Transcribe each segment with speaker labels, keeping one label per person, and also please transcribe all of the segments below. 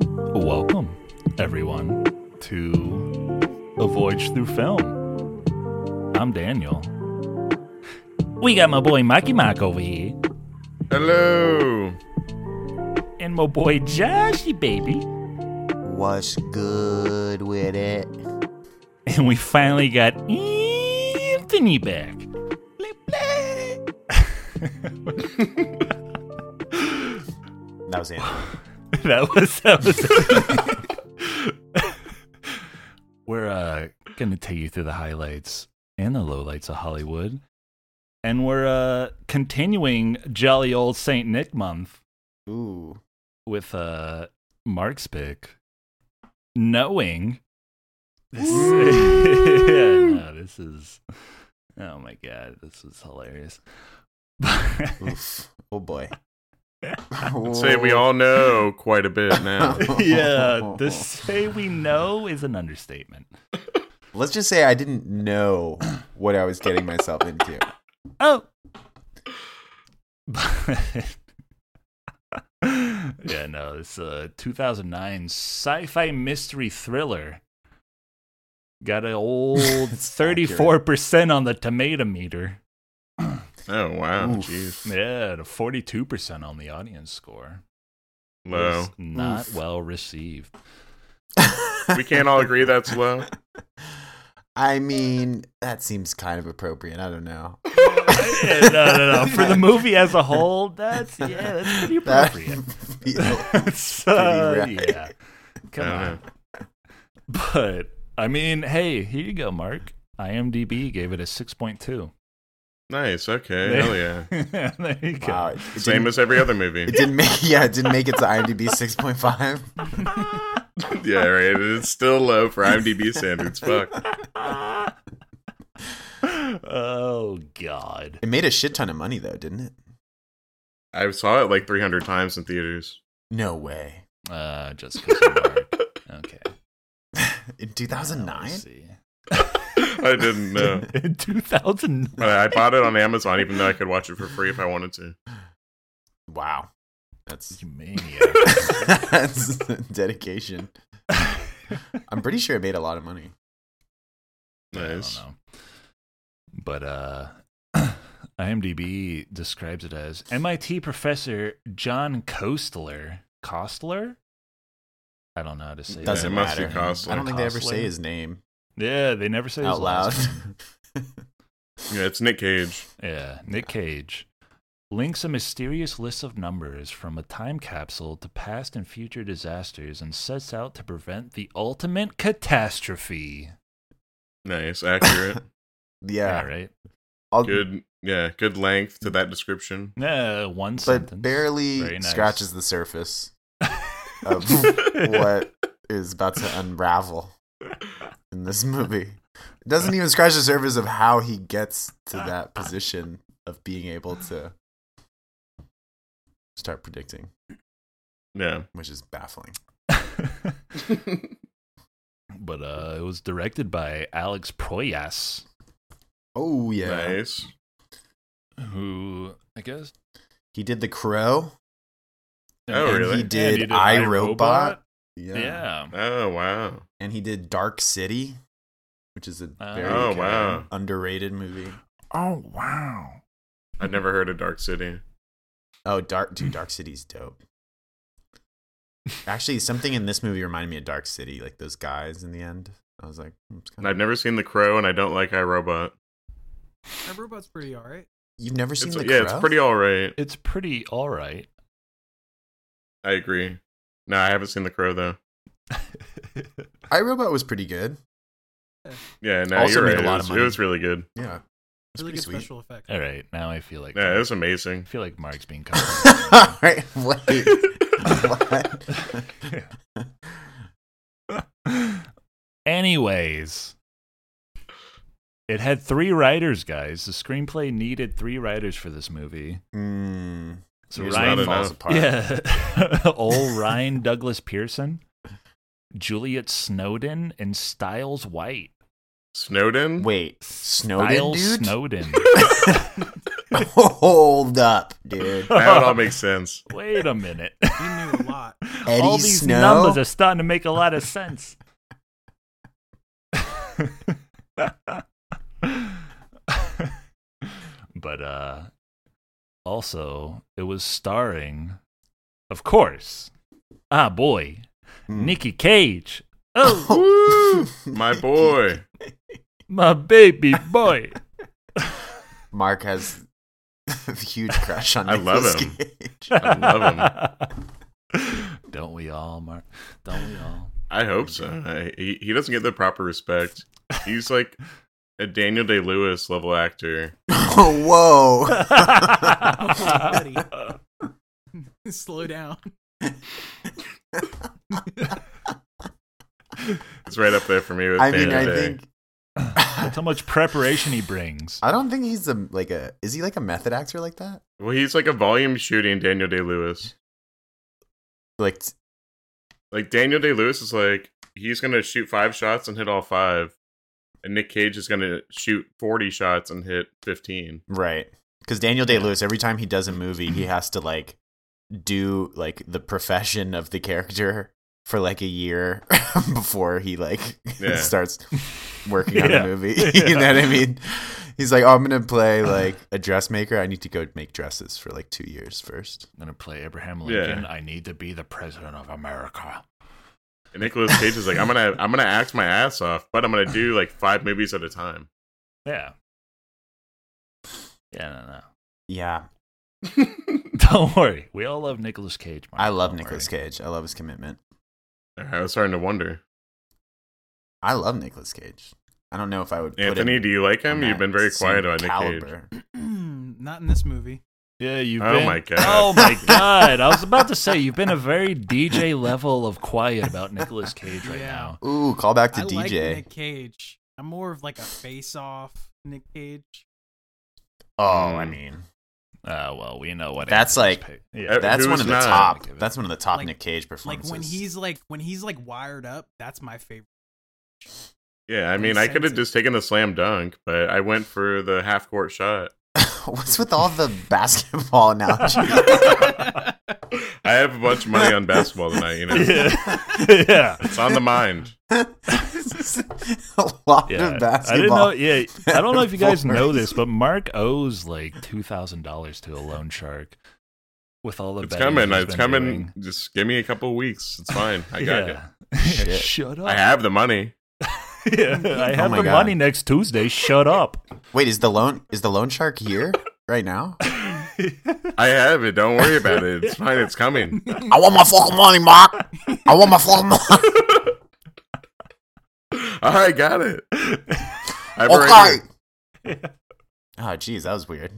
Speaker 1: Welcome, everyone, to A Voyage Through Film. I'm Daniel. We got my boy Mikey Mike over here,
Speaker 2: Hello.
Speaker 1: and my boy Joshy, baby.
Speaker 3: What's good with it?
Speaker 1: And we finally got Anthony back. Blip, blip.
Speaker 3: That was it.
Speaker 1: that was that was we're uh gonna take you through the highlights and the lowlights of hollywood and we're uh continuing jolly old saint nick month
Speaker 3: Ooh.
Speaker 1: with uh mark's pick knowing this
Speaker 2: Woo!
Speaker 1: Yeah, no, this is oh my god this was hilarious
Speaker 3: Oof. Oh boy.
Speaker 2: Say we all know quite a bit now.
Speaker 1: yeah to say we know is an understatement
Speaker 3: Let's just say I didn't know what I was getting myself into.
Speaker 1: Oh. yeah, no, it's a 2009 sci-fi mystery thriller. Got an old
Speaker 3: That's
Speaker 1: 34% on the tomato meter.
Speaker 2: oh wow,
Speaker 3: Oof.
Speaker 2: jeez,
Speaker 1: Yeah, to 42% on the audience score.
Speaker 2: low.
Speaker 1: Was Not
Speaker 3: Oof.
Speaker 1: well received.
Speaker 2: we can't all agree that's low.
Speaker 3: I mean, that seems kind of appropriate. I don't know.
Speaker 1: Yeah, no, no, no. For the movie as a whole, that's yeah, that's pretty
Speaker 3: That
Speaker 1: appropriate.
Speaker 3: feel-
Speaker 1: That's, uh,
Speaker 3: Pretty right.
Speaker 1: yeah. Come
Speaker 2: Uh-huh.
Speaker 1: on. But I mean, hey, here you go, Mark. IMDb gave it a six point two.
Speaker 2: Nice. Okay.
Speaker 1: There-
Speaker 2: Hell yeah.
Speaker 1: there you go.
Speaker 3: wow. It, it
Speaker 2: Same
Speaker 3: didn't,
Speaker 2: as every other movie.
Speaker 3: it didn't make yeah, it didn't make it to IMDb 6.5.
Speaker 2: yeah, right. It's still low for IMDb standards. Fuck.
Speaker 1: Oh God.
Speaker 3: It made a shit ton of money though, didn't it?
Speaker 2: I saw it like 300 times in theaters.
Speaker 3: No way.
Speaker 1: Uh, just because of Mark. Okay. Let
Speaker 3: In
Speaker 1: me
Speaker 3: 2009?
Speaker 1: see.
Speaker 2: I didn't know.
Speaker 1: In 2000.
Speaker 2: But I bought it on Amazon, even though I could watch it for free if I wanted to.
Speaker 3: Wow. That's
Speaker 1: You maniac.
Speaker 3: That's dedication. I'm pretty sure it made a lot of money.
Speaker 2: Nice.
Speaker 1: I don't know. But uh IMDb describes it as MIT professor John Coastler. Costler? I don't know how to say
Speaker 2: Doesn't
Speaker 1: that.
Speaker 2: it must be matter. Costler.
Speaker 3: I don't think they ever
Speaker 1: Costler?
Speaker 3: say his name
Speaker 1: Yeah, they never say his
Speaker 3: out loud.
Speaker 1: last name.
Speaker 2: Yeah, it's Nick Cage.
Speaker 1: Yeah, Nick Cage links a mysterious list of numbers from a time capsule to past and future disasters and sets out to prevent the ultimate catastrophe.
Speaker 2: Nice, accurate,
Speaker 3: yeah.
Speaker 1: right.
Speaker 3: I'll-
Speaker 2: good. Yeah, good length to that description.
Speaker 1: Yeah, one
Speaker 3: but
Speaker 1: sentence.
Speaker 3: barely
Speaker 1: Very nice.
Speaker 3: scratches the surface of what is about to unravel in this movie. It doesn't even scratch the surface of how he gets to that position of being able to start predicting,
Speaker 2: Yeah.
Speaker 3: which is baffling.
Speaker 1: but uh, it was directed by Alex Proyas,
Speaker 3: Oh yeah.
Speaker 2: Nice.
Speaker 1: who I guess.
Speaker 3: He did the crow.
Speaker 2: Oh,
Speaker 1: and
Speaker 2: really?
Speaker 3: He did
Speaker 1: and
Speaker 3: I,
Speaker 1: iRobot.
Speaker 3: Robot.
Speaker 1: Yeah.
Speaker 2: Oh wow.
Speaker 3: And he did Dark City, which is a
Speaker 4: Ah.
Speaker 1: Oh.
Speaker 3: very
Speaker 2: Oh wow.
Speaker 3: underrated movie.
Speaker 1: Oh wow.
Speaker 2: I'd never heard of Dark City.
Speaker 3: Oh, Dark dude, Dark City's dope. Actually, something in this movie reminded me of Dark City, like those guys in the end. I was like, hmm, it's
Speaker 2: And
Speaker 3: kinda-
Speaker 2: I've never seen The Crow, and I don't like iRobot.
Speaker 4: That robot's pretty alright.
Speaker 3: you've never seen
Speaker 2: It's,
Speaker 3: the
Speaker 2: yeah,
Speaker 3: crow?
Speaker 2: it's pretty all right.
Speaker 1: It's pretty all right.
Speaker 2: I agree. No, I haven't seen The Crow though.
Speaker 3: iRobot was pretty good.
Speaker 2: Yeah, no,
Speaker 3: Also
Speaker 2: you're
Speaker 3: made
Speaker 2: right.
Speaker 3: a lot
Speaker 2: it,
Speaker 3: of
Speaker 2: was,
Speaker 3: money.
Speaker 2: it was really good.
Speaker 3: Yeah, it was
Speaker 4: really
Speaker 3: pretty
Speaker 4: good
Speaker 3: sweet.
Speaker 4: special effect.
Speaker 1: all right. Now I feel like
Speaker 2: Yeah, it was
Speaker 1: I
Speaker 2: amazing.
Speaker 1: feel like Mark's being covered.
Speaker 3: All right, wait. What?
Speaker 1: Anyways, It had three writers, guys. The screenplay needed three writers for this movie.
Speaker 3: Mm.
Speaker 1: So
Speaker 2: Here's
Speaker 1: Ryan
Speaker 2: another
Speaker 3: falls
Speaker 2: note.
Speaker 3: apart.
Speaker 1: Yeah. Old Ryan Douglas Pearson, Juliet Snowden, and Styles White.
Speaker 2: Snowden?
Speaker 3: Wait, Snowden,
Speaker 1: Styles
Speaker 3: dude.
Speaker 1: Snowden.
Speaker 3: Hold up, dude.
Speaker 2: That would all make sense.
Speaker 1: Wait a minute.
Speaker 4: He knew a lot.
Speaker 3: Eddie
Speaker 1: All these
Speaker 3: Snow?
Speaker 1: numbers are starting to make a lot of sense. but uh also it was starring of course ah boy
Speaker 3: Mm.
Speaker 1: Nikki Cage oh
Speaker 2: Woo! My boy.
Speaker 1: my baby boy
Speaker 3: Mark has a huge crush on.
Speaker 2: I love
Speaker 3: Nicolas
Speaker 2: him.
Speaker 3: Cage.
Speaker 2: I love him.
Speaker 1: him don't we all Mark don't we all
Speaker 2: I hope so. I, he, he doesn't get the proper respect. He's like a Daniel Day Lewis level actor.
Speaker 3: Oh, Whoa.
Speaker 4: buddy. Slow down.
Speaker 2: It's right up there for me with
Speaker 3: I mean,
Speaker 2: Daniel
Speaker 3: I
Speaker 2: Day.
Speaker 3: think
Speaker 1: That's how much preparation he brings.
Speaker 3: I don't think he's a like a is he like a method actor like that?
Speaker 2: Well, he's like a volume shooting Daniel Day Lewis.
Speaker 3: Like t-
Speaker 2: Like Daniel Day Lewis is like he's gonna shoot five shots and hit all five, and Nick Cage is gonna shoot forty shots and hit fifteen.
Speaker 3: right. Cuz Daniel Day-Lewis every time he does a movie, he has to like do like the profession of the character for like a year before he like
Speaker 2: Yeah.
Speaker 3: starts working on
Speaker 1: Yeah.
Speaker 3: a movie.
Speaker 1: Yeah.
Speaker 3: you know what I mean? He's like, "Oh, I'm going to
Speaker 2: Uh-huh.
Speaker 3: play like a dressmaker. I need to go make dresses for like 2 years first.
Speaker 1: I'm gonna play Abraham
Speaker 2: Yeah.
Speaker 1: Lincoln. I need to be the president of America.
Speaker 2: And Nicolas Cage is like, I'm gonna I'm gonna act my ass off, but I'm gonna do like five movies at a time.
Speaker 1: Yeah. Yeah,
Speaker 3: Yeah,
Speaker 1: no, no. Don't worry. We all love Nicolas Cage. Mark.
Speaker 3: I love
Speaker 1: Don't
Speaker 3: Nicolas
Speaker 1: worry.
Speaker 3: Cage. I love his commitment.
Speaker 2: I was starting to wonder.
Speaker 3: I love Nicolas Cage. I don't know if I would. put
Speaker 2: Anthony,
Speaker 3: him
Speaker 2: do you like
Speaker 3: on
Speaker 2: him? You've
Speaker 3: that
Speaker 2: been very
Speaker 3: same
Speaker 2: quiet about Nick Cage.
Speaker 3: caliber.
Speaker 4: Not in this movie.
Speaker 1: Yeah, you've
Speaker 2: Oh
Speaker 1: been.
Speaker 2: my God.
Speaker 1: Oh my god! I was about to say you've been a very DJ level of quiet about Nicolas Cage right
Speaker 4: Yeah.
Speaker 1: now.
Speaker 3: Ooh, call back to
Speaker 4: I like
Speaker 3: DJ.
Speaker 4: Nick Cage. I'm more of like a face-off Nick Cage.
Speaker 3: oh, I
Speaker 2: Mm.
Speaker 3: mean,
Speaker 1: Uh, well, we know what.
Speaker 3: That's
Speaker 1: Anthony's
Speaker 3: like-
Speaker 1: pick. Yeah.
Speaker 2: That-
Speaker 3: that's
Speaker 2: Who's
Speaker 3: one of the
Speaker 2: not?
Speaker 3: top. That's one of the top
Speaker 4: Like-
Speaker 3: Nick Cage
Speaker 4: Like
Speaker 3: performances.
Speaker 4: when he's like when he's like wired up, that's my favorite.
Speaker 2: Yeah, I mean, I could have just taken the slam dunk, but I went for the half court shot.
Speaker 3: What's with all the basketball analogies?
Speaker 2: I have a bunch of money on basketball tonight. You know,
Speaker 1: yeah. yeah.
Speaker 2: it's on the mind.
Speaker 3: a lot
Speaker 1: Yeah,
Speaker 3: of
Speaker 1: I didn't
Speaker 3: basketball.
Speaker 1: know. Yeah, I don't know if you guys know
Speaker 3: metaphors.
Speaker 1: this, but Mark owes like two thousand dollars to a loan shark with all the
Speaker 2: It's
Speaker 1: betting
Speaker 2: coming.
Speaker 1: he's
Speaker 2: It's
Speaker 1: been
Speaker 2: coming.
Speaker 1: doing.
Speaker 2: Just give me a couple weeks. It's fine. I got
Speaker 1: yeah.
Speaker 3: Shit. Oh
Speaker 1: Shut up!
Speaker 2: it. I have the money.
Speaker 1: Yeah, I have
Speaker 3: my
Speaker 1: the
Speaker 3: God.
Speaker 1: money next Tuesday. Shut up!
Speaker 3: Wait, is the loan is the loan shark here right now?
Speaker 2: I have it. Don't worry about it. It's fine. It's coming.
Speaker 3: I want my fucking money, Mark. I want my fucking money.
Speaker 2: I got it. I've
Speaker 3: Okay.
Speaker 2: already-
Speaker 3: Oh, geez, that was weird.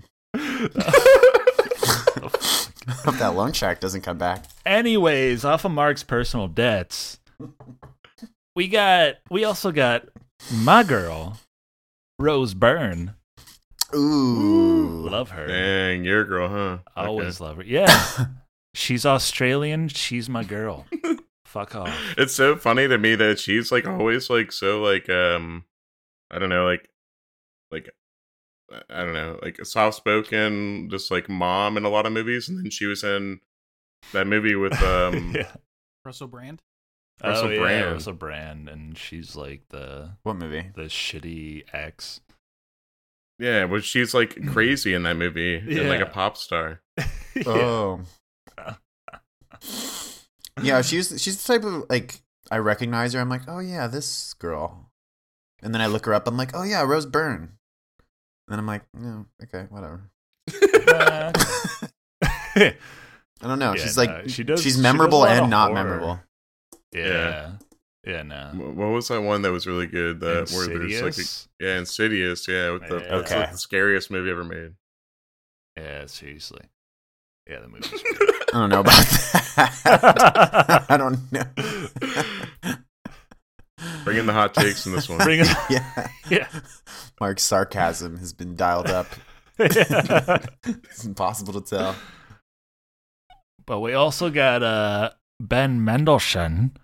Speaker 3: Hope that loan shark doesn't come back.
Speaker 1: Anyways, off of Mark's personal debts, we got. We also got my girl, Rose Byrne.
Speaker 3: Ooh.
Speaker 1: Love her.
Speaker 2: Dang, your girl, huh?
Speaker 1: I
Speaker 2: Okay.
Speaker 1: Always love her. Yeah. she's Australian. She's my girl. Fuck off.
Speaker 2: It's so funny to me that she's like always like so like um, I don't know like like I don't know like a soft spoken just like mom in a lot of movies, and then she was in that movie with um
Speaker 4: Russell Brand.
Speaker 2: Russell
Speaker 1: oh, yeah,
Speaker 2: Brand.
Speaker 1: Russell Brand. And she's like the
Speaker 3: What movie?
Speaker 1: the shitty ex.
Speaker 2: yeah, where she's like crazy in that movie and like a
Speaker 1: Yeah.
Speaker 2: pop star.
Speaker 3: Oh. yeah, she's she's the type of like I recognize her. I'm like, oh yeah, this girl. And then I look her up. I'm like, oh yeah, Rose Byrne. And then I'm like, no, okay, whatever.
Speaker 1: Uh, yeah.
Speaker 3: I don't know.
Speaker 1: Yeah,
Speaker 3: she's
Speaker 1: no,
Speaker 3: like,
Speaker 1: she does- she
Speaker 3: she's
Speaker 1: does a
Speaker 3: memorable
Speaker 1: lot
Speaker 3: and
Speaker 1: of
Speaker 3: not
Speaker 1: horror.
Speaker 3: memorable.
Speaker 1: Yeah. no.
Speaker 2: Wh- What was that one that was really good? That where there's like a,
Speaker 1: Insidious?
Speaker 2: yeah, Insidious. Yeah, with the, that's
Speaker 3: Okay.
Speaker 2: like the scariest movie ever made.
Speaker 1: Yeah, seriously. Yeah, the movie's
Speaker 3: I don't know about that.
Speaker 1: great.
Speaker 3: I don't know.
Speaker 2: Bring in the hot takes in this one.
Speaker 1: Bring it.
Speaker 3: yeah.
Speaker 1: Yeah.
Speaker 3: Mark's sarcasm has been dialed up. It's impossible to tell.
Speaker 1: But we also got uh, Ben Mendelsohn.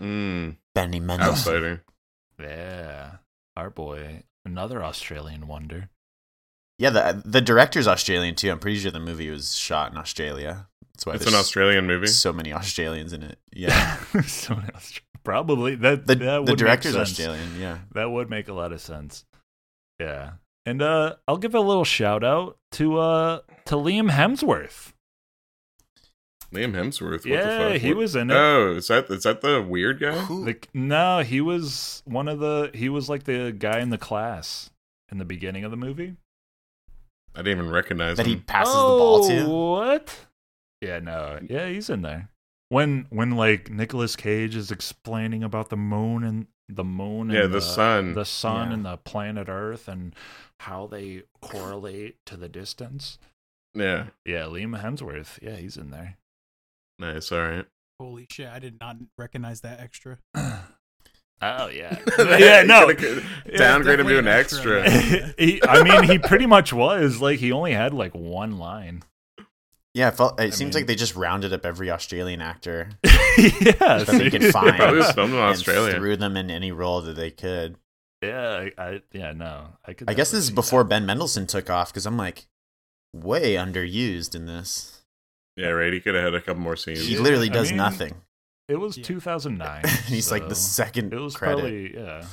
Speaker 2: Mm,
Speaker 3: Benny Mendelssohn.
Speaker 2: outsider.
Speaker 1: Yeah. Our boy, another Australian wonder.
Speaker 3: Yeah, the the director's Australian too. I'm pretty sure the movie was shot in Australia. That's why
Speaker 2: It's an
Speaker 3: there's
Speaker 2: Australian movie.
Speaker 3: so many Australians in it. Yeah.
Speaker 1: Someone else- Probably. That,
Speaker 3: The,
Speaker 1: that would
Speaker 3: the
Speaker 1: make
Speaker 3: director's
Speaker 1: sense.
Speaker 3: Australian, yeah.
Speaker 1: That would make a lot of sense. Yeah. And uh, I'll give a little shout out to uh, to Liam Hemsworth.
Speaker 2: Liam Hemsworth. What the
Speaker 1: yeah,
Speaker 2: fuck?
Speaker 1: he
Speaker 2: What-
Speaker 1: was in it.
Speaker 2: Oh, is that is that the weird guy?
Speaker 3: Who-
Speaker 1: The, no, he was one of the. He was like the guy in the class in the beginning of the movie.
Speaker 2: I didn't even recognize
Speaker 3: that
Speaker 2: him.
Speaker 3: he passes the ball
Speaker 1: Oh.
Speaker 3: to?
Speaker 1: What? Yeah, no. Yeah, he's in there. When when like Nicolas Cage is explaining about the moon and the moon
Speaker 2: yeah,
Speaker 1: and
Speaker 2: the, sun.
Speaker 1: the sun
Speaker 3: Yeah.
Speaker 1: and the planet Earth and how they correlate to the distance.
Speaker 2: yeah,
Speaker 1: Yeah, Liam Hemsworth. Yeah, he's in there.
Speaker 2: nice. All right.
Speaker 4: Holy shit! I did not recognize that extra.
Speaker 1: Oh yeah. yeah, no.
Speaker 2: You could've downgrade him
Speaker 4: definitely
Speaker 2: to an
Speaker 4: an extra.
Speaker 2: extra.
Speaker 1: he, I mean, he pretty much was like he only had like one line.
Speaker 3: Yeah, it felt it
Speaker 1: I
Speaker 3: seems
Speaker 1: mean-
Speaker 3: like they just rounded up every Australian actor
Speaker 1: yeah,
Speaker 3: that they could find.
Speaker 2: Probably was filmed in
Speaker 3: and
Speaker 2: Australia.
Speaker 3: threw them in any role that they could.
Speaker 1: Yeah, I, I yeah no. I could.
Speaker 3: I guess this is
Speaker 1: definitely see
Speaker 3: before Ben Mendelsohn took off because I'm like way underused in this.
Speaker 2: yeah, right. He could have had a couple more scenes.
Speaker 3: He
Speaker 1: Yeah,
Speaker 3: literally
Speaker 1: I
Speaker 3: does
Speaker 1: mean-
Speaker 3: nothing.
Speaker 1: that. It was
Speaker 4: Yeah.
Speaker 1: 2009.
Speaker 3: And he's like the
Speaker 1: so
Speaker 3: second
Speaker 1: It was
Speaker 3: credit.
Speaker 1: probably yeah.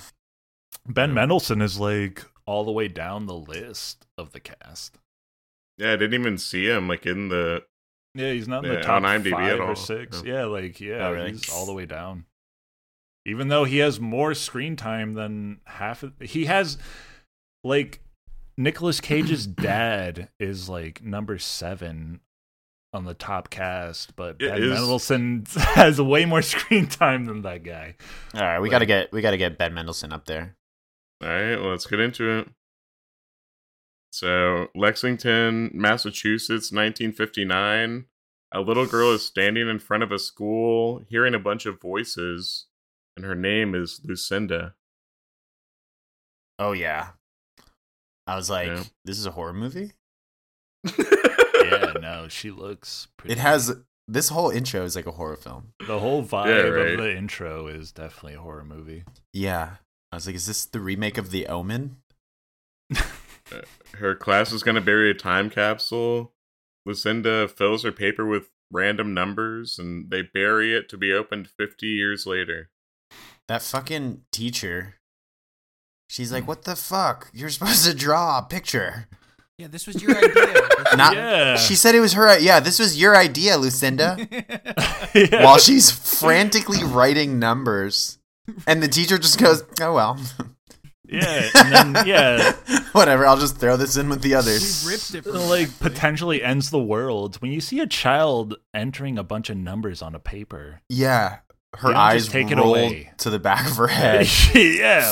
Speaker 1: Ben Mendelsohn is like all the way down the list of the cast.
Speaker 2: Yeah, I didn't even see him like in the.
Speaker 1: Yeah, he's not in the
Speaker 2: Yeah,
Speaker 1: top
Speaker 2: on IMDb
Speaker 1: five
Speaker 2: at
Speaker 1: or
Speaker 2: all.
Speaker 1: six. Yeah, like yeah,
Speaker 3: Oh, really?
Speaker 1: he's all the way down. Even though he has more screen time than half, of, he has like Nicolas Cage's dad is like number seven on the top cast, but
Speaker 2: It
Speaker 1: Ben
Speaker 2: is-
Speaker 1: Mendelsohn has way more screen time than that guy.
Speaker 3: All right, we
Speaker 1: Like-
Speaker 3: gotta get we gotta get Ben Mendelsohn up there.
Speaker 2: All right, well, let's get into it. So, Lexington, Massachusetts, 1959. A little girl is standing in front of a school, hearing a bunch of voices, and her name is Lucinda.
Speaker 3: Oh yeah, I was like,
Speaker 2: Yeah.
Speaker 3: this is a horror movie.
Speaker 1: Yeah, no, she looks. pretty
Speaker 3: It has this whole intro is like a horror film.
Speaker 1: the whole vibe
Speaker 2: right.
Speaker 1: of the intro is definitely a horror movie.
Speaker 3: Yeah, I was like, is this the remake of The Omen?
Speaker 2: Her class is going to bury a time capsule. Lucinda fills her paper with random numbers, and they bury it to be opened 50 years later.
Speaker 3: That fucking teacher. She's
Speaker 1: Hmm.
Speaker 3: like, what the fuck? You're supposed to draw a picture.
Speaker 4: Yeah, this was your idea.
Speaker 3: Not.
Speaker 1: yeah,
Speaker 3: She said it was her. Yeah, this was your idea, Lucinda.
Speaker 1: Yeah.
Speaker 3: while she's frantically writing numbers. And the teacher just goes, "Oh well,
Speaker 1: yeah, and then, yeah.
Speaker 3: whatever. I'll just throw this in with the others."
Speaker 4: she ripped it from
Speaker 1: like potentially ends the world when you see a child entering a bunch of numbers on a paper.
Speaker 3: Yeah, her
Speaker 1: You don't
Speaker 3: eyes
Speaker 1: just take it
Speaker 3: roll
Speaker 1: away.
Speaker 3: to the back of her head,
Speaker 1: yeah, like,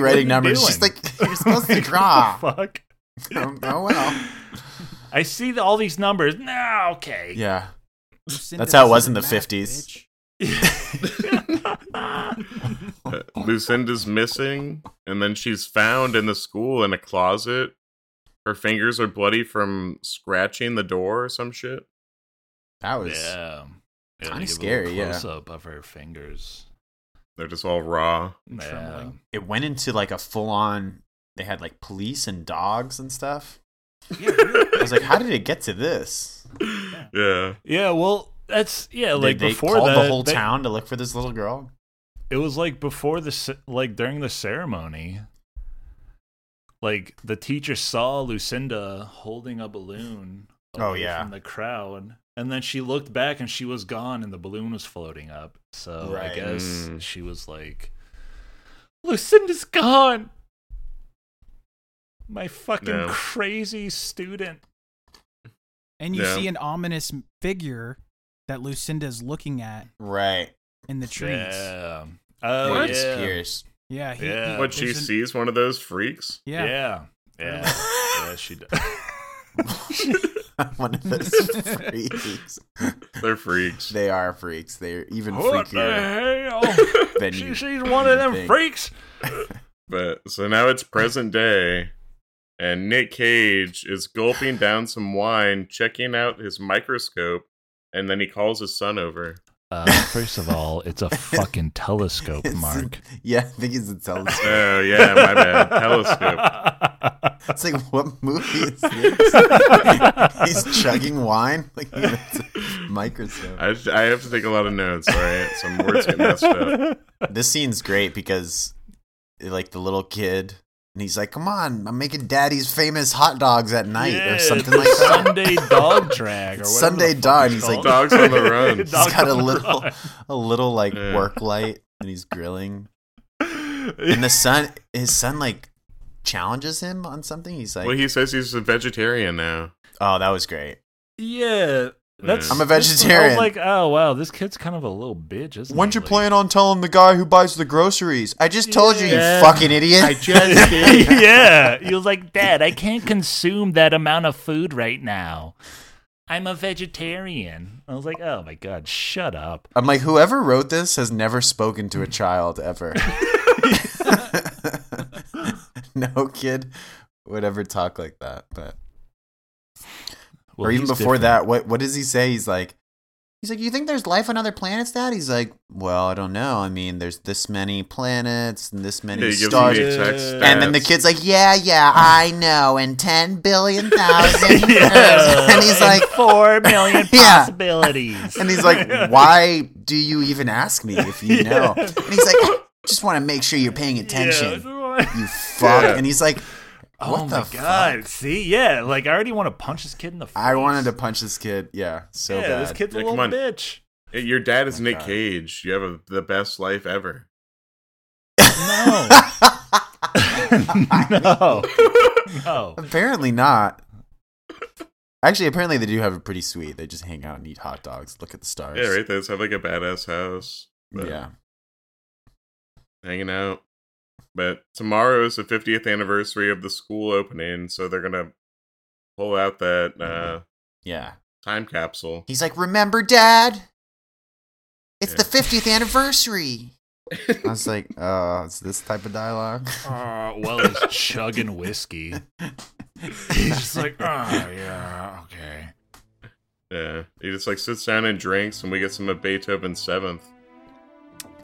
Speaker 1: what are
Speaker 3: writing
Speaker 1: you
Speaker 3: numbers. She's
Speaker 1: doing?
Speaker 3: like, "You're supposed to
Speaker 1: Like,
Speaker 3: draw."
Speaker 1: what the fuck.
Speaker 3: oh oh, well.
Speaker 1: I see the, all these numbers. Nah, okay.
Speaker 3: Yeah,
Speaker 4: Lucinda
Speaker 3: That's how it was
Speaker 4: doesn't
Speaker 3: in the
Speaker 4: math,
Speaker 3: 50s.
Speaker 4: bitch.
Speaker 2: Uh, Lucinda's missing, and then she's found in the school in a closet. Her fingers are bloody from scratching the door or some shit.
Speaker 3: that was.
Speaker 1: yeah.
Speaker 3: Kinda scary, yeah.
Speaker 1: Close up of her fingers.
Speaker 2: They're just all raw.
Speaker 4: And trembling.
Speaker 3: It went into like a full-on. They had like police and dogs and stuff.
Speaker 4: Yeah, really.
Speaker 3: I was like, "How did it get to this?"
Speaker 2: Yeah.
Speaker 1: Yeah. Well, that's yeah.
Speaker 3: Did
Speaker 1: Like
Speaker 3: they
Speaker 1: before
Speaker 3: called
Speaker 1: that,
Speaker 3: the whole
Speaker 1: they-
Speaker 3: town to look for this little girl.
Speaker 1: it was like before the ce- like during the ceremony like the teacher saw lucinda holding a balloon
Speaker 3: Oh,
Speaker 1: away
Speaker 3: yeah.
Speaker 1: from the crowd and then she looked back and she was gone and the balloon was floating up so i
Speaker 3: Right.
Speaker 1: guess
Speaker 2: Mm.
Speaker 1: she was like lucinda's gone my fucking
Speaker 2: No.
Speaker 1: crazy student
Speaker 4: and you
Speaker 2: Yeah.
Speaker 4: see an ominous figure that Lucinda's looking at
Speaker 3: Right.
Speaker 4: in the trees. Yeah,
Speaker 1: yeah oh
Speaker 3: Marcus
Speaker 1: yeah.
Speaker 3: Pierce.
Speaker 4: he,
Speaker 1: Yeah.
Speaker 4: he-
Speaker 2: What, she
Speaker 4: there's an-
Speaker 2: sees one of those freaks?
Speaker 1: yeah
Speaker 4: Yeah.
Speaker 1: yeah yeah, yeah she does
Speaker 3: One of those freaks.
Speaker 2: They're freaks.
Speaker 3: They are freaks. They're even
Speaker 1: What
Speaker 3: freakier oh.
Speaker 1: the hell?
Speaker 3: than
Speaker 1: she,
Speaker 3: you.
Speaker 1: she's one of them
Speaker 3: think.
Speaker 1: freaks.
Speaker 2: But so now it's present day, and Nick Cage is gulping down some wine, checking out his microscope, and then he calls his son over.
Speaker 1: Uh, first of all, it's a fucking telescope,
Speaker 3: It's a-
Speaker 1: Mark.
Speaker 3: Yeah, I think it's a telescope.
Speaker 2: Oh yeah, my bad. Telescope.
Speaker 3: It's like, what movie is this? He's chugging wine. Like, it's a microscope.
Speaker 2: I, I have to take a lot of notes. All right, some words get messed up.
Speaker 3: This scene's great because, like, the little kid, and he's like, come on, I'm making daddy's famous hot dogs at night or something like that.
Speaker 1: Sunday dog drag or whatever
Speaker 3: Sunday
Speaker 1: the fuck
Speaker 3: dog,
Speaker 1: it's
Speaker 3: he's
Speaker 1: called.
Speaker 3: like-
Speaker 2: Dogs on the run. He's
Speaker 1: Dogs
Speaker 3: He's got a
Speaker 1: on the
Speaker 3: little,
Speaker 1: run.
Speaker 3: a little like
Speaker 2: Yeah.
Speaker 3: work light, and he's grilling. And the son, his son, like challenges him on something. He's like,
Speaker 2: Well, he says he's a vegetarian now.
Speaker 3: "Oh, that was great."
Speaker 1: Yeah, that's.
Speaker 3: I'm a
Speaker 1: this is- I was
Speaker 3: vegetarian.
Speaker 1: like, oh wow, this kid's kind of a little bitch, isn't
Speaker 3: Weren't
Speaker 1: he?
Speaker 3: you
Speaker 1: Like-
Speaker 3: planning on telling the guy who buys the groceries? I just told you,
Speaker 1: Yeah.
Speaker 3: you fucking idiot.
Speaker 2: just
Speaker 1: yeah, he was like, Dad, I can't consume that amount of food right now. I'm a vegetarian. I was like, oh my god, shut up.
Speaker 3: I'm like, whoever wrote this has never spoken to a child ever. no kid would ever talk like that. But
Speaker 1: Well,
Speaker 3: or even
Speaker 1: he's
Speaker 3: before
Speaker 1: different.
Speaker 3: that, what what does he say? He's like, he's like, you think there's life on other planets, Dad? He's like, well, I don't know. I mean, there's this many planets and this many
Speaker 2: He gives him
Speaker 3: stars.
Speaker 2: the exact
Speaker 1: Yeah.
Speaker 2: stats.
Speaker 3: And then the kid's like, yeah, yeah, I know. And 10 billion thousand.
Speaker 1: yeah.
Speaker 3: and he's like,
Speaker 1: four million
Speaker 3: Yeah.
Speaker 1: possibilities.
Speaker 3: and he's like, why do you even ask me if you know? And he's like, I just want to make sure you're paying attention.
Speaker 1: Yeah.
Speaker 3: You fuck.
Speaker 2: Yeah.
Speaker 3: And he's like,
Speaker 1: Oh
Speaker 3: What
Speaker 1: my
Speaker 3: the
Speaker 1: god! See, yeah, like I already want to punch this kid in the face.
Speaker 3: I wanted to punch this kid. Yeah, so
Speaker 1: yeah,
Speaker 3: bad.
Speaker 1: this kid's a
Speaker 2: Yeah,
Speaker 1: little
Speaker 2: come on.
Speaker 1: bitch.
Speaker 2: Your dad is
Speaker 3: Oh my
Speaker 2: Nick
Speaker 3: God.
Speaker 2: Cage. You have a, the best life ever.
Speaker 1: No, no, no.
Speaker 3: apparently not. Actually, apparently they do have it pretty sweet. They just hang out and eat hot dogs, look at the stars.
Speaker 2: Yeah, right. They just have like a badass house. But
Speaker 3: Yeah.
Speaker 2: hanging out. But tomorrow is the 50th anniversary of the school opening, so they're gonna pull out that uh,
Speaker 3: Yeah.
Speaker 2: time capsule.
Speaker 3: He's like, remember, Dad? It's
Speaker 2: Yeah.
Speaker 3: the 50th anniversary. I was like, oh, it's this type of dialogue.
Speaker 1: Uh, well, he's chugging whiskey. He's just like, oh yeah, okay.
Speaker 2: Yeah, he just like sits down and drinks, and we get some of Beethoven's Seventh.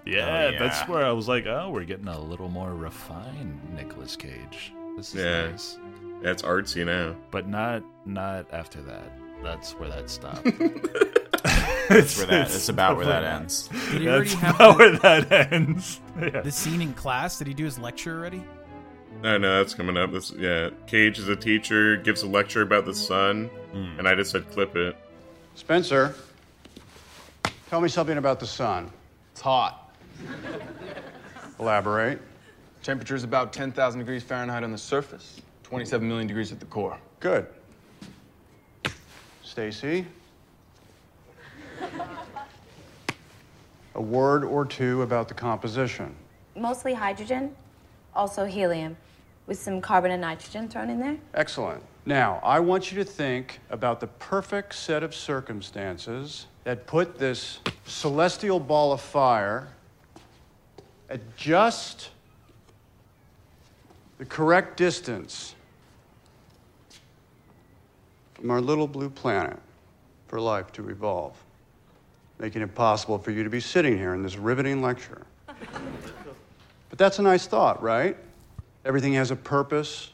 Speaker 1: Yeah,
Speaker 3: Oh, yeah.
Speaker 1: that's where I was like, oh, we're getting a little more refined Nicolas Cage. This is
Speaker 2: Yeah.
Speaker 1: nice,
Speaker 2: That's artsy now.
Speaker 1: but not not after that. That's where that stopped. that's
Speaker 3: ends.
Speaker 4: Did he already
Speaker 1: That's
Speaker 4: have
Speaker 1: about
Speaker 4: the,
Speaker 1: where that ends. Yeah.
Speaker 4: the scene in class? Did he do his lecture already?
Speaker 2: No, no, that's coming up. This, yeah, Cage is a teacher, gives a lecture about the sun, and I just said clip it.
Speaker 5: Spencer, tell me something about the sun.
Speaker 6: It's hot.
Speaker 5: Elaborate.
Speaker 6: Temperature's about 10,000 degrees Fahrenheit on the surface, 27 million degrees at the core.
Speaker 5: Good. Stacy? A word or two about the composition.
Speaker 7: mostly hydrogen, also helium, with some carbon and nitrogen thrown in there.
Speaker 5: Excellent. Now, I want you to think about the perfect set of circumstances that put this celestial ball of fire at just the correct distance from our little blue planet for life to evolve, making it possible for you to be sitting here in this riveting lecture. but that's a nice thought, right? Everything has a purpose,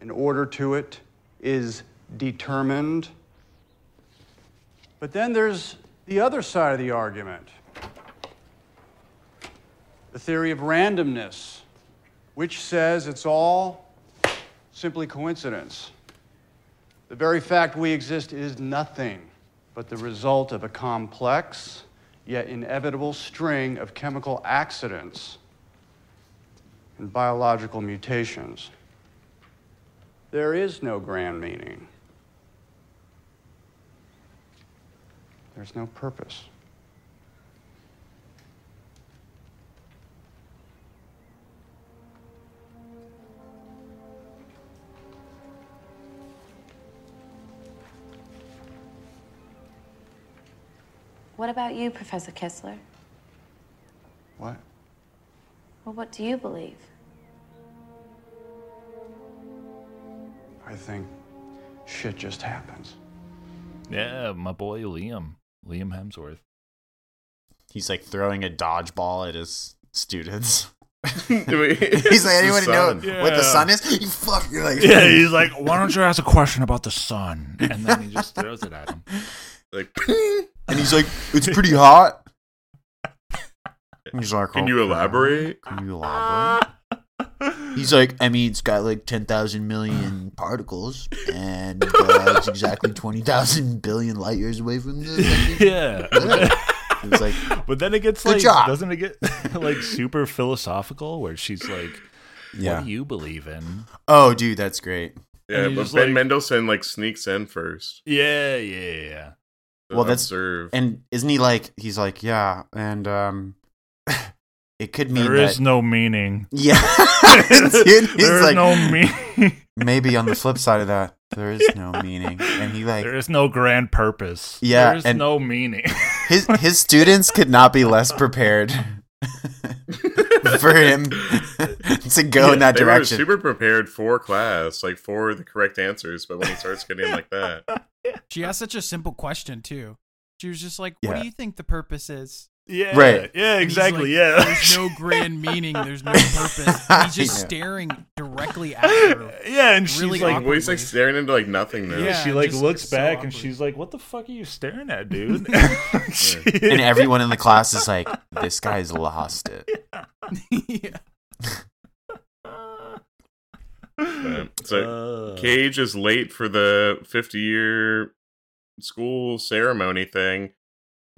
Speaker 5: an order to it, is determined. But then there's the other side of the argument the theory of randomness, which says it's all simply coincidence. The very fact we exist is nothing but the result of a complex yet inevitable string of chemical accidents and biological mutations. There is no grand meaning. There's no purpose.
Speaker 7: What about you, Professor Kessler?
Speaker 5: What?
Speaker 7: Well, what do you believe?
Speaker 5: I think shit just happens.
Speaker 1: Yeah, my boy Liam. Liam Hemsworth.
Speaker 3: He's like throwing a dodgeball at his students.
Speaker 2: He's
Speaker 3: He's like, anybody know what the
Speaker 1: Yeah.
Speaker 3: sun is? You fuck. You're like,
Speaker 1: Yeah, he's like, why don't you ask a question about the sun? And then he just throws it at him.
Speaker 2: Like,
Speaker 3: and he's like, it's pretty hot. He's like,
Speaker 2: can you
Speaker 3: "Okay."
Speaker 2: elaborate?
Speaker 3: Can you elaborate? He's like, I mean, it's got like 10,000 million particles, and uh, it's exactly 20,000 billion light years away from the.
Speaker 1: Yeah.
Speaker 3: It's like,
Speaker 1: But then it gets
Speaker 3: Good
Speaker 1: like,
Speaker 3: job.
Speaker 1: doesn't it get like super philosophical where she's like, what
Speaker 3: yeah.
Speaker 1: do you believe in?
Speaker 3: Oh, dude, that's great.
Speaker 2: Yeah,
Speaker 1: you
Speaker 2: but
Speaker 1: just,
Speaker 2: Ben
Speaker 1: like-
Speaker 2: Mendelsohn like sneaks in first.
Speaker 1: Yeah, yeah, yeah.
Speaker 3: Well, that's-
Speaker 2: observe.
Speaker 3: And isn't he like, he's like, yeah, and um, it could mean
Speaker 1: There
Speaker 3: that.
Speaker 1: is no meaning.
Speaker 3: yeah.
Speaker 1: There
Speaker 3: Dude,
Speaker 1: is
Speaker 3: he's like,
Speaker 1: no meaning.
Speaker 3: maybe on the flip side of that, there is no meaning. And he like,
Speaker 1: There is no grand purpose.
Speaker 3: Yeah,
Speaker 1: There is
Speaker 3: and-
Speaker 1: no meaning.
Speaker 3: his his students could not be less prepared for him to go in that
Speaker 2: they
Speaker 3: direction.
Speaker 2: were super prepared for class, like for the correct answers. But when he starts getting like that,
Speaker 4: She asked such a simple question too. She was just like, "What
Speaker 3: Yeah.
Speaker 4: do you think the purpose is?"
Speaker 1: Yeah.
Speaker 3: Right.
Speaker 1: Yeah,
Speaker 4: And he's
Speaker 1: exactly.
Speaker 4: like,
Speaker 1: yeah.
Speaker 4: There's no grand meaning. There's no purpose. He's just
Speaker 3: Yeah.
Speaker 4: staring directly at her.
Speaker 1: yeah, and she's
Speaker 4: Really
Speaker 1: like,
Speaker 4: awkward.
Speaker 2: well, he's like staring into like nothingness.
Speaker 4: Yeah.
Speaker 1: she like
Speaker 4: just
Speaker 1: looks
Speaker 4: so
Speaker 1: back
Speaker 4: awkward.
Speaker 1: and she's like, "What the fuck are you staring at, dude?" She-
Speaker 3: and everyone in the class is like, "This guy's lost it."
Speaker 4: yeah.
Speaker 2: Um, so
Speaker 1: Uh,
Speaker 2: Cage is late for the 50 year school ceremony thing,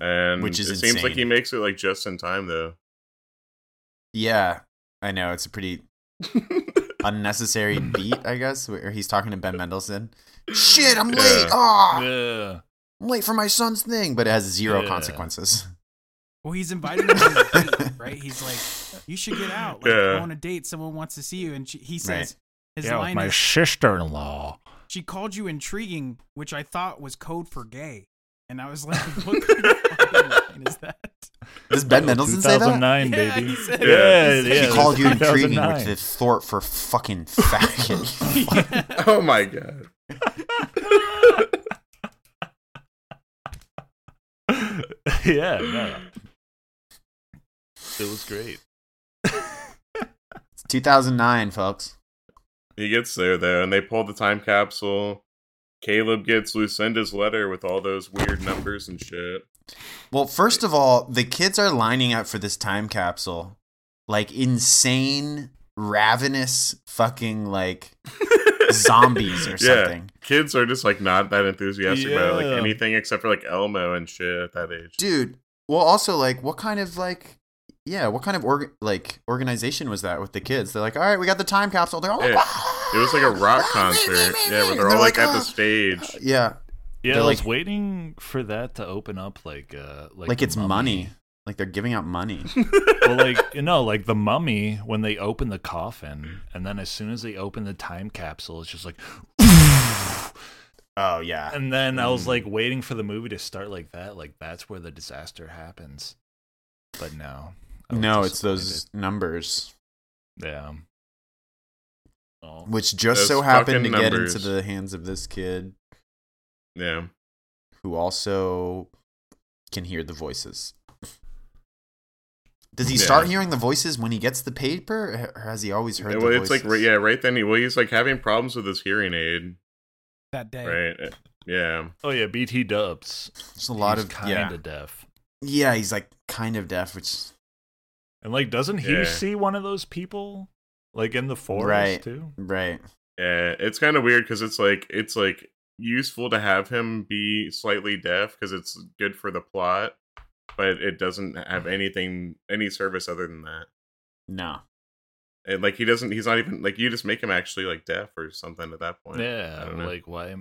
Speaker 2: and
Speaker 3: Which is
Speaker 2: it seems like
Speaker 3: insane.
Speaker 2: he makes it like just in time though.
Speaker 3: Yeah, I know it's a pretty unnecessary beat, I guess. Where he's talking to Ben Mendelsohn. Shit, I'm late.
Speaker 2: Yeah.
Speaker 3: Ah,
Speaker 1: yeah.
Speaker 3: I'm late for my son's thing, but it has zero
Speaker 1: Yeah.
Speaker 3: consequences.
Speaker 4: Well, he's inviting her on a date, right? He's like, "You should get out. Like,
Speaker 2: Yeah.
Speaker 4: go on a date. Someone wants to see you." And she, he says, "His
Speaker 1: yeah, with
Speaker 4: line
Speaker 1: my
Speaker 4: is,
Speaker 1: sister-in-law.
Speaker 4: she called you intriguing, which I thouot was code for gay." And I was like, "What kind of fucking line is that?"
Speaker 3: Does Ben Mendelsohn say that?
Speaker 1: 2009,
Speaker 4: Yeah,
Speaker 1: baby.
Speaker 4: he said-
Speaker 1: yeah,
Speaker 4: he
Speaker 1: yeah,
Speaker 4: said-
Speaker 3: He
Speaker 1: it
Speaker 3: called
Speaker 1: was
Speaker 3: you intriguing,
Speaker 1: 2009.
Speaker 3: which is thwart for fucking faggot.
Speaker 2: oh my god.
Speaker 1: yeah, no. It was great.
Speaker 3: 2009, folks.
Speaker 2: He gets there though, and they pull the time capsule. Caleb gets Lucinda's letter with all those weird numbers and shit.
Speaker 3: Well, first of all, the kids are lining up for this time capsule. Like insane, ravenous fucking like zombies or something.
Speaker 2: Yeah, kids are just like not that enthusiastic about
Speaker 1: Yeah.
Speaker 2: like anything except for like Elmo and shit at that age.
Speaker 3: Dude, well also like what kind of like yeah, what kind of org- like organization was that with the kids? They're like, "All right, we got the time capsule." They're all like,
Speaker 2: Yeah. It was like a rock concert, yeah, where they're all like at the stage.
Speaker 3: uh, yeah,
Speaker 1: Yeah,
Speaker 3: They're
Speaker 1: I was
Speaker 3: like-
Speaker 1: waiting for that to open up, like, uh, like,
Speaker 3: like,
Speaker 1: the
Speaker 3: it's money.
Speaker 1: Mummy.
Speaker 3: Like they're giving out money.
Speaker 1: well, like you know, like the mummy when they open the coffin, and then as soon as they open the time capsule, it's just like,
Speaker 3: oh yeah.
Speaker 1: and then I was
Speaker 3: Mm.
Speaker 1: like waiting for the movie to start like that, like that's where the disaster happens. But no, I was
Speaker 3: No, it's
Speaker 1: disappointed.
Speaker 3: those numbers
Speaker 1: Yeah. Oh.
Speaker 3: which just
Speaker 2: Those
Speaker 3: so happened to
Speaker 2: fucking
Speaker 3: get
Speaker 2: numbers.
Speaker 3: into the hands of this kid
Speaker 2: Yeah,
Speaker 3: who also can hear the voices. Does he
Speaker 2: Yeah.
Speaker 3: start hearing the voices when he gets the paper, or has he always heard
Speaker 2: Yeah,
Speaker 3: the
Speaker 2: well,
Speaker 3: voices?
Speaker 2: it's like right- yeah, right then he well, he's like having problems with his hearing aid,
Speaker 4: That day,
Speaker 2: right? Uh, Yeah,
Speaker 1: oh yeah, BT Dubs.
Speaker 3: There's a lot
Speaker 1: He's
Speaker 3: of
Speaker 1: kind
Speaker 3: yeah,
Speaker 1: of deaf.
Speaker 3: yeah. He's like kind of deaf, which
Speaker 1: And like doesn't he
Speaker 2: Yeah.
Speaker 1: see one of those people like in the forest
Speaker 3: Right.
Speaker 1: too?
Speaker 3: right,
Speaker 2: yeah, it's kind of weird because it's like it's like useful to have him be slightly deaf because it's good for the plot, but it doesn't have
Speaker 1: Mm-hmm.
Speaker 2: anything any service other than that.
Speaker 3: no,
Speaker 2: And like he doesn't, he's not even like you just make him actually like deaf or something at that point. I
Speaker 1: Yeah,
Speaker 2: don't know.
Speaker 1: like why?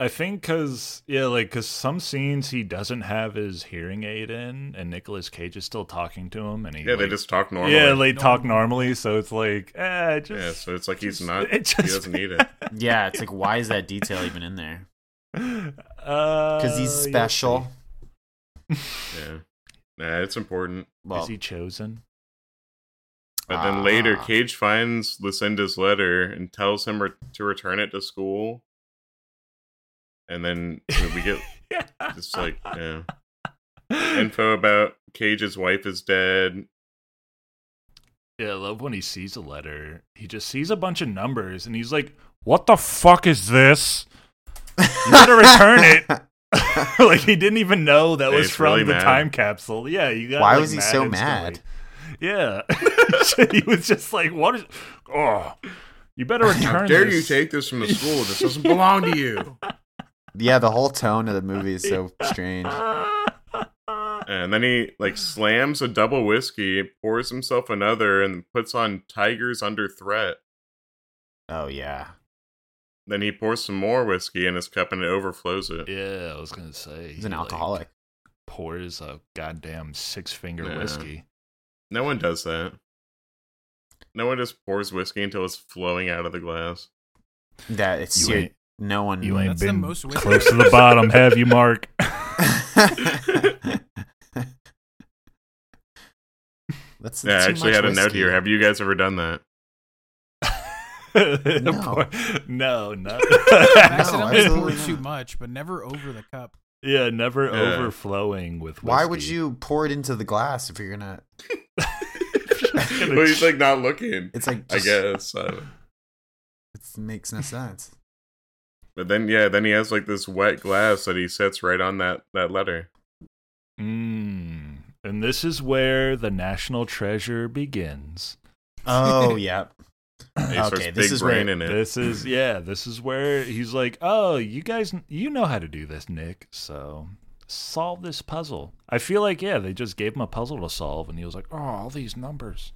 Speaker 1: I think because yeah, like because some scenes he doesn't have his hearing aid in, and Nicolas Cage is still talking to him, and he
Speaker 2: yeah, they
Speaker 1: like-
Speaker 2: just talk normally.
Speaker 1: yeah they talk normally, so it's like eh, just
Speaker 2: yeah. So it's like he's
Speaker 1: just-
Speaker 2: not.
Speaker 1: it
Speaker 2: he
Speaker 1: just-
Speaker 2: doesn't need it.
Speaker 3: yeah. It's like why is that detail even in there?
Speaker 1: because
Speaker 2: Uh,
Speaker 3: Because he's special.
Speaker 2: Yeah. Nah, it's important.
Speaker 3: Well,
Speaker 1: Is he chosen?
Speaker 2: But then later,
Speaker 3: Ah.
Speaker 2: Cage finds Lucinda's letter and tells him re- to return it to school. And then you know, we get just like yeah. info about Cage's wife is dead.
Speaker 1: Yeah, I love when he sees a letter. He just sees a bunch of numbers and he's like, What the fuck is this? You better return it. like he didn't even know that was
Speaker 2: Dave's
Speaker 1: from
Speaker 2: really
Speaker 1: the
Speaker 2: mad.
Speaker 1: time capsule. Yeah, you got
Speaker 3: Why
Speaker 1: like,
Speaker 3: was he so
Speaker 1: instantly. Yeah. he was just like, What is oh you better return
Speaker 2: Dare
Speaker 1: this.
Speaker 2: you take this from the school? This doesn't belong to you.
Speaker 3: yeah, the whole tone of the movie is so strange.
Speaker 2: And then he like slams a double whiskey, pours himself another, and puts on Tigers Under Threat.
Speaker 3: Oh yeah,
Speaker 2: Then he pours some more whiskey in his cup and it overflows it.
Speaker 1: Yeah, I was gonna say
Speaker 3: he's an alcoholic.
Speaker 1: pours a goddamn six finger
Speaker 2: Yeah.
Speaker 1: whiskey.
Speaker 2: No one does that. No one just pours whiskey until it's flowing out of the glass.
Speaker 3: That it's
Speaker 1: You
Speaker 3: ser-
Speaker 1: ain't-
Speaker 3: no one.
Speaker 1: You ain't
Speaker 4: Mm, That's the
Speaker 1: been
Speaker 4: most whiskey.
Speaker 1: close to the bottom, have you, Mark?
Speaker 3: That's
Speaker 2: yeah, I
Speaker 3: too
Speaker 2: actually
Speaker 3: much
Speaker 2: had a note
Speaker 3: whiskey.
Speaker 2: here. Have you guys ever done that?
Speaker 1: no. no, no.
Speaker 4: Accidentally
Speaker 3: absolutely
Speaker 4: poured too
Speaker 3: not.
Speaker 4: much, but never over the cup.
Speaker 1: yeah, never
Speaker 2: Yeah.
Speaker 1: overflowing with. Whiskey.
Speaker 3: Why would you pour it into the glass if you're gonna?
Speaker 2: but he's like not looking.
Speaker 3: It's like
Speaker 2: I
Speaker 3: just-
Speaker 2: guess. I don't-
Speaker 3: It makes no sense.
Speaker 2: But then yeah, then he has like this wet glass that he sets right on that that letter.
Speaker 1: Mm. And this is where the national treasure begins.
Speaker 3: Oh yeah.
Speaker 2: And he
Speaker 3: Okay,
Speaker 2: starts
Speaker 3: this
Speaker 2: big
Speaker 3: is
Speaker 2: brain
Speaker 3: where-
Speaker 2: in it.
Speaker 1: This is yeah. This is where he's like, "Oh, you guys, you know how to do this, Nick. So solve this puzzle." I feel like yeah, they just gave him a puzzle to solve, and he was like, "Oh, all these numbers."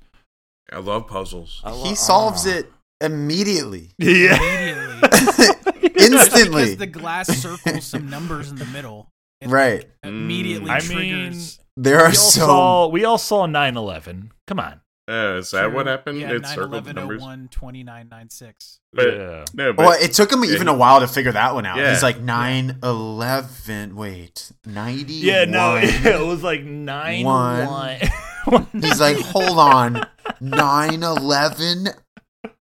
Speaker 2: I love puzzles.
Speaker 1: I lo-
Speaker 3: He solves
Speaker 1: ah."
Speaker 3: it immediately,
Speaker 1: Yeah.
Speaker 4: Immediately.
Speaker 3: instantly.
Speaker 4: Because the glass circles some numbers in the middle. It
Speaker 3: right.
Speaker 4: Immediately
Speaker 1: Mm. I
Speaker 4: triggers.
Speaker 3: There are
Speaker 1: we all
Speaker 3: so
Speaker 1: saw we all saw 9/11. Come on.
Speaker 2: Uh, is that what happened?
Speaker 4: Yeah, oh
Speaker 2: it circled the numbers.
Speaker 4: 911 2996.
Speaker 2: But,
Speaker 1: oh Yeah.
Speaker 2: No, but
Speaker 3: Well, it took him
Speaker 2: Yeah,
Speaker 3: even
Speaker 2: he-
Speaker 3: a while to figure that one out.
Speaker 2: Yeah.
Speaker 3: He's like 9 11. Wait, 90.
Speaker 1: Yeah, no, it was like nine
Speaker 3: One.
Speaker 1: one.
Speaker 3: He's like, hold on. 9 11 01.
Speaker 2: Yeah.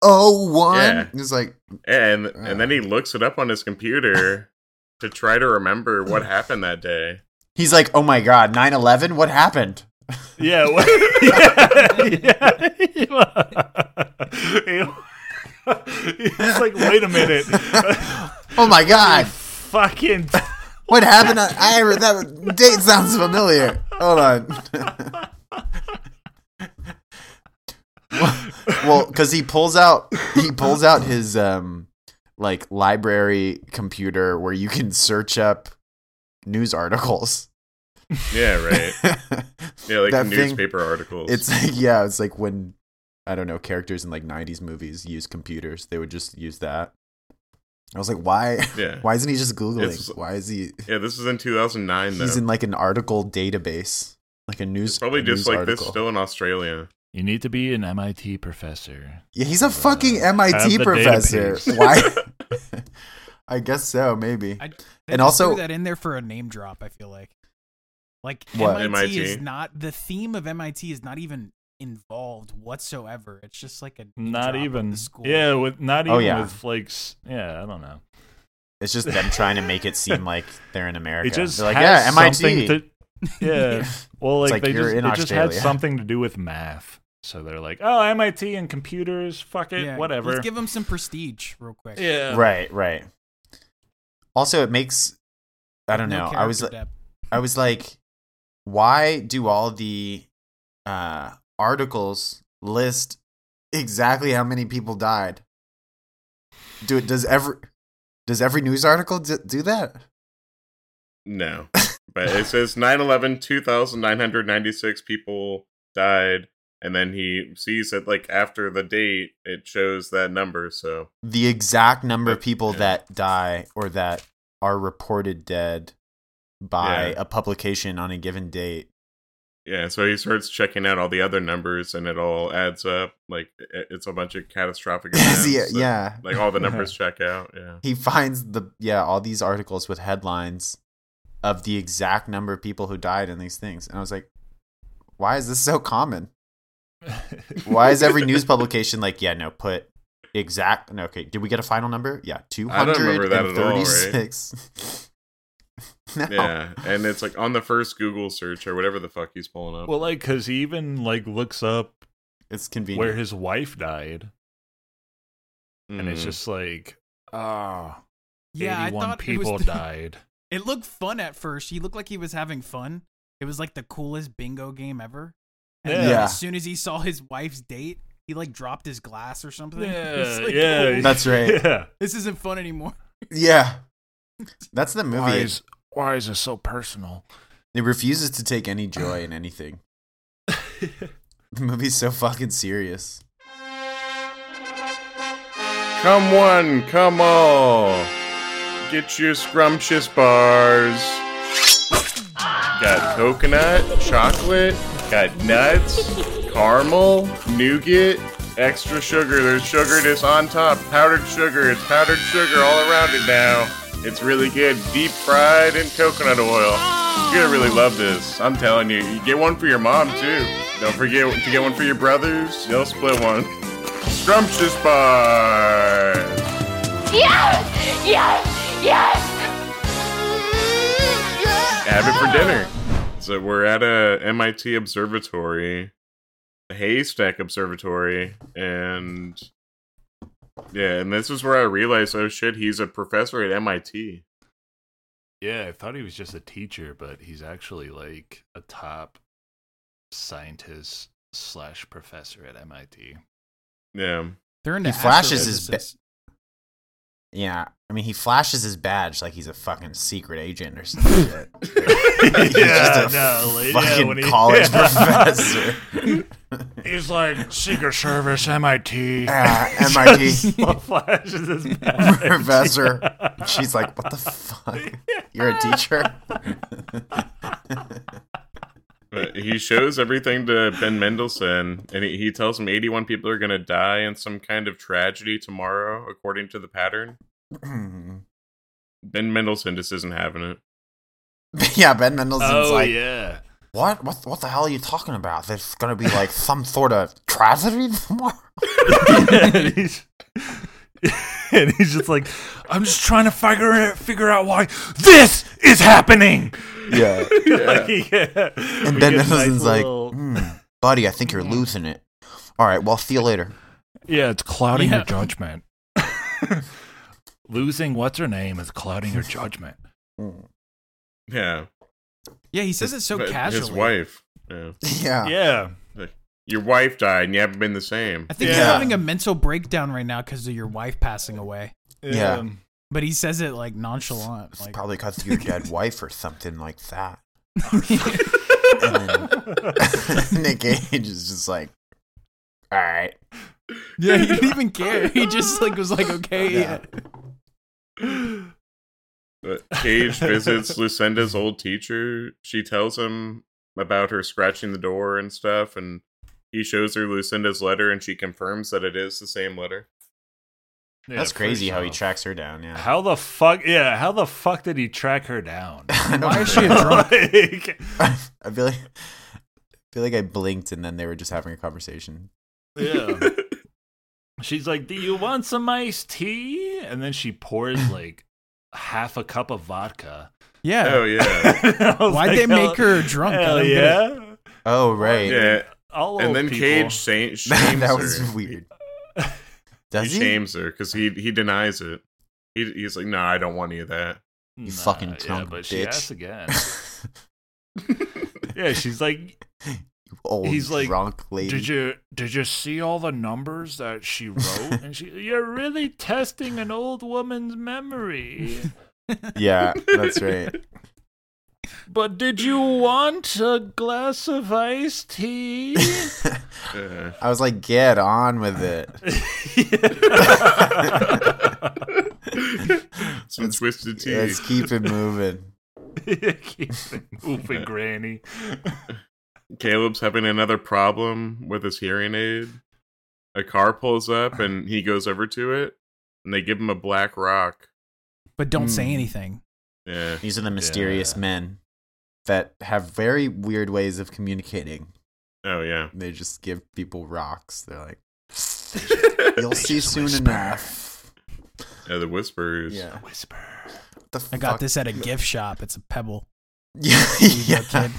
Speaker 3: He's like,
Speaker 2: and and then he looks it up on his computer to try to remember what happened that day.
Speaker 3: he's like, oh my God, 9 11? What happened?
Speaker 1: yeah, well, yeah, yeah. He's like, wait a minute,
Speaker 3: Oh
Speaker 1: Ah.
Speaker 3: my God.
Speaker 1: fucking.
Speaker 3: What happened? on- I re- that date sounds familiar. Hold on. well, because he pulls out he pulls out his um like library computer where you can search up news articles.
Speaker 2: Yeah, right. Yeah, like
Speaker 3: That thing-
Speaker 2: newspaper articles.
Speaker 3: It's like yeah, it's like when I don't know characters in like '90s movies use computers, they would just use that. I was like, why?
Speaker 2: Yeah.
Speaker 3: Why isn't he just googling?
Speaker 2: It's-
Speaker 3: why is he?
Speaker 2: yeah, this is in 2009 though.
Speaker 3: He's in like an article database, like a news.
Speaker 2: Probably
Speaker 3: a
Speaker 2: just
Speaker 3: news
Speaker 2: like this
Speaker 3: article.
Speaker 2: still in Australia.
Speaker 1: You need to be an MIT professor.
Speaker 3: Yeah, he's a fucking
Speaker 1: Uh, have
Speaker 3: MIT
Speaker 1: the
Speaker 3: professor.
Speaker 1: database.
Speaker 3: Why? I guess so, maybe.
Speaker 4: I, they
Speaker 3: And
Speaker 4: just
Speaker 3: also-
Speaker 4: threw that in there for a name drop. I feel like, like
Speaker 3: What?
Speaker 4: MIT,
Speaker 2: MIT?
Speaker 4: is not the theme of MIT is not even involved whatsoever. It's just like a name
Speaker 1: Not
Speaker 4: drop of
Speaker 1: even,
Speaker 4: the school.
Speaker 1: yeah, with not even
Speaker 3: Oh, yeah.
Speaker 1: with like, s- yeah, I don't know.
Speaker 3: It's just them trying to make it seem like they're in America.
Speaker 1: It just
Speaker 3: they're like,
Speaker 1: has
Speaker 3: yeah, MIT.
Speaker 1: something to, yeah. Well, like,
Speaker 3: like
Speaker 1: they
Speaker 3: you're
Speaker 1: just,
Speaker 3: in
Speaker 1: it just had
Speaker 3: Australia.
Speaker 1: something to do with math. So they're like, oh, MIT and computers, fuck it,
Speaker 4: Yeah,
Speaker 1: whatever.
Speaker 4: Let's give him some prestige real quick.
Speaker 1: yeah,
Speaker 3: Right, right. Also, it makes I don't know. I was
Speaker 4: character depth.
Speaker 3: I was like, why do all the uh, articles list exactly how many people died? Do it? Does every does every news article do, do that?
Speaker 2: No. But it says 9 11, 2,996 people died. And then he sees that, like, after the date, it shows that number. So,
Speaker 3: the exact number of people
Speaker 2: Yeah.
Speaker 3: that die or that are reported dead by
Speaker 2: Yeah.
Speaker 3: a publication on a given date.
Speaker 2: yeah. So he starts checking out all the other numbers and it all adds up. Like, it- it's a bunch of catastrophic events.
Speaker 3: See,
Speaker 2: that-
Speaker 3: yeah.
Speaker 2: Like, all the numbers check out. Yeah.
Speaker 3: He finds the yeah, all these articles with headlines of the exact number of people who died in these things. And I was like, why is this so common? why is every news publication like, yeah, no, put exact no, okay, did we get a final number? Yeah,
Speaker 2: I don't remember that at all, right?
Speaker 3: 236. no.
Speaker 2: Yeah, and it's like on the first Google search or whatever the fuck he's pulling up.
Speaker 1: Well, like, cause he even like looks up
Speaker 3: It's convenient.
Speaker 1: where his wife died, and
Speaker 3: Mm.
Speaker 1: it's
Speaker 2: Mhm.
Speaker 1: just like, ah,
Speaker 4: Yeah, I
Speaker 1: 81
Speaker 4: thought
Speaker 1: people
Speaker 4: it was.
Speaker 1: died.
Speaker 4: It looked fun at first. He looked like he was having fun. It was like the coolest bingo game ever. And then
Speaker 3: Yeah.
Speaker 4: as soon as he saw his wife's date, he like dropped his glass or something. It's
Speaker 1: Yeah,
Speaker 4: like,
Speaker 1: yeah,
Speaker 4: oh,
Speaker 3: That's right.
Speaker 1: Yeah.
Speaker 4: this isn't fun anymore.
Speaker 3: yeah. That's the movie. It-
Speaker 1: why is this so personal?
Speaker 3: It refuses to take any joy in anything. the movie's so fucking serious.
Speaker 2: Come one, come all. Get your scrumptious bars. Got coconut, chocolate, got nuts, caramel, nougat, extra sugar. There's sugar that's on top. Powdered sugar. It's powdered sugar all around it now. It's really good. Deep fried in coconut oil. You're gonna really love this. I'm telling you. You get one for your mom too. Don't forget to get one for your brothers. They'll split one. Scrumptious bars.
Speaker 8: Yes! Yes! Yes!
Speaker 2: have it for dinner. So we're at a MIT observatory, a haystack observatory, and yeah, and this is where I realized, oh shit, he's a professor at MIT.
Speaker 1: Yeah, I thought he was just a teacher, but he's actually like a top scientist slash professor at MIT.
Speaker 2: Yeah,
Speaker 4: They're into
Speaker 3: He flashes his
Speaker 4: astrophysicists.
Speaker 3: Yeah, I mean, he flashes his badge like he's a fucking secret agent or some shit. He's just a fucking college professor.
Speaker 1: He's like Secret Service, MIT.
Speaker 3: Yeah, MIT.
Speaker 1: flashes his badge.
Speaker 3: professor. She's like, what the fuck? You're a teacher?
Speaker 2: but he shows everything to Ben Mendelsohn, and he, he tells him 81 people are gonna die in some kind of tragedy tomorrow, according to the pattern. Ben Mendelsohn just isn't having it.
Speaker 3: yeah, Ben Mendelsohn's
Speaker 1: Oh
Speaker 3: like,
Speaker 1: yeah.
Speaker 3: what? what? What the hell are you talking about? There's gonna be like some sort of tragedy tomorrow?
Speaker 1: and, he's, and he's just like, I'm just trying to figure it, figure out why this is happening.
Speaker 3: Yeah.
Speaker 1: Like, yeah.
Speaker 3: And
Speaker 1: We
Speaker 3: Ben
Speaker 1: get a nice
Speaker 3: Mendelsohn's like,
Speaker 1: little-
Speaker 3: "Hmm, buddy, I think you're losing it. All right, well, see you later.
Speaker 1: Yeah, it's clouding
Speaker 4: Yeah.
Speaker 1: your judgment. Losing what's her name is clouding your judgment.
Speaker 2: Yeah,
Speaker 4: Yeah, he says it so
Speaker 2: but
Speaker 4: casually.
Speaker 2: his wife. Yeah.
Speaker 3: Yeah.
Speaker 1: Yeah.
Speaker 2: Your wife died and you haven't been the same.
Speaker 4: I think he's
Speaker 1: Yeah.
Speaker 4: having a mental breakdown right now because of your wife passing away.
Speaker 3: Yeah.
Speaker 1: Um,
Speaker 4: But he says it like nonchalant. Like,
Speaker 3: Probably because of your dead wife or something like that. and then Nick Cage is just like, all right.
Speaker 4: yeah, he didn't even care. He just like was like, okay, yeah.
Speaker 3: Yeah.
Speaker 2: But Cage visits Lucinda's old teacher. She tells him about her scratching the door and stuff, and he shows her Lucinda's letter, and she confirms that it is the same letter.
Speaker 1: yeah,
Speaker 3: That's crazy
Speaker 1: first
Speaker 3: how he
Speaker 1: off.
Speaker 3: tracks her down. Yeah.
Speaker 1: How the fuck? Yeah, how the fuck did he track her down?
Speaker 3: Why
Speaker 4: is she a drunk?
Speaker 1: Like,
Speaker 3: I feel like. I feel like I blinked and then they were just having a conversation.
Speaker 1: yeah. She's like, "Do you want some iced tea?" And then she pours like half a cup of vodka.
Speaker 4: yeah.
Speaker 2: Oh yeah,
Speaker 1: I was
Speaker 4: Why'd
Speaker 1: like,
Speaker 4: they
Speaker 1: "Hell-
Speaker 4: make her drunk? I
Speaker 1: Hell
Speaker 4: don't get it.
Speaker 1: yeah!
Speaker 3: Oh right,
Speaker 2: yeah.
Speaker 1: All
Speaker 2: And
Speaker 1: old
Speaker 2: then
Speaker 1: people.
Speaker 2: Cage sa- shames
Speaker 3: that,
Speaker 2: her.
Speaker 3: was weird.
Speaker 2: he,
Speaker 3: Does he?
Speaker 2: shames her because he he denies it. He, he's like, "No, nah, I don't want any of that."
Speaker 1: You
Speaker 3: fucking
Speaker 1: yeah,
Speaker 3: drunk
Speaker 1: but she
Speaker 3: bitch.
Speaker 1: asks again. yeah, she's like,
Speaker 3: Old
Speaker 1: He's like,
Speaker 3: drunk lady.
Speaker 1: "Did you did you see all the numbers that she wrote?" And she, "You're really testing an old woman's memory."
Speaker 3: Yeah, that's right.
Speaker 1: But did you want a glass of iced tea?
Speaker 2: Yeah.
Speaker 3: I was like, get on with it.
Speaker 2: Some twisted tea.
Speaker 3: Let's keep it moving.
Speaker 1: Keep it moving, Granny.
Speaker 2: Caleb's having another problem with his hearing aid. A car pulls up and he goes over to it and they give him a black rock.
Speaker 4: But don't
Speaker 3: Mm.
Speaker 4: say anything.
Speaker 2: Yeah.
Speaker 3: These are the mysterious men that have very weird ways of communicating.
Speaker 2: Oh yeah.
Speaker 3: They just give people rocks. They're like, you'll see soon enough.
Speaker 2: Yeah, the whispers.
Speaker 3: Yeah.
Speaker 1: Whisper.
Speaker 3: The
Speaker 4: I got this at a gift shop. It's a pebble.
Speaker 3: Yeah.
Speaker 4: You go,
Speaker 3: yeah.
Speaker 4: kid.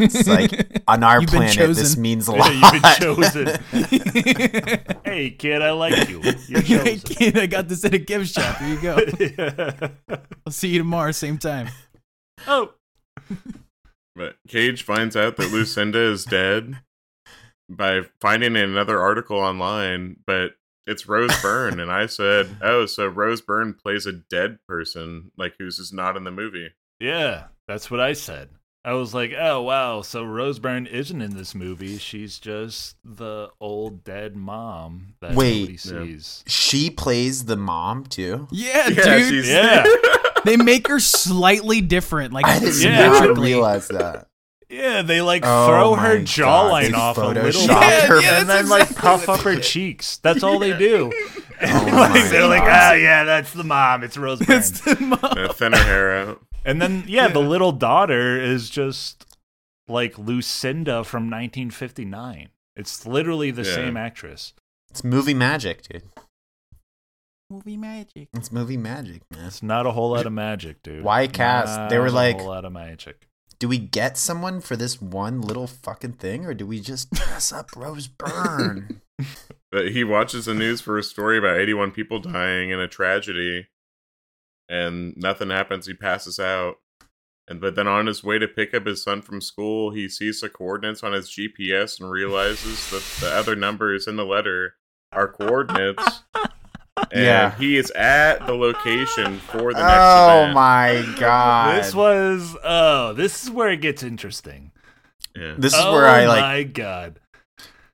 Speaker 3: It's like on our
Speaker 4: You've been
Speaker 3: planet, this
Speaker 4: chosen.
Speaker 3: means a lot.
Speaker 1: Yeah, you've been chosen. hey, kid, I like you. You're
Speaker 4: Hey,
Speaker 1: chosen.
Speaker 4: kid, I got this at a gift shop. Here you go. I'll see you tomorrow, same time.
Speaker 1: oh,
Speaker 2: But Cage finds out that Lucinda is dead by finding another article online, but it's Rose Byrne, and I said, "Oh, so Rose Byrne plays a dead person, like who's just not in the movie."
Speaker 1: yeah, that's what I said. I was like, oh, wow, so Rose Byrne isn't in this movie. She's just the old dead mom that
Speaker 3: Wait.
Speaker 1: nobody
Speaker 3: Yeah.
Speaker 1: sees.
Speaker 3: she plays the mom too.
Speaker 4: Yeah,
Speaker 2: Yeah,
Speaker 4: dude.
Speaker 2: she's-
Speaker 1: Yeah,
Speaker 4: They make her slightly different. Like,
Speaker 3: I did
Speaker 1: Yeah.
Speaker 3: not
Speaker 4: physically.
Speaker 3: realize that.
Speaker 1: yeah, they like
Speaker 3: Oh
Speaker 1: throw
Speaker 3: my
Speaker 1: her
Speaker 3: God,
Speaker 1: jawline
Speaker 3: they
Speaker 1: off a little
Speaker 3: photoshopped
Speaker 1: bit.
Speaker 3: her.
Speaker 4: yeah,
Speaker 1: and then
Speaker 4: that's
Speaker 1: like puff up her cheeks. That's all they do. And,
Speaker 3: Oh
Speaker 1: like,
Speaker 3: my
Speaker 1: they're like,
Speaker 3: God.
Speaker 1: ah, yeah, that's the mom. It's Rose Byrne.
Speaker 4: It's the mom.
Speaker 2: Uh, thinner hair out.
Speaker 1: And then yeah, the little daughter is just like Lucinda from 1959. It's literally the
Speaker 2: Yeah.
Speaker 1: same actress.
Speaker 3: It's movie magic, dude.
Speaker 4: Movie magic.
Speaker 3: It's movie magic, man.
Speaker 1: It's not a whole lot of magic, dude.
Speaker 3: Why cast? They
Speaker 1: Not
Speaker 3: were
Speaker 1: a
Speaker 3: like-
Speaker 1: whole lot of magic.
Speaker 3: Do we get someone for this one little fucking thing, or do we just dress up Rose Byrne?
Speaker 2: But he watches the news for a story about 81 people dying in a tragedy, and nothing happens. He passes out. And but then on his way to pick up his son from school, he sees the coordinates on his GPS and realizes that the other numbers in the letter are coordinates. And
Speaker 3: Yeah.
Speaker 2: he is at the location for the next
Speaker 3: oh
Speaker 2: event.
Speaker 3: my god!
Speaker 1: This was oh, this is where it gets interesting.
Speaker 2: Yeah.
Speaker 3: This is
Speaker 1: oh
Speaker 3: where I like.
Speaker 1: my god.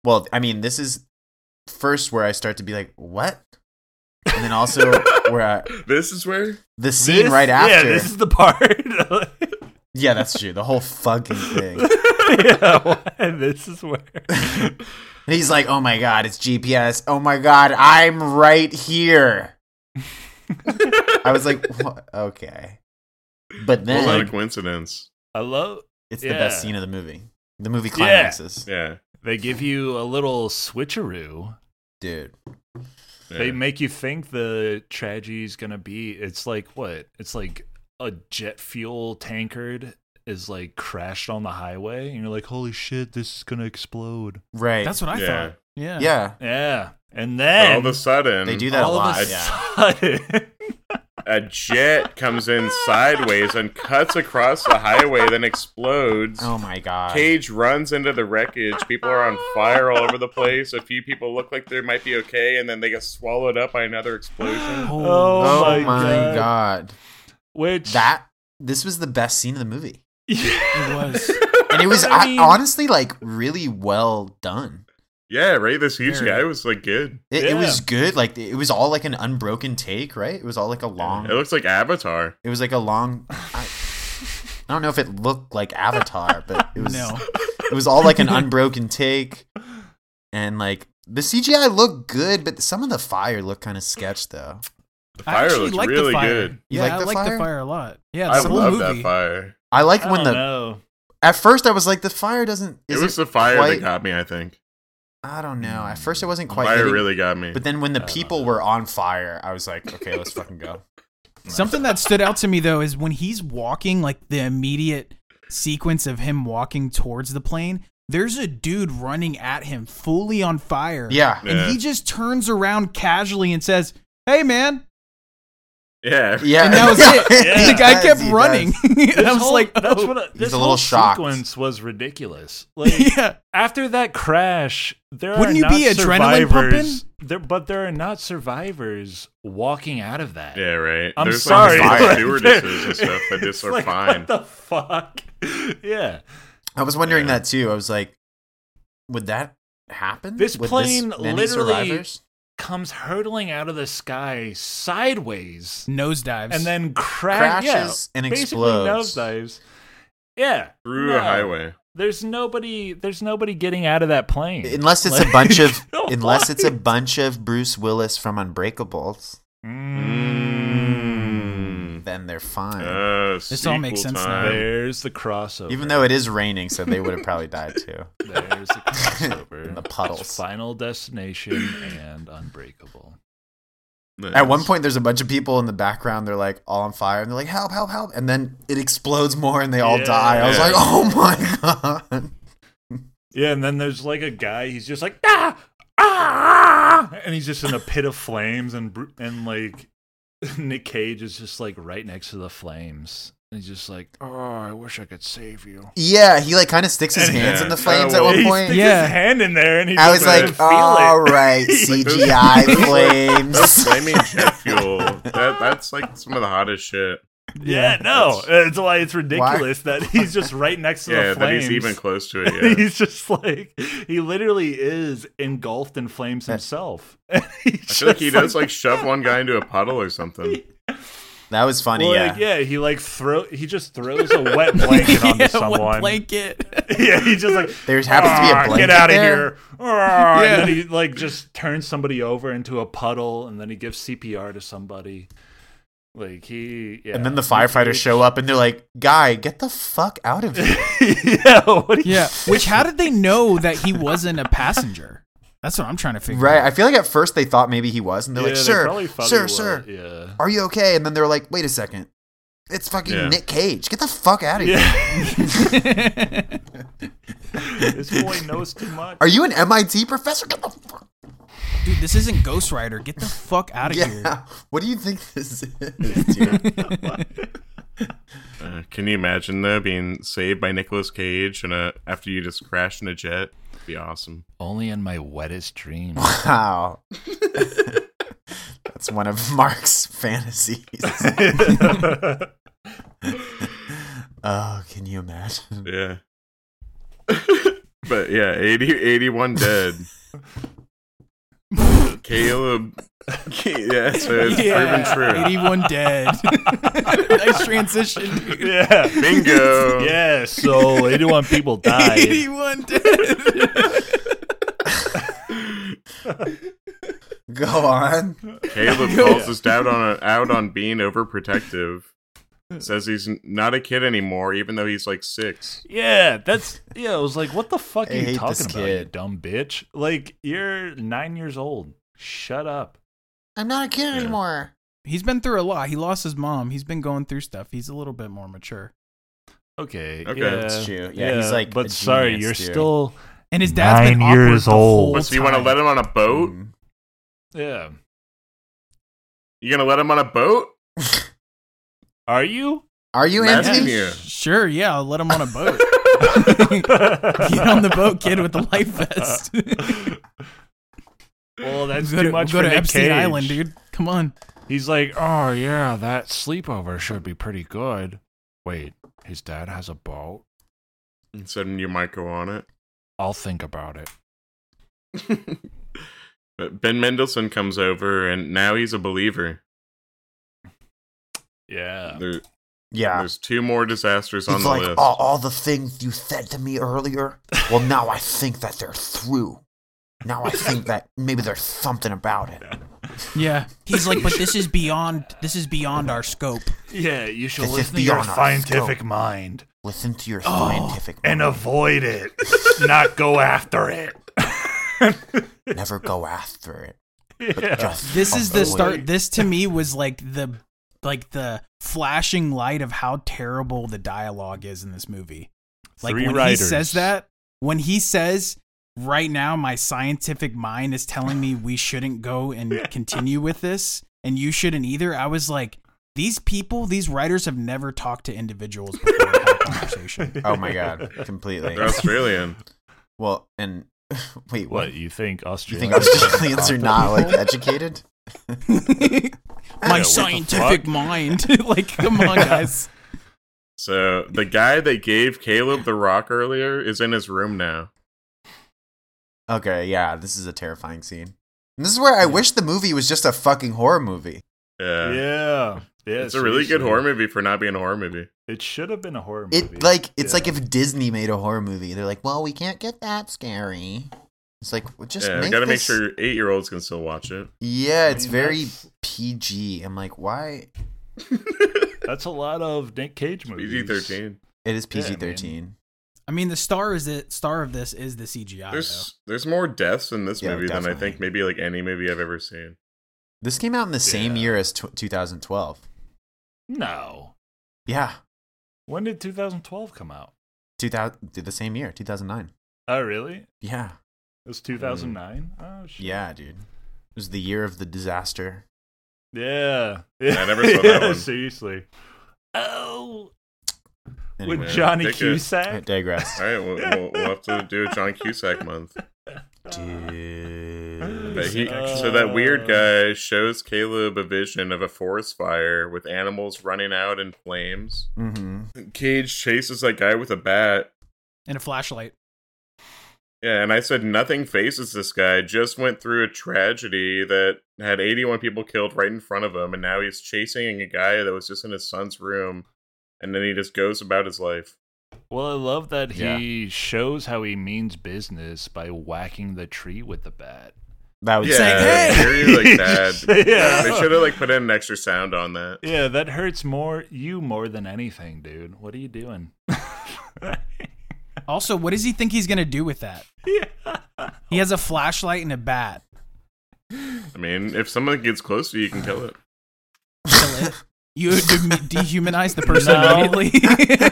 Speaker 3: Well, I mean, this is first where I start to be like, what? And then also where I,
Speaker 2: This is where
Speaker 3: the scene
Speaker 1: This-
Speaker 3: right
Speaker 1: Yeah,
Speaker 3: after.
Speaker 1: this is the part.
Speaker 3: Yeah, that's true. The whole fucking thing.
Speaker 1: yeah, why- this is where
Speaker 3: And he's like, oh my god, it's GPS. Oh my god, I'm right here. I was like, what? okay. But
Speaker 2: what
Speaker 3: then
Speaker 2: a coincidence.
Speaker 1: I love
Speaker 3: it's the
Speaker 1: yeah.
Speaker 3: best scene of the movie. The movie climaxes.
Speaker 2: Yeah.
Speaker 1: they give you a little switcheroo
Speaker 3: Dude.
Speaker 2: yeah.
Speaker 1: They make you think the tragedy's gonna be. It's like what? It's like a jet fuel tankard is like crashed on the highway, and you're like, "Holy shit, this is gonna explode!"
Speaker 3: Right.
Speaker 4: That's what I
Speaker 2: Yeah.
Speaker 4: thought. Yeah.
Speaker 3: yeah.
Speaker 1: Yeah, and
Speaker 2: But
Speaker 1: then
Speaker 2: all of a sudden
Speaker 3: They do that
Speaker 1: all
Speaker 3: a
Speaker 1: of
Speaker 3: lot.
Speaker 1: a
Speaker 3: yeah.
Speaker 1: sudden,
Speaker 2: a jet comes in sideways and cuts across the highway, then explodes.
Speaker 3: Oh my god.
Speaker 2: Cage runs into the wreckage. People are on fire all over the place. A few people look like they might be okay, and then they get swallowed up by another explosion.
Speaker 1: oh,
Speaker 3: oh
Speaker 1: my,
Speaker 3: my,
Speaker 1: god.
Speaker 3: god.
Speaker 1: Which
Speaker 3: That this was the best scene of the movie.
Speaker 4: It was.
Speaker 3: and it was
Speaker 1: I
Speaker 3: I
Speaker 1: mean-
Speaker 3: honestly like really well done.
Speaker 2: Yeah, right. This huge
Speaker 4: Very.
Speaker 2: guy was like good.
Speaker 3: It,
Speaker 1: Yeah.
Speaker 3: it was good. Like it was all like an unbroken take, right? It was all like a long.
Speaker 2: It looks like Avatar.
Speaker 3: It was like a long. I, I don't know if it looked like Avatar, but it was.
Speaker 4: No.
Speaker 3: It was all like an unbroken take, and like the CGI looked good, but some of the fire looked kind of sketch though.
Speaker 2: The
Speaker 4: I
Speaker 2: fire
Speaker 4: actually
Speaker 2: looks
Speaker 4: like the
Speaker 2: really
Speaker 4: fire.
Speaker 2: good.
Speaker 3: You
Speaker 4: yeah,
Speaker 3: like
Speaker 4: I
Speaker 3: the
Speaker 4: like
Speaker 3: fire?
Speaker 4: the fire a lot. Yeah,
Speaker 2: I
Speaker 4: the whole
Speaker 2: love
Speaker 4: movie.
Speaker 2: that fire.
Speaker 3: I like
Speaker 1: I
Speaker 3: when
Speaker 1: don't
Speaker 3: the
Speaker 1: know.
Speaker 3: at first I was like the fire doesn't.
Speaker 2: It
Speaker 3: isn't
Speaker 2: was the fire
Speaker 3: quite-
Speaker 2: that got me. I think
Speaker 3: I don't know. At first it wasn't
Speaker 2: The
Speaker 3: quite.
Speaker 2: fire
Speaker 3: hitting,
Speaker 2: really got me.
Speaker 3: But then
Speaker 4: Uh,
Speaker 3: when the
Speaker 1: I don't
Speaker 3: people
Speaker 1: know.
Speaker 3: were on fire, I was like, okay, let's fucking go.
Speaker 4: Something that stood out to me though is when he's walking, like the immediate sequence of him walking towards the plane. There's a dude running at him, fully on fire.
Speaker 3: Yeah.
Speaker 4: and
Speaker 2: Yeah.
Speaker 4: he just turns around casually and says, "Hey, man!"
Speaker 2: yeah,
Speaker 3: Yeah,
Speaker 4: And that was it.
Speaker 1: Yeah.
Speaker 4: the guy
Speaker 3: He
Speaker 4: kept
Speaker 3: does, he
Speaker 4: running.
Speaker 3: does.
Speaker 4: and I
Speaker 1: This
Speaker 4: was
Speaker 1: whole-
Speaker 4: like, oh.
Speaker 1: that's what I, this
Speaker 3: a
Speaker 1: whole
Speaker 3: little shocked.
Speaker 1: sequence was ridiculous. Like,
Speaker 4: yeah,
Speaker 1: after that crash, there
Speaker 4: Wouldn't
Speaker 1: are
Speaker 4: you
Speaker 1: not
Speaker 4: be adrenaline
Speaker 1: survivors. There, but there are not survivors walking out of that.
Speaker 2: yeah, right.
Speaker 1: I'm
Speaker 2: There's
Speaker 1: sorry.
Speaker 2: like
Speaker 3: fire
Speaker 2: fire
Speaker 1: like,
Speaker 2: stewardesses and stuff that
Speaker 1: it's
Speaker 2: just are
Speaker 1: like,
Speaker 2: fine.
Speaker 1: What the fuck? yeah,
Speaker 3: I was wondering
Speaker 2: Yeah.
Speaker 3: that too. I was like, would that happen?
Speaker 1: This
Speaker 3: Would
Speaker 1: plane
Speaker 3: many
Speaker 1: literally-
Speaker 3: survivors?
Speaker 1: comes hurtling out of the sky sideways
Speaker 4: nosedives.
Speaker 1: and then cra- yeah,
Speaker 3: Crashes and
Speaker 1: basically
Speaker 3: explodes.
Speaker 1: Nosedives. Yeah,
Speaker 2: through
Speaker 1: no.
Speaker 2: a highway.
Speaker 1: There's nobody. There's nobody getting out of that plane
Speaker 3: unless it's a
Speaker 1: Like,
Speaker 3: bunch of
Speaker 1: what?
Speaker 3: unless it's a bunch of Bruce Willis from Unbreakables,
Speaker 1: Mm.
Speaker 3: then and they're fine.
Speaker 1: Oh,
Speaker 2: Uh,
Speaker 4: This all makes
Speaker 2: sequel
Speaker 4: sense now.
Speaker 2: time.
Speaker 1: There's the crossover.
Speaker 3: Even though it is raining, so they would have probably died too.
Speaker 1: There's the crossover.
Speaker 3: In the puddles.
Speaker 1: It's Final Destination and Unbreakable.
Speaker 3: At one point, there's a bunch of people in the background. They're like all on fire, and they're like, "Help! Help! Help!" And then it explodes more, and they all
Speaker 1: Yeah.
Speaker 3: die. I was like, "Oh my god!"
Speaker 1: Yeah, and then there's like a guy. He's just like ah ah, and he's just in a pit of flames, and br- and like Nick Cage is just like right next to the flames, and he's just like, oh, I wish I could save you.
Speaker 3: Yeah, he like kind of sticks his
Speaker 1: And-
Speaker 3: hands
Speaker 2: Yeah.
Speaker 3: in the flames
Speaker 2: Oh,
Speaker 3: at
Speaker 2: well,
Speaker 3: one
Speaker 1: he
Speaker 3: point.
Speaker 1: sticks
Speaker 4: Yeah.
Speaker 1: his hand in there, and he
Speaker 3: I
Speaker 1: just
Speaker 3: was like,
Speaker 1: doesn't feel
Speaker 3: "All
Speaker 1: it.
Speaker 3: right, CGI
Speaker 2: That's
Speaker 3: flames."
Speaker 2: flaming jet fuel. That, that's like some of the hottest shit.
Speaker 1: Yeah, no, it's why it's ridiculous that he's just right next to
Speaker 2: Yeah,
Speaker 1: the flames.
Speaker 2: that he's even close to it.
Speaker 1: And
Speaker 2: Yeah.
Speaker 1: he's just like he literally is engulfed in flames
Speaker 3: Eh.
Speaker 1: himself.
Speaker 2: I feel like he does like shove one guy into a puddle or something.
Speaker 3: That was funny.
Speaker 1: Well,
Speaker 3: yeah.
Speaker 1: like, yeah, he like throw he just throws a wet blanket onto
Speaker 4: yeah,
Speaker 1: someone.
Speaker 4: One blanket.
Speaker 1: yeah, he just like
Speaker 3: There happens to be a
Speaker 1: "Arr,
Speaker 3: blanket
Speaker 1: get out of
Speaker 3: there."
Speaker 1: here. Arr,
Speaker 4: Yeah.
Speaker 1: And then he like just turns somebody over into a puddle, and then he gives CPR to somebody. Like he, yeah.
Speaker 3: And then the firefighters show up, and they're like, "Guy, get the fuck out of here!"
Speaker 1: yeah, what do you-
Speaker 4: Yeah. Which how did they know that he wasn't a passenger? That's what I'm trying to figure
Speaker 3: right?
Speaker 4: out.
Speaker 3: I feel like at first they thought maybe he was, and they're
Speaker 1: Yeah,
Speaker 3: like,
Speaker 1: they
Speaker 3: "Sir,
Speaker 1: probably thought he
Speaker 3: sir,
Speaker 1: was,
Speaker 3: sir,
Speaker 1: Yeah.
Speaker 3: are you okay?" And then they're like, "Wait a second, it's fucking
Speaker 2: Yeah.
Speaker 3: Nick Cage. Get the fuck out of here."
Speaker 1: This boy knows too much.
Speaker 3: Are you an MIT professor? Get the fuck
Speaker 4: Dude, this isn't Ghost Rider. Get the fuck out of here.
Speaker 3: yeah. What do you think this is, dude?
Speaker 2: Uh, can you imagine though being saved by Nicolas Cage and a after you just crashed in a jet? It'd be awesome.
Speaker 1: Only in my wettest dreams.
Speaker 3: Wow. That's one of Mark's fantasies. oh, can you imagine?
Speaker 2: Yeah. but yeah, 80, 81 dead. Caleb. Yeah, so it's proven true.
Speaker 4: 81 dead. nice transition, dude.
Speaker 1: yeah.
Speaker 2: Bingo.
Speaker 1: Yeah, so 81 people died.
Speaker 4: 81 dead.
Speaker 3: Go on.
Speaker 2: Caleb calls us out on out on being overprotective. Says he's n- not a kid anymore, even though he's like six.
Speaker 1: Yeah, that's yeah. I was like, what the fuck
Speaker 3: I
Speaker 1: are you
Speaker 3: hate
Speaker 1: talking
Speaker 3: this
Speaker 1: about, you
Speaker 3: kid.
Speaker 1: dumb bitch? Like you're nine years old. Shut up.
Speaker 3: I'm not a kid anymore.
Speaker 4: He's been through a lot. He lost his mom. He's been going through stuff. He's a little bit more mature.
Speaker 1: Okay.
Speaker 2: Okay.
Speaker 1: yeah,
Speaker 2: That's
Speaker 3: true. Yeah, he's like
Speaker 1: But
Speaker 3: a
Speaker 1: sorry,
Speaker 3: genius,
Speaker 1: you're
Speaker 3: dude.
Speaker 1: still.
Speaker 4: And his dad's been
Speaker 1: Nine
Speaker 4: awkward
Speaker 1: years
Speaker 4: the
Speaker 1: old.
Speaker 4: whole
Speaker 1: But
Speaker 2: So you want to
Speaker 4: time.
Speaker 2: let him on a boat?
Speaker 3: Mm.
Speaker 1: Yeah.
Speaker 2: You gonna let him on a boat?
Speaker 1: Are you?
Speaker 3: Are you
Speaker 2: Imagine
Speaker 3: Anthony?
Speaker 2: you.
Speaker 4: Sure, yeah, I'll let him on a boat. Get on the boat, kid, with the life vest.
Speaker 1: Uh, Well, that's
Speaker 4: go to,
Speaker 1: too much
Speaker 4: go
Speaker 1: for
Speaker 4: to
Speaker 1: Nick
Speaker 4: Epstein
Speaker 1: Cage.
Speaker 4: Island, dude. Come on.
Speaker 1: He's like, oh yeah, that sleepover should be pretty good. Wait, his dad has a boat.
Speaker 2: Send your Michael on it.
Speaker 1: I'll think about it.
Speaker 2: But Ben Mendelsohn comes over, and now he's a believer.
Speaker 1: Yeah.
Speaker 2: There,
Speaker 3: Yeah.
Speaker 2: There's two more disasters on
Speaker 3: It's
Speaker 2: the
Speaker 3: like oh.
Speaker 2: list.
Speaker 3: all, all the things you said to me earlier. Well, now I think that they're through. Now I think that maybe there's something about it.
Speaker 4: Yeah. He's like, but this is beyond this is beyond our scope.
Speaker 1: Yeah, you should
Speaker 3: This is
Speaker 1: listen to your
Speaker 3: beyond our
Speaker 1: scientific
Speaker 3: scope.
Speaker 1: mind
Speaker 3: Listen to your scientific
Speaker 1: and
Speaker 3: mind.
Speaker 1: avoid it, not go after it.
Speaker 3: Never go after it.
Speaker 1: Yeah.
Speaker 3: Just
Speaker 4: This is the
Speaker 3: avoid
Speaker 4: start
Speaker 3: it.
Speaker 4: this to me was like the like the flashing light of how terrible the dialogue is in this movie. Like
Speaker 1: Three
Speaker 4: when he
Speaker 1: writers.
Speaker 4: says that, when he says, "Right now, my scientific mind is telling me we shouldn't go and continue with this, and you shouldn't either." I was like, "These people, these writers have never talked to individuals before and had a conversation."
Speaker 3: Oh my god, completely.
Speaker 2: They're Australian.
Speaker 3: Well, and wait, what?
Speaker 1: What you think,
Speaker 3: You
Speaker 1: Australians?
Speaker 3: think Australians are not like educated?
Speaker 4: my
Speaker 1: the
Speaker 4: scientific
Speaker 1: fuck?
Speaker 4: mind, like, come on, guys.
Speaker 2: So the guy that gave Caleb the rock earlier is in his room now.
Speaker 3: Okay, yeah, this is a terrifying scene. And this is where I wish the movie was just a fucking horror movie.
Speaker 2: Yeah.
Speaker 1: Yeah, yeah.
Speaker 2: It's a really good
Speaker 1: seriously.
Speaker 2: horror movie for not being a horror movie.
Speaker 1: It should have been a horror movie.
Speaker 3: It like it's
Speaker 1: Yeah.
Speaker 3: like if Disney made a horror movie, they're like, "Well, we can't get that scary." It's like, well, just
Speaker 2: yeah,
Speaker 3: make
Speaker 2: we gotta make
Speaker 3: this-
Speaker 2: sure eight year olds can still watch it.
Speaker 3: Yeah, it's
Speaker 1: mean,
Speaker 3: very
Speaker 1: that's-
Speaker 3: PG. I'm like, why?
Speaker 1: That's a lot of Nick Cage movies.
Speaker 2: PG thirteen.
Speaker 3: It is PG thirteen.
Speaker 4: I mean, the star is the star of this is the CGI. though.
Speaker 2: There's there's more deaths in this
Speaker 3: Yeah,
Speaker 2: movie than I think
Speaker 3: definitely.
Speaker 2: maybe like any movie I've ever seen.
Speaker 3: this came out in the same
Speaker 1: Yeah.
Speaker 3: year as tw 2012.
Speaker 1: No.
Speaker 3: Yeah,
Speaker 1: When did 2012 come out?
Speaker 3: 2000 did the same year, 2009.
Speaker 1: Oh, really? It
Speaker 3: Yeah,
Speaker 1: was 2009?
Speaker 2: Mm.
Speaker 1: Oh, shit.
Speaker 3: yeah, dude. It was the year of the disaster.
Speaker 1: Yeah.
Speaker 2: I never saw that one.
Speaker 1: Seriously. Oh,
Speaker 3: Anyway,
Speaker 1: with Johnny
Speaker 2: Dick is-
Speaker 3: I
Speaker 1: Cusack.
Speaker 3: digress.
Speaker 2: All right, we'll, we'll, we'll have to do a John Cusack month.
Speaker 3: Dude.
Speaker 2: But he,
Speaker 1: Uh,
Speaker 2: so that weird guy shows Caleb a vision of a forest fire with animals running out in flames. Mm-hmm.
Speaker 3: hmm
Speaker 2: Cage chases that guy with a bat.
Speaker 4: and a flashlight.
Speaker 2: Yeah, and I said nothing faces this guy. Just went through a tragedy that had 81 people killed right in front of him, and now he's chasing a guy that was just in his son's room, and then he just goes about his life.
Speaker 1: Well, I love that he shows how he means business by whacking the tree with the bat.
Speaker 3: That was
Speaker 2: Yeah,
Speaker 4: "Hey!"
Speaker 2: very, like that.
Speaker 1: yeah.
Speaker 2: They should have like put in an extra sound on that.
Speaker 1: Yeah, that hurts more you more than anything, dude. What are you doing?
Speaker 4: Also, what does he think he's gonna do with that? He has a flashlight and a bat.
Speaker 2: I mean, if someone gets close to you, you can kill it.
Speaker 4: Kill it. You de- dehumanize the person
Speaker 1: No.
Speaker 4: immediately.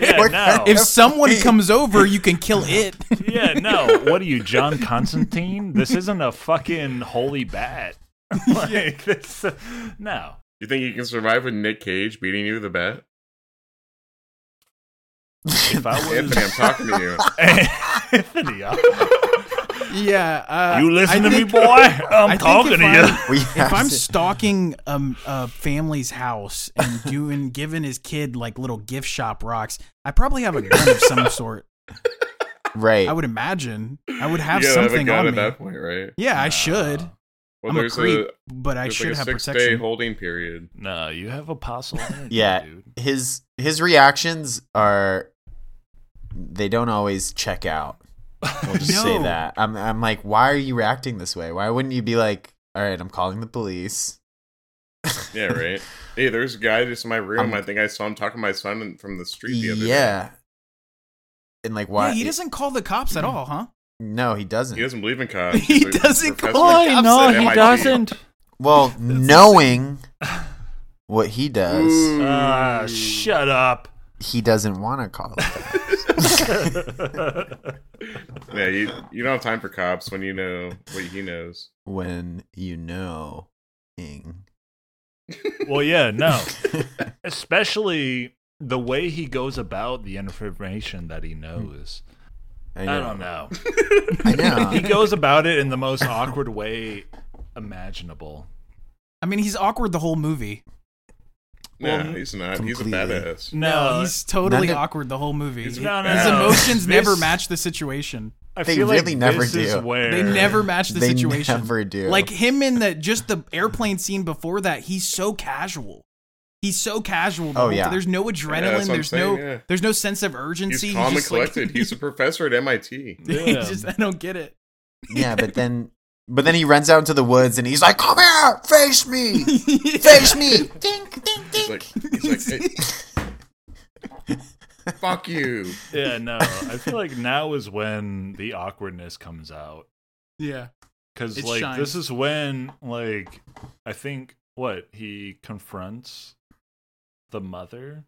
Speaker 1: Yeah, no.
Speaker 4: if someone comes over, you can kill it.
Speaker 1: yeah, no. What are you, John Constantine? This isn't a fucking holy bat. like this, uh, no.
Speaker 2: You think you can survive with Nick Cage beating you with a bat?
Speaker 1: If I was
Speaker 2: Anthony, I'm talking to you.
Speaker 1: Anthony, I-
Speaker 4: yeah. Uh,
Speaker 1: you
Speaker 4: I
Speaker 1: listen to me,
Speaker 4: think-
Speaker 1: boy.
Speaker 4: I
Speaker 1: I'm
Speaker 4: think
Speaker 1: talking
Speaker 4: if
Speaker 1: to
Speaker 4: I'm-
Speaker 1: you.
Speaker 3: We
Speaker 4: if
Speaker 3: have
Speaker 4: I'm
Speaker 3: to-
Speaker 4: stalking um, a family's house and doing giving his kid like little gift shop rocks, I probably have a gun of some sort.
Speaker 3: right,
Speaker 4: I would imagine I would have
Speaker 2: you gotta have a
Speaker 4: something
Speaker 2: gun
Speaker 4: on
Speaker 2: at
Speaker 4: me.
Speaker 2: that point, right?
Speaker 4: Yeah, I should.
Speaker 2: Well,
Speaker 4: I'm a
Speaker 2: there's
Speaker 4: creep,
Speaker 2: a
Speaker 4: but I
Speaker 2: there's,
Speaker 4: should
Speaker 2: like a
Speaker 4: have
Speaker 2: six day
Speaker 4: protection.
Speaker 2: holding period.
Speaker 1: No, you have apostle energy,
Speaker 3: yeah.
Speaker 1: dude.
Speaker 3: His his reactions are they don't always check out. We'll just say
Speaker 4: No.
Speaker 3: that. I'm I'm like, why are you reacting this way? Why wouldn't you be like, all right, I'm calling the police.
Speaker 2: Yeah, right. hey, there's a guy just in my room.
Speaker 3: I'm-
Speaker 2: I think I saw him talking to my son in- from the street the other day.
Speaker 3: Yeah. And like, why?
Speaker 4: Yeah, he doesn't call the cops at all, huh?
Speaker 3: No, he doesn't.
Speaker 2: He doesn't believe in cops.
Speaker 4: He
Speaker 2: Uh, He's a
Speaker 4: doesn't
Speaker 2: professor.
Speaker 4: call Boy, him. no,
Speaker 2: he MIT. doesn't.
Speaker 3: Well, knowing what he does,
Speaker 1: Ah, shut up.
Speaker 3: he doesn't want to call. it.
Speaker 2: Yeah, you, you don't have time for cops when you know what he knows.
Speaker 3: when you know, ing.
Speaker 1: Well, yeah, no. Especially the way he goes about the information that
Speaker 4: Hmm.
Speaker 1: he knows.
Speaker 3: I,
Speaker 1: I don't know.
Speaker 3: I know.
Speaker 1: he goes about it in the most awkward way imaginable.
Speaker 4: I mean, he's awkward the whole movie.
Speaker 2: Yeah,
Speaker 1: Well,
Speaker 2: he's not.
Speaker 3: completely.
Speaker 2: He's a badass.
Speaker 1: No,
Speaker 4: he's totally
Speaker 3: none of-
Speaker 4: awkward the whole movie. His
Speaker 1: no, no, no. This-
Speaker 4: emotions never match the situation.
Speaker 1: I
Speaker 3: They
Speaker 1: feel
Speaker 3: really
Speaker 1: like
Speaker 3: never
Speaker 1: this Is
Speaker 3: do.
Speaker 1: where
Speaker 4: They never match the
Speaker 3: They
Speaker 4: situation.
Speaker 3: never do.
Speaker 4: Like him in the just the airplane scene before that, he's so casual. He's so casual. the
Speaker 3: Oh,
Speaker 4: whole-
Speaker 3: yeah.
Speaker 4: There's no
Speaker 2: Yeah,
Speaker 4: adrenaline.
Speaker 2: that's what I'm
Speaker 4: there's
Speaker 2: saying,
Speaker 4: no
Speaker 2: yeah.
Speaker 4: there's no sense of urgency.
Speaker 2: He's calm and
Speaker 4: just like-
Speaker 2: collected. he's a professor at MIT.
Speaker 4: he
Speaker 1: Yeah.
Speaker 4: just I don't get it.
Speaker 3: yeah, but then, but then he runs out into the woods and he's like, "Come here, face me, face me." Dink, dink,
Speaker 2: He's
Speaker 3: dink.
Speaker 2: like, he's like "Hey, fuck you.
Speaker 1: Yeah, no. I feel like now is when the awkwardness comes out.
Speaker 4: Yeah.
Speaker 1: Because
Speaker 4: It
Speaker 1: like
Speaker 4: shines.
Speaker 1: this is when like I think what he confronts the mother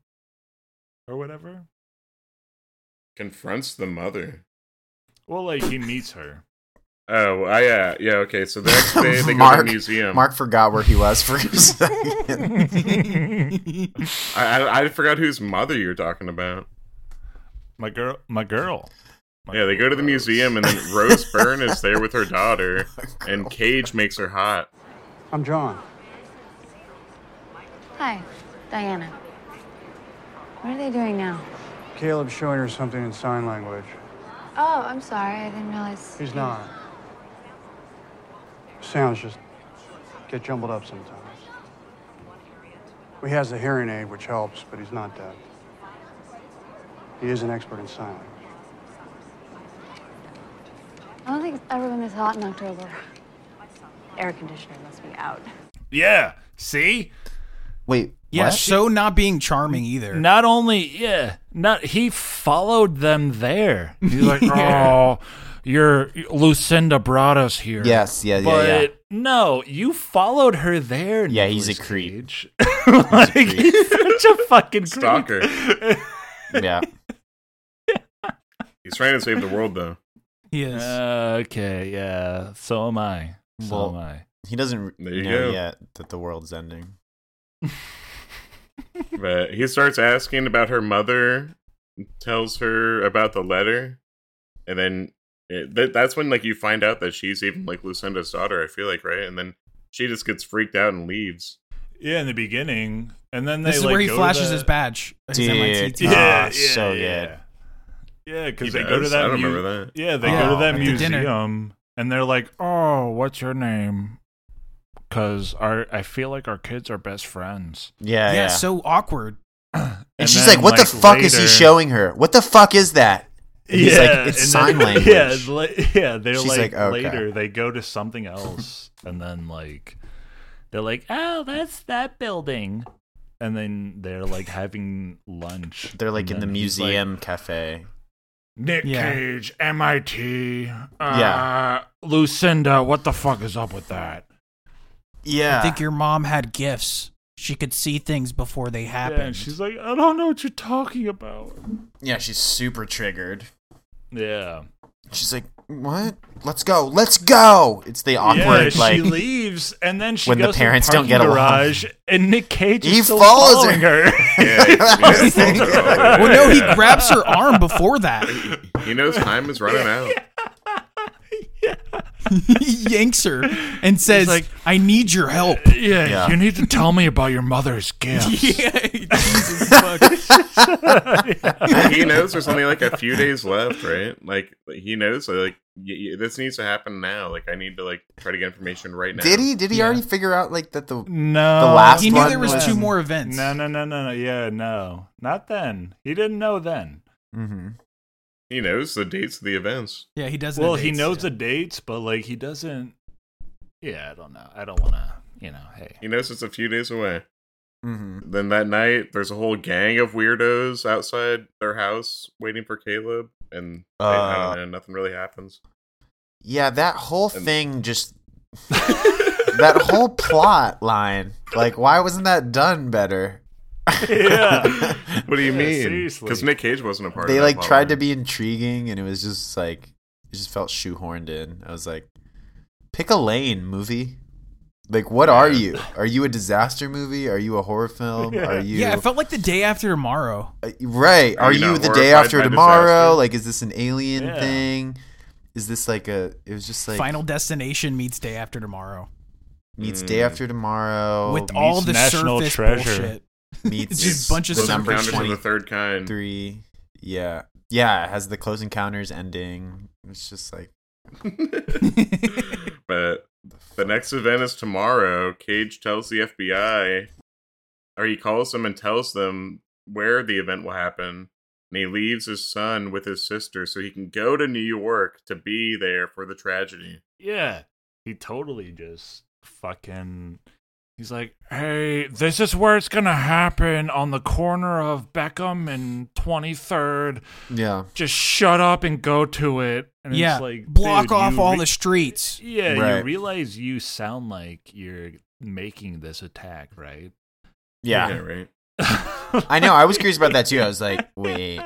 Speaker 1: or whatever.
Speaker 2: Confronts the mother.
Speaker 1: Well, like he meets her.
Speaker 2: Oh, I, uh, yeah, okay. So the next day they go to
Speaker 3: Mark-
Speaker 2: the museum.
Speaker 3: Mark forgot where he was for a second.
Speaker 2: I, I, I forgot whose mother you're talking about.
Speaker 1: My girl, my girl. My
Speaker 2: Yeah, they go to the
Speaker 1: girl Rose.
Speaker 2: museum, and then Rose Byrne is there with her daughter, and Cage makes her hot.
Speaker 5: I'm John.
Speaker 7: Hi, Diana. What are they doing now?
Speaker 5: Caleb's showing her something in sign language.
Speaker 7: Oh, I'm sorry. I didn't realize.
Speaker 5: He's not. Sounds just get jumbled up sometimes. He has a hearing aid, which helps, but he's not deaf. He is an expert in sign language.
Speaker 7: I don't think it's ever been this hot in October. Air conditioner must be out.
Speaker 1: Yeah. See,
Speaker 3: Wait.
Speaker 4: Yeah,
Speaker 3: what?
Speaker 4: so not being charming either.
Speaker 1: Not only, yeah, not he followed them there. He's like, oh, you're Lucinda brought us here.
Speaker 3: Yes, yeah, yeah,
Speaker 1: but
Speaker 3: yeah.
Speaker 1: no, you followed her there.
Speaker 3: Yeah, he's a
Speaker 1: Nicolas
Speaker 3: creep.
Speaker 1: Cage. like, he's such a fucking creep.
Speaker 2: Stalker.
Speaker 3: yeah.
Speaker 2: He's trying to save the world though.
Speaker 4: Yes.
Speaker 1: Uh, okay, yeah. So am I. So
Speaker 3: Well-
Speaker 1: am I.
Speaker 3: He doesn't
Speaker 2: There you
Speaker 3: know
Speaker 2: go.
Speaker 3: yet that the world's ending.
Speaker 2: But he starts asking about her mother, tells her about the letter, and then it, that, that's when like you find out that she's even like Lucinda's daughter. I feel like right, and then she just gets freaked out and leaves.
Speaker 1: Yeah, in the beginning, and then
Speaker 4: this is where he flashes his badge. His
Speaker 3: Dude.
Speaker 4: MIT
Speaker 3: Yeah,
Speaker 4: team.
Speaker 3: Ah, so good.
Speaker 1: Yeah,
Speaker 2: He
Speaker 1: because they go to
Speaker 2: does?
Speaker 1: that.
Speaker 2: I don't
Speaker 1: mu-
Speaker 2: remember that.
Speaker 1: Yeah, they
Speaker 4: Yeah,
Speaker 1: go to that
Speaker 4: Oh, at the dinner.
Speaker 1: museum and they're like, "Oh, what's your name?" Because our I feel like our kids are best friends.
Speaker 3: Yeah,
Speaker 4: yeah,
Speaker 3: yeah.
Speaker 4: so awkward.
Speaker 3: and, she's
Speaker 1: then,
Speaker 3: like, "What the fuck is he
Speaker 1: later-
Speaker 3: showing her? What the fuck is that?" And he's like,
Speaker 1: Yeah,
Speaker 3: "It's
Speaker 1: and
Speaker 3: sign
Speaker 1: then-
Speaker 3: language."
Speaker 1: Yeah, it's li- yeah. They're
Speaker 3: She's
Speaker 1: like,
Speaker 3: like, "Okay."
Speaker 1: later they go to something else, and then like they're like, "Oh, that's that building," and then they're like having lunch.
Speaker 3: They're like
Speaker 1: and
Speaker 3: in the
Speaker 1: then he's like,
Speaker 3: museum cafe.
Speaker 1: Nick
Speaker 4: Yeah.
Speaker 1: Cage, MIT, uh,
Speaker 3: Yeah.
Speaker 1: Lucinda. What the fuck is up with that?
Speaker 3: Yeah.
Speaker 4: I think your mom had gifts. She could see things before they happened.
Speaker 1: Yeah, and she's like, I don't know what you're talking about.
Speaker 3: yeah, she's super triggered.
Speaker 1: Yeah.
Speaker 3: She's like, "What? Let's go. Let's go." It's the awkward
Speaker 1: yeah,
Speaker 3: like
Speaker 1: she leaves, and then she
Speaker 3: when the
Speaker 1: goes
Speaker 3: parents
Speaker 1: to the
Speaker 3: don't get
Speaker 1: parking
Speaker 3: along.
Speaker 1: garage, and Nick Cage is
Speaker 3: He
Speaker 1: still
Speaker 3: follows
Speaker 1: following her.
Speaker 2: Yeah, he's- yeah.
Speaker 4: well, no, he grabs her arm before that.
Speaker 2: He knows time is running out.
Speaker 4: he yanks her and says,
Speaker 1: like-
Speaker 4: "I need your help."
Speaker 1: yeah,
Speaker 3: Yeah.
Speaker 1: you need to tell me about your mother's gifts.
Speaker 4: yeah, Jesus fuck.
Speaker 2: he knows there's only like a few days left, right? Like he knows like y- y- this needs to happen now. Like I need to like try to get information right now.
Speaker 3: Did he did he
Speaker 4: Yeah.
Speaker 3: already figure out like that the
Speaker 1: No,
Speaker 3: The last
Speaker 4: He knew
Speaker 3: one
Speaker 4: there was
Speaker 3: was-
Speaker 4: two more events.
Speaker 1: No, no, no, no, no. Yeah, no, not then. He didn't know then.
Speaker 3: mm-hmm.
Speaker 2: He knows the dates of the events.
Speaker 4: Yeah, he doesn't.
Speaker 1: Well,
Speaker 4: have
Speaker 1: he
Speaker 4: dates,
Speaker 1: knows
Speaker 4: yeah.
Speaker 1: the dates, but like he doesn't. Yeah, I don't know. I don't want to. You know, hey.
Speaker 2: He knows it's a few days away.
Speaker 3: Mm-hmm.
Speaker 2: Then that night, there's a whole gang of weirdos outside their house waiting for Caleb, and they, I
Speaker 3: Uh.
Speaker 2: don't know, nothing really happens.
Speaker 3: Yeah, that whole
Speaker 2: And-
Speaker 3: thing just that whole plot line. Like, why wasn't that done better?
Speaker 1: Yeah.
Speaker 2: What do you
Speaker 1: Yeah,
Speaker 2: mean?
Speaker 1: seriously.
Speaker 2: Because Nick Cage wasn't a part. of
Speaker 3: they
Speaker 2: that
Speaker 3: like
Speaker 2: plot
Speaker 3: tried to
Speaker 2: line.
Speaker 3: be intriguing, and it was just like it just felt shoehorned in. I was like, pick a lane, movie. Like, what are you? Are you a disaster movie? Are you a horror film? Are you
Speaker 4: Yeah, it felt like the day after tomorrow.
Speaker 3: Uh, right? Are,
Speaker 2: Are you
Speaker 3: you,
Speaker 2: not
Speaker 3: the day
Speaker 2: horrified
Speaker 3: after
Speaker 2: by
Speaker 3: tomorrow?
Speaker 2: disaster?
Speaker 3: Like, is this an alien
Speaker 1: Yeah.
Speaker 3: thing? Is this like a? It was just like
Speaker 4: Final Destination meets Day After Tomorrow
Speaker 2: Hmm.
Speaker 3: meets day after tomorrow
Speaker 4: with all
Speaker 1: meets
Speaker 4: the
Speaker 1: National
Speaker 4: surface
Speaker 1: Treasure.
Speaker 4: bullshit.
Speaker 3: meets
Speaker 4: It's just bunch of
Speaker 2: Close
Speaker 4: Those
Speaker 3: number
Speaker 2: Encounters of
Speaker 3: twenty
Speaker 2: the Third Kind.
Speaker 3: three. Yeah, yeah. It has the close encounters ending. It's just like
Speaker 2: But the next event is tomorrow. Cage tells the FBI, or he calls them and tells them where the event will happen. And he leaves his son with his sister so he can go to New York to be there for the tragedy.
Speaker 1: Yeah. He totally just fucking. He's like, hey, this is where it's going to happen on the corner of Beckham and 23rd.
Speaker 3: yeah,
Speaker 1: Just shut up and go to it. And
Speaker 4: yeah,
Speaker 1: it's like,
Speaker 4: block
Speaker 1: dude,
Speaker 4: off
Speaker 1: you
Speaker 4: all
Speaker 1: re-
Speaker 4: the streets.
Speaker 1: Yeah, you
Speaker 3: Right.
Speaker 1: realize you sound like you're making this attack, right?
Speaker 3: yeah.
Speaker 2: right.
Speaker 3: I know. I was curious about that too. I was like, wait,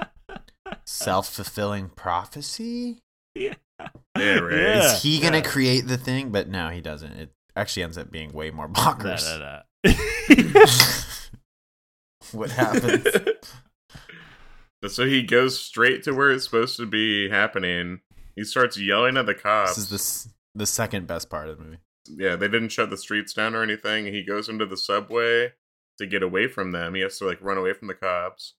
Speaker 3: self fulfilling prophecy?
Speaker 2: Yeah, right.
Speaker 1: Yeah.
Speaker 3: Is he gonna create the thing? But no, he doesn't. It actually ends up being way more
Speaker 1: Da,
Speaker 3: bonkers.
Speaker 1: da, da.
Speaker 3: what happens?
Speaker 2: But so he goes straight to where it's supposed to be happening. He starts yelling at the cops.
Speaker 3: this is the s- the second best part of the movie.
Speaker 2: yeah, they didn't shut the streets down or anything. He goes into the subway to get away from them. He has to like run away from the cops.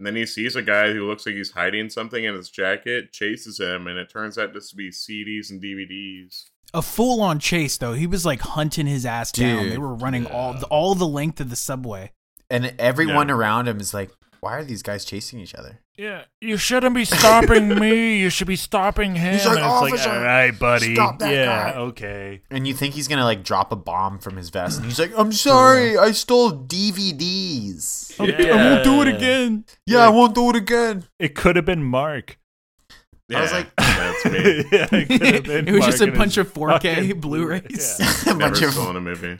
Speaker 2: And then he sees a guy who looks like he's hiding something in his jacket, chases him, and it turns out just to be CDs and DVDs.
Speaker 4: A full on chase though. He was like hunting his ass down.
Speaker 3: Dude,
Speaker 4: They were running all all the length of the subway.
Speaker 3: And everyone around him is like, why are these guys chasing each other?
Speaker 1: Yeah, you shouldn't be stopping me. You should be stopping him.
Speaker 3: He's like,
Speaker 1: And it's
Speaker 3: "Officer,
Speaker 1: like, all right, buddy.
Speaker 3: stop that
Speaker 1: yeah,
Speaker 3: guy."
Speaker 1: okay.
Speaker 3: And you think he's gonna like drop a bomb from his vest, and he's like, "I'm sorry, I stole DVDs.
Speaker 1: I won't do it
Speaker 4: again.
Speaker 3: Yeah, I won't do it again."
Speaker 1: It could have been Mark.
Speaker 2: Yeah,
Speaker 3: was like-
Speaker 2: that's me.
Speaker 1: yeah, it could have been
Speaker 4: It was just a
Speaker 1: Mark and
Speaker 4: bunch
Speaker 1: his
Speaker 4: of 4K
Speaker 1: fucking-
Speaker 4: Blu-rays.
Speaker 1: Yeah.
Speaker 3: A
Speaker 2: Never
Speaker 3: bunch of-
Speaker 2: stolen a movie.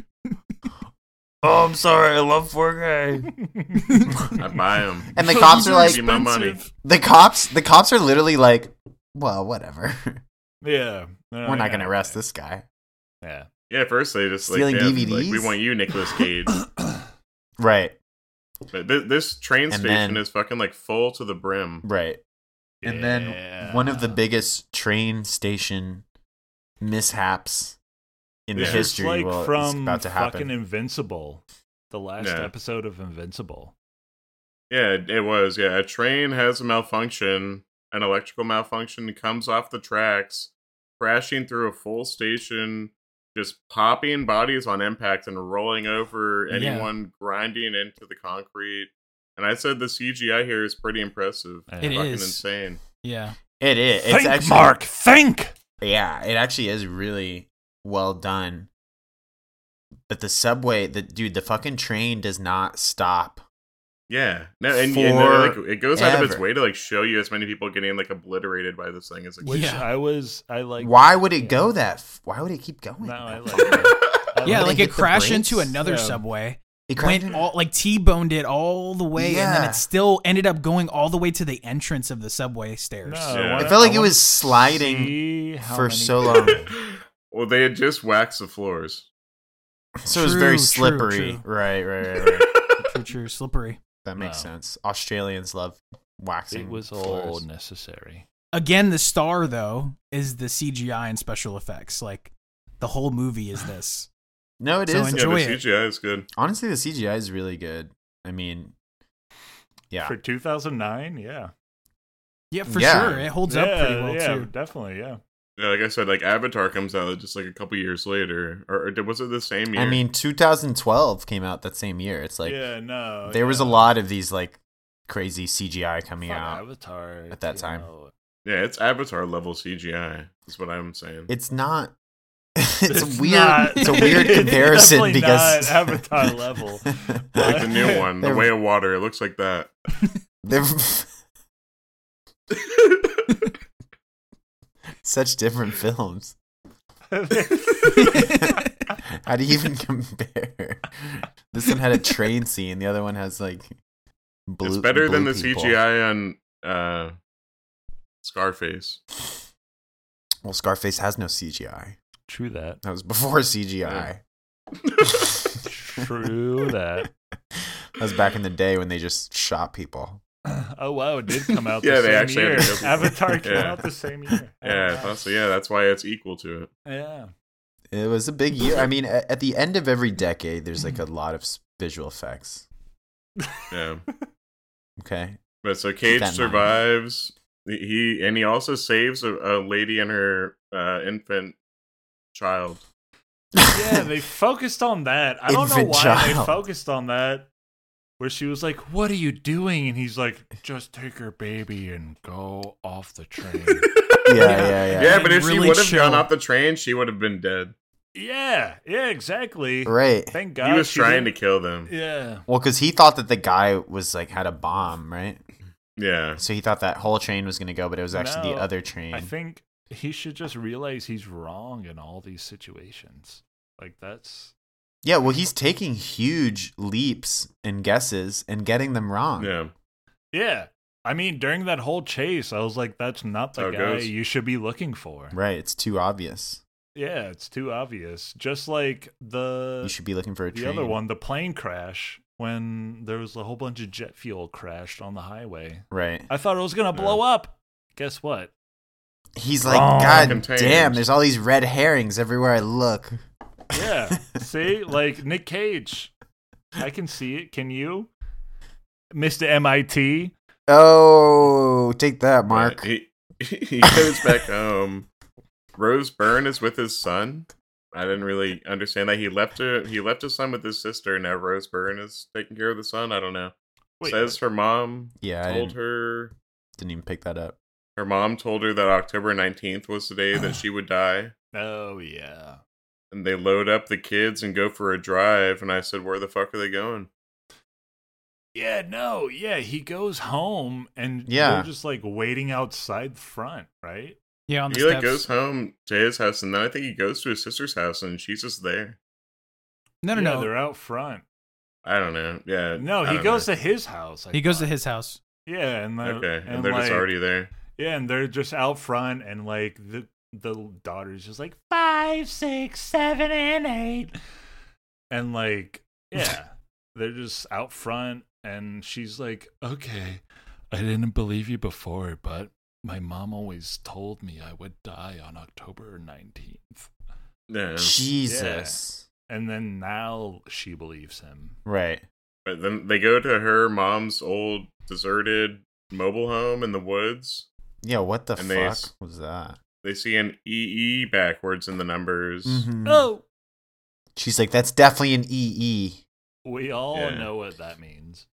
Speaker 3: oh, I'm sorry, I love 4K.
Speaker 2: I buy them.
Speaker 3: And the cops are like,
Speaker 2: Give me my money.
Speaker 3: the cops, the cops are literally like, "Well, whatever,
Speaker 1: Yeah. No,
Speaker 3: we're not
Speaker 1: Oh, yeah.
Speaker 3: gonna arrest this guy,
Speaker 1: Yeah.
Speaker 2: Yeah, first they just like,
Speaker 3: Stealing
Speaker 2: damn, like, we
Speaker 3: DVDs?
Speaker 2: want you, Nicolas Cage.
Speaker 3: right?"
Speaker 2: But th- this train
Speaker 3: And
Speaker 2: station
Speaker 3: then-
Speaker 2: is fucking like full to the brim.
Speaker 3: Right. And then one of
Speaker 1: Uh.
Speaker 3: the biggest train station mishaps in
Speaker 2: This
Speaker 3: the
Speaker 2: is
Speaker 1: Just
Speaker 3: history
Speaker 1: like
Speaker 3: well,
Speaker 1: from
Speaker 3: is about to happen.
Speaker 1: fucking Invincible, the last
Speaker 2: Yeah.
Speaker 1: episode of Invincible.
Speaker 2: Yeah, it- it was. Yeah, a train has a malfunction, an electrical malfunction, comes off the tracks, crashing through a full station, just popping bodies on impact and rolling over
Speaker 1: Yeah.
Speaker 2: anyone grinding into the concrete. And I said the CGI here is pretty impressive.
Speaker 1: It
Speaker 2: fucking
Speaker 4: is.
Speaker 2: insane.
Speaker 4: Yeah.
Speaker 3: it is. It's
Speaker 1: think,
Speaker 3: actually,
Speaker 1: Mark. Think.
Speaker 3: Yeah, it actually is really well done. But the subway, the dude, the fucking train does not stop.
Speaker 2: Yeah, no, and, and uh, like it goes out of its
Speaker 3: Forever.
Speaker 2: way to like show you as many people getting like obliterated by this thing as it
Speaker 1: Which
Speaker 4: Yeah.
Speaker 1: I was. I like.
Speaker 3: Why would it
Speaker 1: yeah.
Speaker 3: go that? F- why would it keep going?
Speaker 1: No, I
Speaker 3: that
Speaker 1: like.
Speaker 3: far?
Speaker 1: it. I
Speaker 4: yeah,
Speaker 1: like
Speaker 3: When they
Speaker 4: like
Speaker 3: hit
Speaker 4: it
Speaker 3: the
Speaker 4: crashed
Speaker 3: brakes?
Speaker 4: into another
Speaker 1: Yeah.
Speaker 4: subway.
Speaker 3: It crashed
Speaker 4: Went
Speaker 3: into-
Speaker 4: all like T-boned it all the way, and then
Speaker 3: Yeah.
Speaker 4: it still ended up going all the way to the entrance of the subway stairs.
Speaker 1: No,
Speaker 2: Yeah.
Speaker 1: I
Speaker 2: It
Speaker 3: felt like
Speaker 1: I
Speaker 3: it
Speaker 1: wanna
Speaker 3: was sliding
Speaker 1: see how
Speaker 3: for
Speaker 1: many
Speaker 3: so
Speaker 1: people-
Speaker 3: long.
Speaker 2: well, they had just waxed the floors.
Speaker 3: so it was
Speaker 4: True,
Speaker 3: very
Speaker 4: true,
Speaker 3: slippery.
Speaker 4: true.
Speaker 3: Right, right, right, right.
Speaker 4: True, true, slippery.
Speaker 3: that makes
Speaker 1: Wow.
Speaker 3: sense. Australians love waxing.
Speaker 1: It was all
Speaker 3: floors.
Speaker 1: necessary.
Speaker 4: Again, the star though is the CGI and special effects. Like the whole movie is this.
Speaker 3: No, it is.
Speaker 4: So
Speaker 3: though.
Speaker 4: enjoy
Speaker 2: yeah, the
Speaker 4: it.
Speaker 2: CGI is good.
Speaker 3: Honestly, the CGI is really good. I mean, yeah,
Speaker 1: For 2009, yeah.
Speaker 4: Yeah, for
Speaker 3: Yeah.
Speaker 4: sure, it holds up
Speaker 1: Yeah,
Speaker 4: pretty well
Speaker 1: yeah,
Speaker 4: too.
Speaker 1: definitely, yeah.
Speaker 2: Yeah, like I said, like Avatar comes out just like a couple years later, or, or did- was it the same year?
Speaker 3: I mean, 2012 came out that same year. It's like
Speaker 1: yeah, no.
Speaker 3: there was a
Speaker 1: yeah.
Speaker 3: lot of these like crazy CGI coming
Speaker 1: Fuck,
Speaker 3: out.
Speaker 1: Avatar
Speaker 3: at that
Speaker 1: you
Speaker 3: time.
Speaker 1: know.
Speaker 2: yeah, it's Avatar level CGI. Is what I'm saying.
Speaker 3: It's not. It's,
Speaker 1: It's
Speaker 3: weird.
Speaker 1: not-
Speaker 3: It's a weird
Speaker 1: it's
Speaker 3: comparison
Speaker 1: definitely
Speaker 3: because
Speaker 1: not Avatar level.
Speaker 2: like the new one, The
Speaker 3: They're-
Speaker 2: Way of Water. It looks like that.
Speaker 3: They're such different films. How do you even compare? This one had a train scene. The other one has like. Blue,
Speaker 2: it's better than
Speaker 3: blue
Speaker 2: the
Speaker 3: people.
Speaker 2: CGI on uh, Scarface.
Speaker 3: Well, Scarface has no CGI.
Speaker 1: True that.
Speaker 3: That was before CGI.
Speaker 1: True that.
Speaker 3: That was back in the day when they just shot people.
Speaker 1: Oh wow, it did come out.
Speaker 2: Yeah,
Speaker 1: the
Speaker 2: they
Speaker 1: same
Speaker 2: actually
Speaker 1: year.
Speaker 2: had to go-
Speaker 1: Avatar came
Speaker 2: Yeah.
Speaker 1: out the same year. Oh,
Speaker 2: Yeah, I
Speaker 1: wow.
Speaker 2: thought so. Yeah, that's why it's equal to it.
Speaker 1: yeah.
Speaker 3: It was a big year. I mean, a- at the end of every decade, there's like a lot of s- visual effects.
Speaker 2: Yeah.
Speaker 3: Okay.
Speaker 2: But so
Speaker 3: that in
Speaker 2: Cage
Speaker 3: mind.
Speaker 2: survives. He he- and he also saves a, a lady and her uh, infant child.
Speaker 1: Yeah, they focused on that. I don't know
Speaker 3: Infant
Speaker 1: why they
Speaker 3: child.
Speaker 1: focused on that. Where she was like, "What are you doing?" and he's like, "Just take her baby and go off the train."
Speaker 3: Yeah, yeah, yeah.
Speaker 2: Yeah, but if
Speaker 4: really
Speaker 2: she would have
Speaker 4: chill.
Speaker 2: gone off the train, she would have been dead.
Speaker 1: yeah, yeah, exactly.
Speaker 3: Right.
Speaker 1: Thank God
Speaker 2: he was
Speaker 1: she
Speaker 2: trying to
Speaker 1: didn't-
Speaker 2: kill them. Yeah.
Speaker 1: Yeah,
Speaker 3: Well, because he thought that the guy was like had a bomb, right? So he thought that whole train was going to go, but it was actually
Speaker 1: No,
Speaker 3: the other train.
Speaker 1: I think he should just realize he's wrong in all these situations. Like that's
Speaker 3: yeah, well, he's taking huge leaps and guesses and getting them wrong.
Speaker 2: Yeah.
Speaker 1: yeah. I mean, during that whole chase, I was like, "That's not the
Speaker 2: How it
Speaker 1: guy
Speaker 2: goes.
Speaker 1: you should be looking for."
Speaker 3: Right. It's too obvious.
Speaker 1: Yeah, it's too obvious. Just like the
Speaker 3: You should be looking for a
Speaker 1: Uh, the
Speaker 3: train.
Speaker 1: other one, the plane crash, when there was a whole bunch of jet fuel crashed on the highway.
Speaker 3: Right.
Speaker 1: I thought it was gonna blow up. Guess what?
Speaker 3: He's like,
Speaker 1: Wrong.
Speaker 3: God
Speaker 2: Contained.
Speaker 3: damn, there's all these red herrings everywhere I look.
Speaker 1: Yeah. see, like Nick Cage. I can see it. Can you? Mr. MIT.
Speaker 3: Oh, take that, Mark.
Speaker 2: He, he goes back home. Rose Byrne is with his son. I didn't really understand that he left a, he left his son with his sister. Now Rose Byrne is taking care of the son. I don't know.
Speaker 1: Wait.
Speaker 2: says her mom
Speaker 3: Yeah, I
Speaker 2: told
Speaker 3: didn't-
Speaker 2: her
Speaker 3: Didn't even pick that up.
Speaker 2: her mom told her that October 19th was the day that she would die.
Speaker 1: Oh yeah.
Speaker 2: And they load up the kids and go for a drive. And I said, Where the fuck are they going?
Speaker 1: Yeah, no, yeah. He goes home and
Speaker 3: Yeah.
Speaker 1: they're just like waiting outside the front, right?
Speaker 4: Yeah, on the
Speaker 2: he
Speaker 4: steps.
Speaker 2: like goes home to his house and then I think he goes to his sister's house and she's just there.
Speaker 4: no, no,
Speaker 1: yeah,
Speaker 4: no.
Speaker 1: They're out front.
Speaker 2: I don't know. Yeah.
Speaker 1: No, he goes to his house. I
Speaker 4: He goes to
Speaker 1: thought.
Speaker 4: his house.
Speaker 1: Yeah, and the,
Speaker 2: Okay. And,
Speaker 1: and,
Speaker 2: they're just
Speaker 1: like-
Speaker 2: already there.
Speaker 1: Yeah, and they're just out front, and like the the daughter's just like five, six, seven, and eight, and like yeah, they're just out front, and she's like, okay, I didn't believe you before, but my mom always told me I would die on October nineteenth,
Speaker 2: Yeah.
Speaker 3: Jesus.
Speaker 1: and then now she believes him.
Speaker 3: Right.
Speaker 2: But then they go to her mom's old deserted mobile home in the woods.
Speaker 3: Yeah, what the
Speaker 2: And they
Speaker 3: fuck
Speaker 2: s-
Speaker 3: was that?
Speaker 2: They see an EE backwards in the numbers.
Speaker 3: Mm.
Speaker 1: Oh,
Speaker 3: Mm-hmm. She's like, that's definitely an E EE.
Speaker 1: we all
Speaker 2: Yeah.
Speaker 1: know what that means.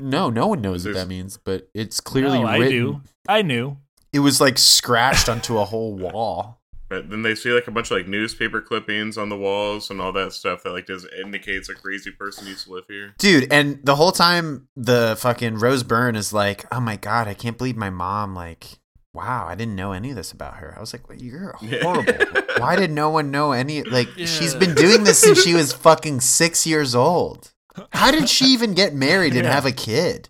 Speaker 3: No, no one knows what
Speaker 2: There's-
Speaker 3: that means, but it's clearly
Speaker 1: No,
Speaker 3: written.
Speaker 1: I do. I knew.
Speaker 3: It was like scratched onto a whole wall.
Speaker 2: But then they see like a bunch of like newspaper clippings on the walls and all that stuff that like just indicates a crazy person used to live here.
Speaker 3: Dude, and the whole time the fucking Rose Byrne is like, "Oh my god, I can't believe my mom like, wow, I didn't know any of this about her." I was like, well, "You're horrible. Why did no one know any like she's been doing this since she was fucking 6 years old. How did she even get married and have a kid?"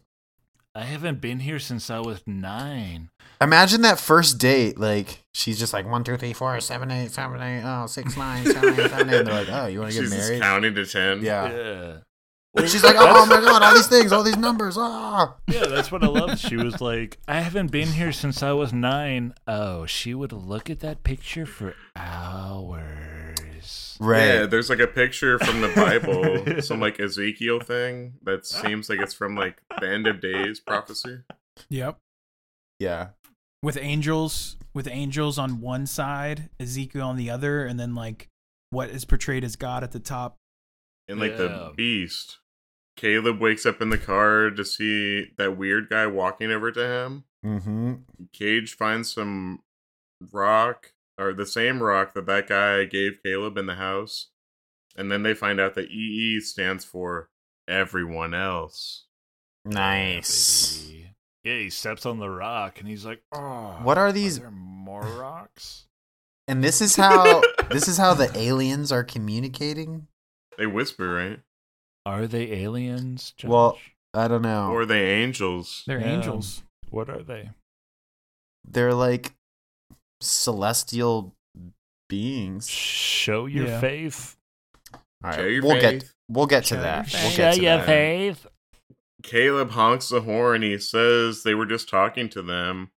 Speaker 1: I haven't been here since I was nine.
Speaker 3: Imagine that first date, like she's just like one, two, three, four, seven, eight, seven, eight, oh, six, nine, seven, eight, seven, eight. And they're like, oh, you want to get
Speaker 2: She's just
Speaker 3: married?
Speaker 2: counting to ten.
Speaker 3: Yeah.
Speaker 1: Yeah.
Speaker 3: She's like, oh my god, all these things, all these numbers, ah.
Speaker 1: Yeah, that's what I love. She was like, I haven't been here since I was nine. Oh, she would look at that picture for hours.
Speaker 3: Right.
Speaker 2: Yeah, there's like a picture from the Bible, some like Ezekiel thing that seems like it's from like the end of days prophecy.
Speaker 4: Yep.
Speaker 3: yeah.
Speaker 4: With angels, with angels on one side, Ezekiel on the other, and then like what is portrayed as God at the top.
Speaker 2: And like
Speaker 1: Yeah.
Speaker 2: the beast. Caleb wakes up in the car to see that weird guy walking over to him.
Speaker 3: Mm-hmm.
Speaker 2: Cage finds some rock or the same rock that that guy gave Caleb in the house. And then they find out that EE stands for everyone else.
Speaker 3: Nice.
Speaker 1: Baby. Yeah, he steps on the rock and he's like, oh.
Speaker 3: What are these-
Speaker 1: there more rocks?
Speaker 3: And this is how this is how the aliens are communicating.
Speaker 2: They whisper, right?
Speaker 1: Are they aliens? Josh?
Speaker 3: Well, I don't know.
Speaker 2: Or are they angels?
Speaker 4: They're
Speaker 1: Yeah.
Speaker 4: angels.
Speaker 1: what are they?
Speaker 3: They're like celestial beings.
Speaker 1: Show your
Speaker 4: Yeah.
Speaker 1: faith.
Speaker 3: All
Speaker 2: Show your
Speaker 3: we'll get
Speaker 2: faith.
Speaker 3: we'll get to
Speaker 4: Show
Speaker 3: that.
Speaker 4: your
Speaker 3: We'll
Speaker 4: faith.
Speaker 3: get to that.
Speaker 1: faith.
Speaker 2: Caleb honks the horn. He says they were just talking to them.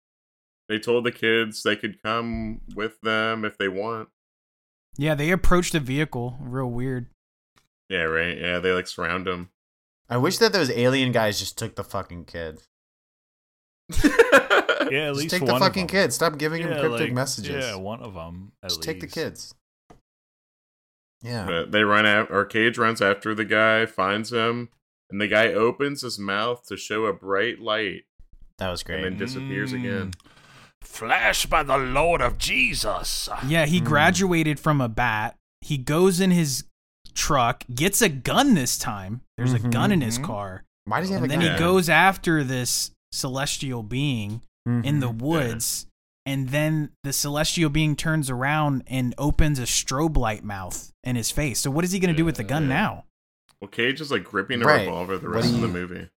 Speaker 2: They told the kids they could come with them if they want.
Speaker 4: Yeah, they approached the vehicle. Real weird.
Speaker 2: Yeah, right. Yeah, they like surround him.
Speaker 3: I wish that those alien guys just took the fucking kid.
Speaker 1: Yeah, at
Speaker 3: Just
Speaker 1: least
Speaker 3: take
Speaker 1: one
Speaker 3: the
Speaker 1: of
Speaker 3: fucking
Speaker 1: them.
Speaker 3: kids. Stop giving
Speaker 1: Yeah,
Speaker 3: them cryptic
Speaker 1: like-
Speaker 3: messages.
Speaker 1: Yeah, one of them. At
Speaker 3: Just take the
Speaker 1: least.
Speaker 3: kids. Yeah.
Speaker 2: But they run out, or Cage runs after the guy, finds him, and the guy opens his mouth to show a bright light
Speaker 3: that was
Speaker 2: and then
Speaker 3: great.
Speaker 2: disappears again.
Speaker 1: Mm. Flash by the Lord of Jesus.
Speaker 4: Yeah,
Speaker 3: Hmm.
Speaker 4: he graduated from a bat. He goes in his truck, gets a gun this time. There's a gun in his
Speaker 1: Mhm.
Speaker 4: car.
Speaker 3: Why does he Mm-hmm. have a
Speaker 4: And then
Speaker 3: gun?
Speaker 4: he goes after this celestial being
Speaker 3: Mm-hmm.
Speaker 4: in
Speaker 2: Mm-hmm.
Speaker 4: the woods. And then the celestial being turns around and opens a strobe light mouth in his face. So, what is he going to do with the gun now?
Speaker 2: Well, Cage is like gripping a
Speaker 3: Right.
Speaker 2: revolver the
Speaker 3: What
Speaker 2: rest
Speaker 3: do
Speaker 2: of the
Speaker 3: you-
Speaker 2: movie.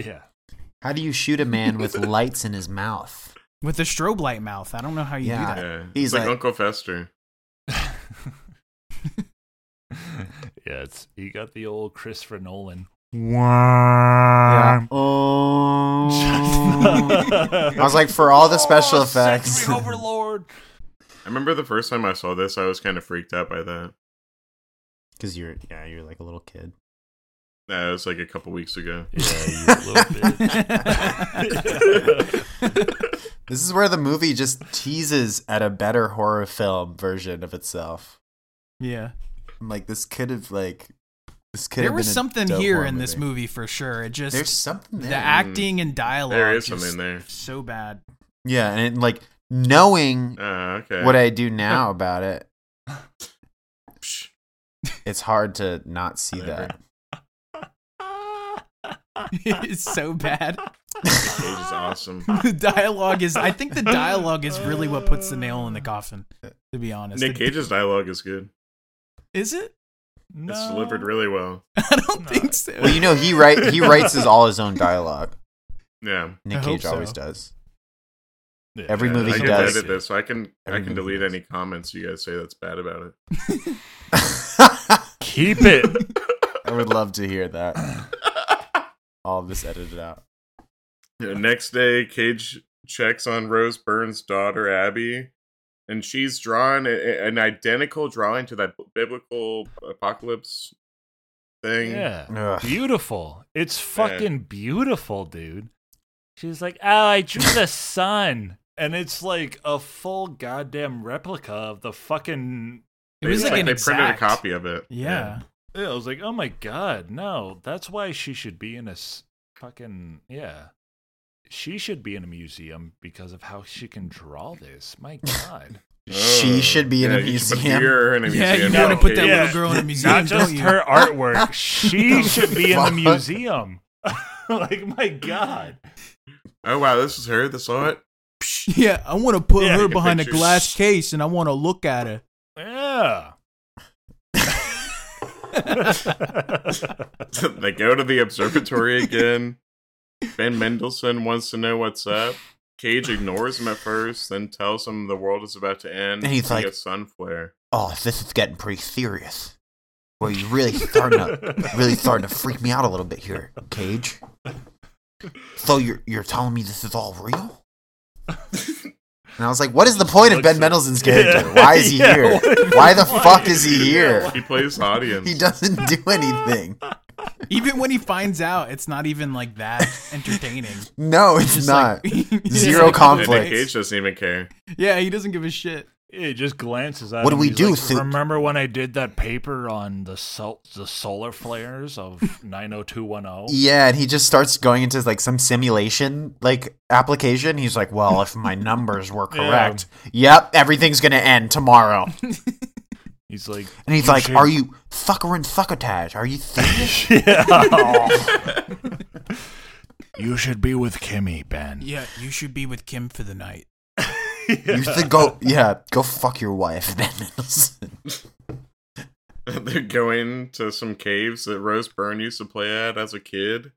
Speaker 1: Yeah.
Speaker 3: How do you shoot a man with lights in his mouth?
Speaker 4: With the strobe light mouth. I don't know how you
Speaker 3: Yeah.
Speaker 4: do that.
Speaker 2: Yeah,
Speaker 3: He's
Speaker 2: he's like,
Speaker 3: like-
Speaker 2: Uncle Fester.
Speaker 1: yeah, it's you got the old Christopher Nolan.
Speaker 3: Yeah. Oh.
Speaker 1: I
Speaker 3: I was like, for all the special effects.
Speaker 1: Oh, overlord.
Speaker 2: I remember the first time I saw this, I was kind of freaked out by that.
Speaker 3: Because you're, yeah, you're like a little kid.
Speaker 2: That was like a couple weeks ago.
Speaker 1: Yeah, you little bitch.
Speaker 3: This is where the movie just teases at a better horror film version of itself.
Speaker 4: Yeah.
Speaker 3: I'm like, this could have like This could
Speaker 4: There
Speaker 3: have
Speaker 4: was
Speaker 3: been a
Speaker 4: something
Speaker 3: dope
Speaker 4: here
Speaker 3: horror
Speaker 4: in this movie for sure. It just
Speaker 3: There's something there.
Speaker 4: the acting and dialogue
Speaker 2: Mm-hmm. There is
Speaker 4: just
Speaker 2: something there.
Speaker 4: so bad.
Speaker 3: yeah, and like knowing
Speaker 2: Uh, okay.
Speaker 3: what I do now about it,
Speaker 2: Psh.
Speaker 3: it's hard to not see
Speaker 2: Whatever.
Speaker 3: that.
Speaker 4: it's so bad.
Speaker 2: Cage is awesome.
Speaker 4: The dialogue is I think the dialogue is really what puts the nail in the coffin, to be honest.
Speaker 2: Nick Cage's dialogue is good.
Speaker 4: Is it?
Speaker 2: It's delivered really well.
Speaker 4: I don't think so.
Speaker 3: Well, you know he write he writes his all his own dialogue.
Speaker 2: Yeah.
Speaker 3: Nick
Speaker 4: hope
Speaker 3: Cage
Speaker 4: so.
Speaker 3: always does.
Speaker 1: Yeah.
Speaker 3: Every
Speaker 2: Yeah,
Speaker 3: movie
Speaker 2: I
Speaker 3: he
Speaker 2: can
Speaker 3: does.
Speaker 2: edit this, so I can
Speaker 3: Every
Speaker 2: I can
Speaker 3: movie he
Speaker 2: delete
Speaker 3: does.
Speaker 2: any comments you guys say that's bad about it.
Speaker 3: I
Speaker 1: Keep it.
Speaker 3: would love to hear that. All of this edited out.
Speaker 2: The next day, Cage checks on Rose Byrne's daughter Abby, and she's drawn a, a- an identical drawing to that biblical apocalypse thing.
Speaker 1: Yeah.
Speaker 3: Ugh.
Speaker 1: Beautiful. It's fucking beautiful, dude. She's like, oh, I drew the sun. And it's like a full goddamn replica of the fucking.
Speaker 4: It was
Speaker 2: It's
Speaker 4: like
Speaker 2: like
Speaker 4: an
Speaker 2: they printed a
Speaker 4: exact-
Speaker 2: copy of it.
Speaker 4: Yeah.
Speaker 1: Yeah, I was like, oh my god, no. That's why she should be in a s- fucking. Yeah. She should be in a museum because of how she can draw this. My god.
Speaker 3: She should be in
Speaker 2: Oh. Yeah,
Speaker 3: a
Speaker 2: you should put
Speaker 3: museum.
Speaker 2: her in a
Speaker 4: Yeah, you
Speaker 2: museum.
Speaker 4: gotta
Speaker 2: No,
Speaker 4: put that
Speaker 2: Cage-
Speaker 1: Yeah.
Speaker 4: little girl in a museum,
Speaker 1: Not just
Speaker 4: don't you?
Speaker 1: her artwork. She should be in the
Speaker 3: fuck?
Speaker 1: museum. like, my god.
Speaker 2: Oh wow, this is her. This saw it.
Speaker 4: Yeah, I want to put
Speaker 1: Yeah,
Speaker 4: her
Speaker 1: take
Speaker 2: a
Speaker 4: behind a
Speaker 2: picture.
Speaker 4: glass case and I want to look at her.
Speaker 1: Yeah.
Speaker 2: they go to the observatory again. Ben Mendelsohn wants to know what's up. Cage ignores him at first, then tells him the world is about to end.
Speaker 3: And he's
Speaker 2: via
Speaker 3: like-
Speaker 2: sun flare.
Speaker 3: Oh, this is getting pretty serious. Well, you really starting to really starting to freak me out a little bit here, Cage. So you're you're telling me this is all real? And I was like, what is the point of Ben Mendelsohn's character?
Speaker 1: Yeah.
Speaker 3: Why is he
Speaker 1: Yeah,
Speaker 3: here?
Speaker 1: what is-
Speaker 3: Why the
Speaker 1: why
Speaker 3: fuck
Speaker 1: is
Speaker 3: is he here?
Speaker 2: He plays the audience.
Speaker 3: He doesn't do anything.
Speaker 4: Even when he finds out, it's not even like that entertaining.
Speaker 3: No, it's
Speaker 4: Just
Speaker 3: not.
Speaker 4: like- it's
Speaker 3: Zero
Speaker 4: like-
Speaker 2: And Nick
Speaker 3: conflict.
Speaker 2: Cage doesn't even care.
Speaker 4: Yeah, he doesn't give a shit.
Speaker 1: It just glances at.
Speaker 3: What do
Speaker 1: him.
Speaker 3: we
Speaker 1: He's
Speaker 3: do,
Speaker 1: like,
Speaker 3: Sue?
Speaker 1: Remember when I did that paper on the sol- the solar flares of nine oh two one oh?
Speaker 3: Yeah, and he just starts going into like some simulation like application. He's like, "Well, if my numbers were correct, yep, everything's gonna end tomorrow." And
Speaker 1: He's like,
Speaker 3: he's
Speaker 1: "You
Speaker 3: like,
Speaker 1: should-
Speaker 3: "Are you fucker and succotash? Are you serious?"
Speaker 1: You should be with Kimmy, Ben.
Speaker 4: Yeah, you should be with Kim for the night.
Speaker 3: You should go, yeah, go fuck your wife, Ben Mendelsohn.
Speaker 2: They're going to some caves that Rose Byrne used to play at as a kid.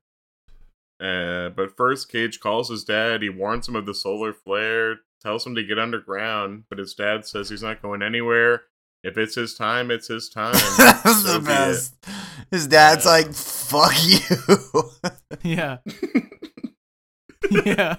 Speaker 2: Uh, but first, Cage calls his dad. He warns him of the solar flare, tells him to get underground. But his dad says he's not going anywhere. If it's his time, it's his time.
Speaker 3: That's
Speaker 2: So
Speaker 3: the
Speaker 2: be it.
Speaker 3: best. His dad's like, "Fuck you,
Speaker 4: Yeah. yeah.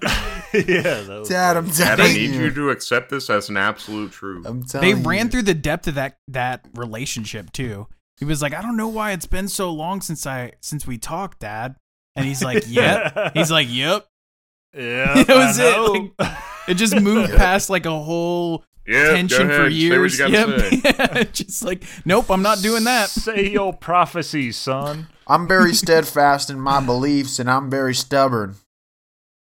Speaker 1: yeah, that was
Speaker 3: Dad. I'm
Speaker 2: Dad,
Speaker 3: telling
Speaker 2: I need you
Speaker 3: you.
Speaker 2: to accept this as an absolute truth.
Speaker 3: I'm telling
Speaker 4: They
Speaker 3: you.
Speaker 4: ran through the depth of that that relationship too. He was like, "I don't know why it's been so long since I since we talked, dad." And he's like, "Yep." he's like, "Yep."
Speaker 1: yeah,
Speaker 4: That was
Speaker 1: I
Speaker 4: it,
Speaker 1: know.
Speaker 4: like- It just moved past like a whole
Speaker 2: Yeah,
Speaker 4: tension
Speaker 2: go ahead,
Speaker 4: for years.
Speaker 2: Say what you gotta say.
Speaker 4: Yep. yeah, just like, "Nope, I'm not doing that."
Speaker 1: Say your prophecy, son.
Speaker 3: I'm very steadfast in my beliefs and I'm very stubborn.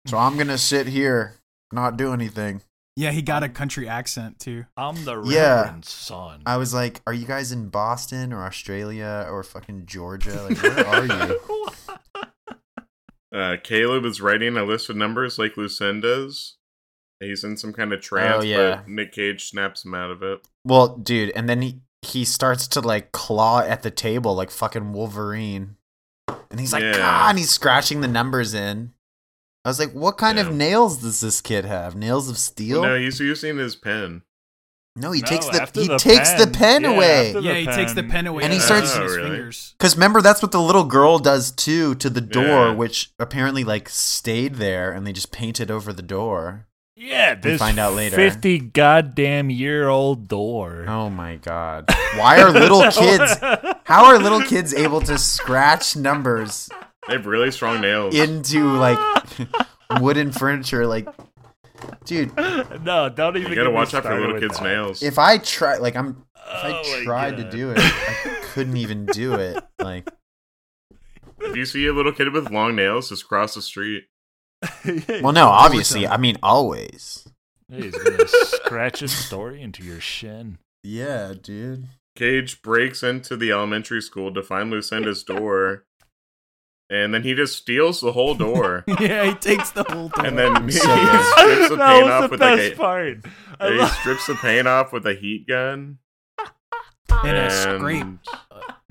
Speaker 3: So I'm going to sit here, not do anything.
Speaker 4: Yeah, he got a country accent too.
Speaker 1: I'm the
Speaker 3: Yeah.
Speaker 1: reverend son.
Speaker 3: I was like, Are you guys in Boston or Australia or fucking Georgia? Like, where are you?
Speaker 2: Uh, Caleb is writing a list of numbers like Lucinda's. He's in some kind of trance,
Speaker 3: Oh, yeah.
Speaker 2: but Nick Cage snaps him out of it.
Speaker 3: Well, dude, and then he, he starts to like claw at the table like fucking Wolverine. And he's like,
Speaker 2: Yeah.
Speaker 3: ah, and he's scratching the numbers in. I was like, what kind
Speaker 2: Yeah.
Speaker 3: of nails does this kid have? Nails of steel?
Speaker 2: No, he's using his pen.
Speaker 3: no, he
Speaker 1: No,
Speaker 3: takes the
Speaker 1: after
Speaker 3: he
Speaker 1: the
Speaker 3: takes the
Speaker 1: pen.
Speaker 3: pen
Speaker 1: Yeah,
Speaker 3: away.
Speaker 1: after the
Speaker 4: Yeah, he takes the
Speaker 1: pen.
Speaker 4: pen away
Speaker 3: And he
Speaker 4: and
Speaker 3: starts-
Speaker 4: puts it in his
Speaker 2: Oh, really?
Speaker 4: fingers.
Speaker 3: Because remember, that's what the little girl does too to the door,
Speaker 2: Yeah.
Speaker 3: which apparently like stayed there, and they just painted over the door.
Speaker 1: Yeah, this
Speaker 3: find out later.
Speaker 1: Fifty goddamn year old door.
Speaker 3: Oh my god! Why are little kids? How are little kids able to scratch numbers
Speaker 2: They have really strong nails.
Speaker 3: into like wooden furniture? Like, dude,
Speaker 1: No, don't even.
Speaker 2: you
Speaker 1: get
Speaker 2: gotta
Speaker 1: me
Speaker 2: watch out for
Speaker 1: started
Speaker 2: little
Speaker 1: with
Speaker 2: kids'
Speaker 1: that.
Speaker 2: nails.
Speaker 3: if I try, like, I'm if
Speaker 1: Oh my
Speaker 3: I tried to
Speaker 1: God.
Speaker 3: do it, I couldn't even do it. Like,
Speaker 2: If you see a little kid with long nails, just cross the street.
Speaker 3: Well, no, obviously. I mean, always.
Speaker 1: He's gonna scratch a story into your shin.
Speaker 3: Yeah, dude.
Speaker 2: Cage breaks into the elementary school to find Lucinda's door, and then he just steals the whole door.
Speaker 4: yeah, he takes the whole thing.
Speaker 2: And then he
Speaker 3: So good.
Speaker 2: strips the
Speaker 1: that
Speaker 2: paint
Speaker 1: was
Speaker 2: off
Speaker 1: the
Speaker 2: with like
Speaker 1: best
Speaker 2: a
Speaker 1: part. I
Speaker 2: he
Speaker 1: love-
Speaker 2: strips the paint off with a heat gun.
Speaker 4: and a scrape.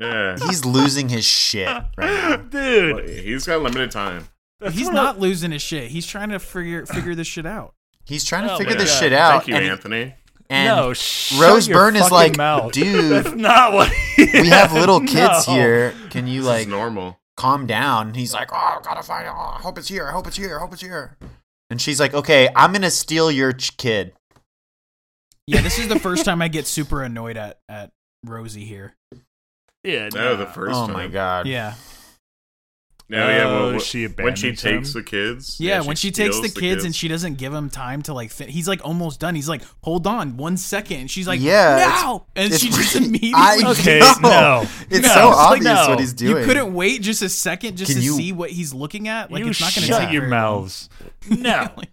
Speaker 2: Yeah.
Speaker 3: He's losing his shit right now.
Speaker 2: Well,
Speaker 1: dude,
Speaker 2: He's got limited time.
Speaker 1: that's
Speaker 4: He's
Speaker 1: one of-
Speaker 4: not losing his shit. He's trying to figure figure this shit out.
Speaker 3: He's trying to
Speaker 1: Oh,
Speaker 3: figure
Speaker 1: man.
Speaker 3: this shit
Speaker 2: Thank
Speaker 3: out.
Speaker 2: you,
Speaker 3: and
Speaker 2: Anthony.
Speaker 3: and
Speaker 1: no, shut
Speaker 3: Rose
Speaker 1: your
Speaker 3: Byrne is
Speaker 1: fucking
Speaker 3: like,
Speaker 1: mouth. That's
Speaker 3: dude,
Speaker 1: not what.
Speaker 3: we have little kids
Speaker 1: No.
Speaker 3: here. Can you
Speaker 2: This
Speaker 3: like
Speaker 2: is normal.
Speaker 3: calm down? And he's like, oh, I gotta find. Oh, I hope it's here. I hope it's here. I hope it's here. And she's like, okay, I'm gonna steal your ch- kid.
Speaker 4: Yeah, this is the first time I get super annoyed at at Rosie here.
Speaker 1: Yeah,
Speaker 2: No, the
Speaker 1: nah.
Speaker 2: first
Speaker 3: oh
Speaker 2: time.
Speaker 3: my god.
Speaker 4: Yeah,
Speaker 2: No, yeah, well,
Speaker 1: Oh,
Speaker 2: wh-
Speaker 1: she
Speaker 2: when she
Speaker 1: abandons
Speaker 2: takes
Speaker 1: him?
Speaker 2: the kids.
Speaker 4: yeah. when she takes the
Speaker 2: steals
Speaker 4: kids, and she doesn't give him time to like, fin- he's like almost done. He's like, hold on, one second. And she's like,
Speaker 3: Yeah, it's-
Speaker 4: now, and
Speaker 3: it's
Speaker 4: she just
Speaker 3: pretty-
Speaker 4: immediately.
Speaker 3: I-
Speaker 1: Okay,
Speaker 3: No.
Speaker 1: no. No.
Speaker 3: It's so
Speaker 1: It's like,
Speaker 3: obvious
Speaker 1: no.
Speaker 3: what he's doing.
Speaker 4: You couldn't wait just a second just
Speaker 3: Can
Speaker 4: to
Speaker 3: you-
Speaker 4: see what he's looking at. Like
Speaker 1: you
Speaker 4: it's not going to
Speaker 1: shut
Speaker 4: take
Speaker 1: your
Speaker 4: very long.
Speaker 1: mouths. No,
Speaker 4: Like,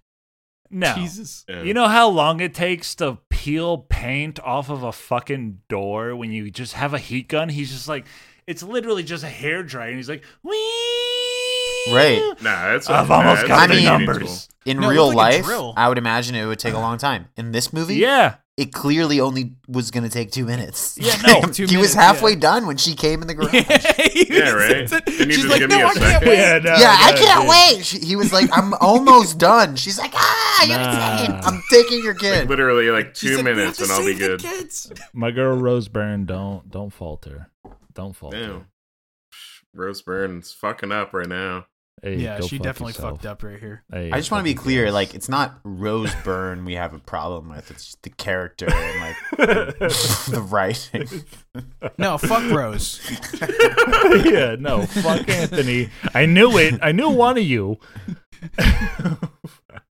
Speaker 1: no.
Speaker 4: Jesus.
Speaker 2: Yeah.
Speaker 1: You know how long it takes to peel paint off of a fucking door when you just have a heat gun? He's just like, it's literally just a hair dryer, and he's like, wee.
Speaker 3: Right.
Speaker 2: Nah, that's
Speaker 1: I've
Speaker 2: nah,
Speaker 1: almost
Speaker 2: that's
Speaker 1: got
Speaker 2: a
Speaker 3: the
Speaker 2: dating
Speaker 1: numbers.
Speaker 2: tool.
Speaker 3: In
Speaker 4: No, it
Speaker 3: real
Speaker 4: looked like a
Speaker 3: life,
Speaker 4: drill.
Speaker 3: I would imagine it would take a long time. In this movie,
Speaker 1: Yeah.
Speaker 3: it clearly only was going to take two minutes.
Speaker 1: Yeah, no,
Speaker 4: two
Speaker 3: he
Speaker 4: minutes,
Speaker 3: was halfway done when she came in the garage. Yeah,
Speaker 2: Yeah, right. Can you
Speaker 4: She's
Speaker 2: just
Speaker 4: like,
Speaker 2: give
Speaker 4: no,
Speaker 2: me a
Speaker 4: I can't
Speaker 2: second?"
Speaker 4: wait.
Speaker 1: Yeah, no,
Speaker 3: I
Speaker 1: no,
Speaker 3: can't
Speaker 1: dude.
Speaker 3: wait. She, he was like, I'm almost done. She's like, ah, you're
Speaker 1: Nah.
Speaker 3: insane. I'm taking your
Speaker 2: Like,
Speaker 3: kid.
Speaker 2: literally, like
Speaker 4: She
Speaker 2: two
Speaker 4: said, "We have
Speaker 2: minutes,
Speaker 4: to
Speaker 2: and I'll be
Speaker 4: save the
Speaker 2: good.
Speaker 4: kids."
Speaker 1: My girl Rose Byrne, don't don't falter. Don't falter.
Speaker 2: Damn. Rose Byrne's fucking up right now.
Speaker 1: Hey,
Speaker 4: Yeah,
Speaker 1: go
Speaker 4: she
Speaker 1: fuck
Speaker 4: definitely
Speaker 1: yourself.
Speaker 4: fucked up right here.
Speaker 1: Hey,
Speaker 3: I just want to be
Speaker 1: fucking
Speaker 3: clear.
Speaker 1: yes.
Speaker 3: Like, it's not Rose Byrne we have a problem with. It's the character and like the, the writing.
Speaker 4: No, fuck Rose.
Speaker 1: yeah, no, fuck Anthony. I knew it. I knew one of you.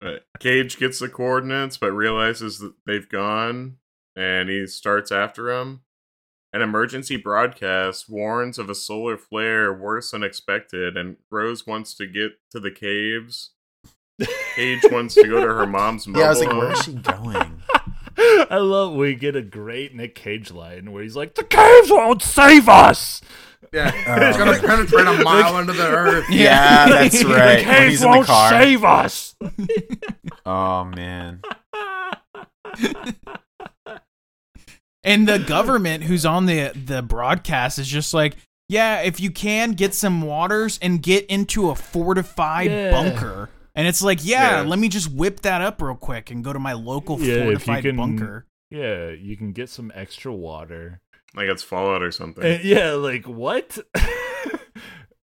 Speaker 2: But Cage gets the coordinates, but realizes that they've gone, and he starts after him. An emergency broadcast warns of a solar flare worse than expected, and Rose wants to get to the caves. Cage wants to go to her mom's mobile
Speaker 3: Yeah, I was like,
Speaker 2: home.
Speaker 3: where is she going?
Speaker 1: I love we get a great Nick Cage line where he's like, "The caves won't save us.
Speaker 3: Oh.
Speaker 2: Um,
Speaker 9: Yeah, it's gonna penetrate a mile under the earth.
Speaker 3: Yeah, Ah, that's right.
Speaker 1: The
Speaker 3: When
Speaker 1: caves
Speaker 3: he's in the
Speaker 1: won't
Speaker 3: car.
Speaker 1: save us."
Speaker 3: Oh man.
Speaker 4: And the government who's on the the broadcast is just like, yeah, if you can get some waters and get into a fortified
Speaker 1: Yeah.
Speaker 4: bunker. And it's like, yeah,
Speaker 2: Yeah.
Speaker 4: let me just whip that up real quick and go to my local
Speaker 1: Yeah, if you
Speaker 4: fortified
Speaker 1: can-
Speaker 4: bunker.
Speaker 1: Yeah, you can get some extra water.
Speaker 2: Like it's Fallout or something.
Speaker 4: Eh,
Speaker 1: And yeah, like what?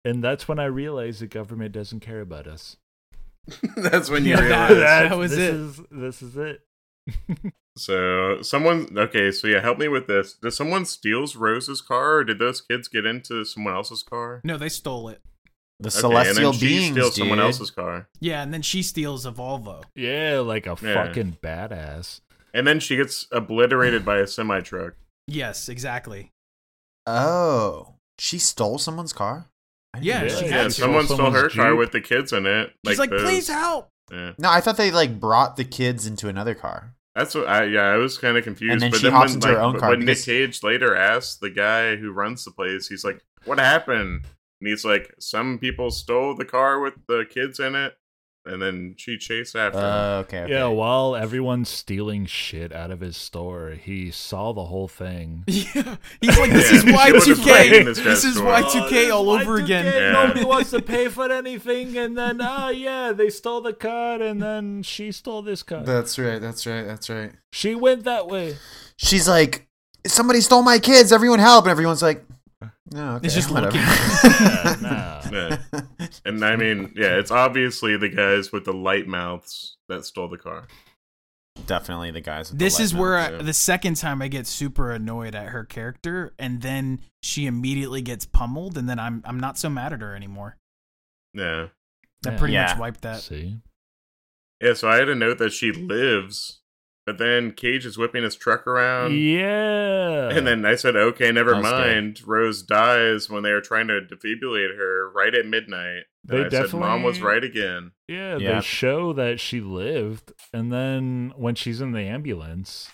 Speaker 1: and that's when I realized the government doesn't care about us.
Speaker 9: That's when you
Speaker 4: Yeah,
Speaker 9: realize.
Speaker 4: that was
Speaker 1: this
Speaker 4: it.
Speaker 1: is- this is it.
Speaker 2: So someone, okay, so yeah, help me with this. Did someone steals Rose's car, or did those kids get into someone else's car?
Speaker 4: No, they stole it.
Speaker 3: The
Speaker 2: Okay,
Speaker 3: celestial
Speaker 2: and then she
Speaker 3: beings,
Speaker 2: steals
Speaker 3: dude.
Speaker 2: someone else's car,
Speaker 4: Yeah, and then she steals a Volvo.
Speaker 1: Yeah, like a
Speaker 2: Yeah.
Speaker 1: fucking badass.
Speaker 2: and then she gets obliterated by a semi truck.
Speaker 4: Yes, exactly.
Speaker 3: Oh, she stole someone's car. I didn't
Speaker 4: Yeah,
Speaker 3: know
Speaker 4: she
Speaker 3: that.
Speaker 4: had
Speaker 2: Yeah,
Speaker 4: to.
Speaker 2: someone stole her
Speaker 1: Someone's
Speaker 2: car
Speaker 1: Jeep.
Speaker 2: with the kids in it.
Speaker 4: She's like,
Speaker 2: those-
Speaker 4: please help.
Speaker 2: Yeah.
Speaker 3: No, I thought they like brought the kids into another car.
Speaker 2: That's what I yeah, I was kind of confused.
Speaker 3: And then
Speaker 2: but
Speaker 3: she
Speaker 2: then
Speaker 3: hops
Speaker 2: when,
Speaker 3: into her
Speaker 2: like,
Speaker 3: own
Speaker 2: but
Speaker 3: car
Speaker 2: when
Speaker 3: because-
Speaker 2: Nick Cage later asks the guy who runs the place, he's like, "What happened?" And he's like, "Some people stole the car with the kids in it." And then she chased after. him.
Speaker 3: Uh, okay, okay.
Speaker 1: Yeah, while everyone's stealing shit out of his store, he saw the whole thing.
Speaker 4: Yeah. He's like, this
Speaker 2: Yeah,
Speaker 4: is
Speaker 2: she would've
Speaker 4: Y2K.
Speaker 2: played this
Speaker 4: This,
Speaker 2: guy's
Speaker 4: is
Speaker 2: story.
Speaker 1: Oh,
Speaker 4: Y2K all over again.
Speaker 2: Yeah. nobody
Speaker 1: wants to pay for anything, and then ah, yeah, they stole the car, and then she stole this car.
Speaker 3: That's right. That's right. That's right.
Speaker 1: she went that way.
Speaker 3: She's like, somebody stole my kids. Everyone help! And everyone's like, no. Okay,
Speaker 4: It's just
Speaker 3: whatever.
Speaker 1: Nah.
Speaker 2: Yeah. and I mean, yeah, it's obviously the guys with the light mouths that stole the car.
Speaker 3: Definitely the guys. With
Speaker 4: This
Speaker 3: the
Speaker 4: is
Speaker 3: light
Speaker 4: where
Speaker 3: bulbs.
Speaker 4: I, the second time I get super annoyed at her character, and then she immediately gets pummeled, and then I'm I'm not so mad at her anymore.
Speaker 2: Yeah.
Speaker 4: That
Speaker 1: Yeah.
Speaker 4: pretty
Speaker 3: Yeah.
Speaker 4: much wiped that.
Speaker 1: See,
Speaker 2: Yeah, so I had a note that she lives But then Cage is whipping his truck around.
Speaker 1: yeah.
Speaker 2: Um, And then I said, okay, never
Speaker 3: That was good.
Speaker 2: mind. Rose dies when they were trying to defibrillate her right at midnight.
Speaker 1: They
Speaker 2: and I said, Mom was
Speaker 1: definitely-
Speaker 2: right again.
Speaker 1: yeah,
Speaker 3: Yeah.
Speaker 1: they show that she lived, and then when she's in the ambulance,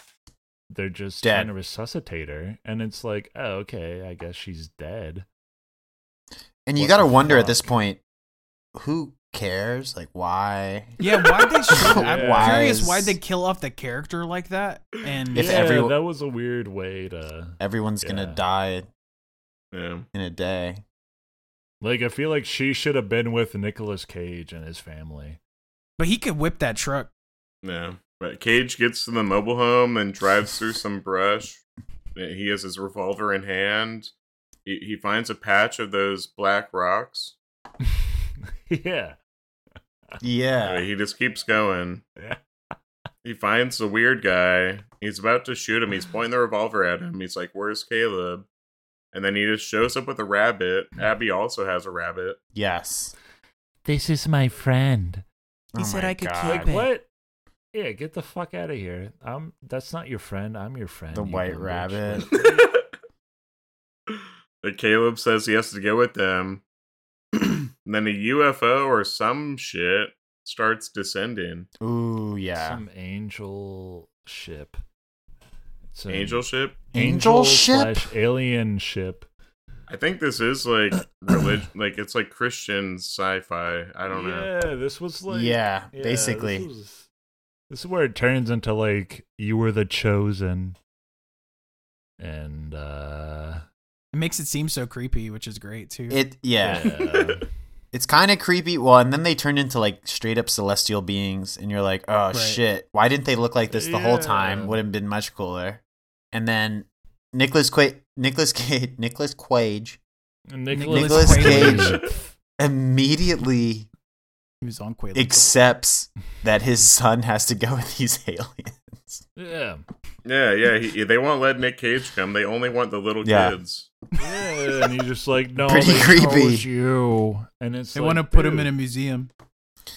Speaker 1: they're just
Speaker 3: Dead.
Speaker 1: trying to resuscitate her, and it's like, oh, okay, I guess she's dead.
Speaker 3: And you
Speaker 1: What
Speaker 3: gotta
Speaker 1: the
Speaker 3: wonder at
Speaker 1: fuck?
Speaker 3: this point, who cares? Like, why?
Speaker 4: Yeah, why they? show- I'm
Speaker 1: Why
Speaker 4: curious
Speaker 3: is-
Speaker 4: why they kill off the character like that. And
Speaker 3: If
Speaker 1: yeah,
Speaker 3: every-
Speaker 1: that was a weird way to.
Speaker 3: Everyone's
Speaker 1: Yeah.
Speaker 3: gonna die
Speaker 2: Yeah.
Speaker 3: in a day.
Speaker 1: Like, I feel like she should have been with Nicolas Cage and his family.
Speaker 4: but he could whip that truck.
Speaker 2: Yeah. But Cage gets to the mobile home and drives through some brush. Uh, He has his revolver in hand. He, he finds a patch of those black rocks.
Speaker 1: yeah.
Speaker 2: Uh,
Speaker 3: Yeah.
Speaker 2: he just keeps going.
Speaker 1: Yeah.
Speaker 2: He finds the weird guy. He's about to shoot him. He's pointing the revolver at him. He's like, Where's Caleb? And then he just shows up with a rabbit. Abby also has a rabbit.
Speaker 3: Yes.
Speaker 1: This is my friend.
Speaker 4: He
Speaker 3: Oh
Speaker 4: said
Speaker 3: my
Speaker 4: I could
Speaker 3: God.
Speaker 1: Like
Speaker 4: keep it.
Speaker 1: what? Yeah, get the fuck out of here. I'm that's not your friend. I'm your friend.
Speaker 3: The
Speaker 1: you
Speaker 3: white
Speaker 1: dumb bitch.
Speaker 3: rabbit.
Speaker 2: But Caleb says he has to go with them. and then a UFO or some shit starts descending.
Speaker 3: Ooh, yeah.
Speaker 1: Some angel ship. It's an
Speaker 2: Angel ship?
Speaker 3: Angel ship?
Speaker 1: slash alien ship.
Speaker 2: I think this is like religion, like it's like Christian sci-fi. I don't know.
Speaker 1: Yeah, this was like
Speaker 3: Yeah, basically.
Speaker 1: This, was- this is where it turns into like you were the chosen. And uh
Speaker 4: It makes it seem so creepy, which is great too.
Speaker 3: It yeah.
Speaker 1: yeah.
Speaker 3: It's kind of creepy. Well, and then they turn into like straight up celestial beings, and you're like, oh
Speaker 4: Right.
Speaker 3: shit, why didn't they look like this the whole time?
Speaker 1: Yeah.
Speaker 3: Would have been much cooler. And then Nicholas Quaid, Nicholas Cage, Nicholas Quage
Speaker 1: Nicholas,
Speaker 3: Nicolas
Speaker 4: Cage.
Speaker 3: immediately
Speaker 4: he was on Quaalude.
Speaker 3: accepts that his son has to go with these aliens.
Speaker 1: yeah.
Speaker 2: Yeah, yeah. He, they won't let Nick Cage come. They only want the little
Speaker 3: Yeah.
Speaker 2: kids.
Speaker 1: Yeah, and he's just like, no,
Speaker 3: Pretty
Speaker 1: they
Speaker 3: creepy.
Speaker 1: chose you. And it's
Speaker 4: they
Speaker 1: like,
Speaker 4: want to put him in
Speaker 1: dude,
Speaker 4: a museum.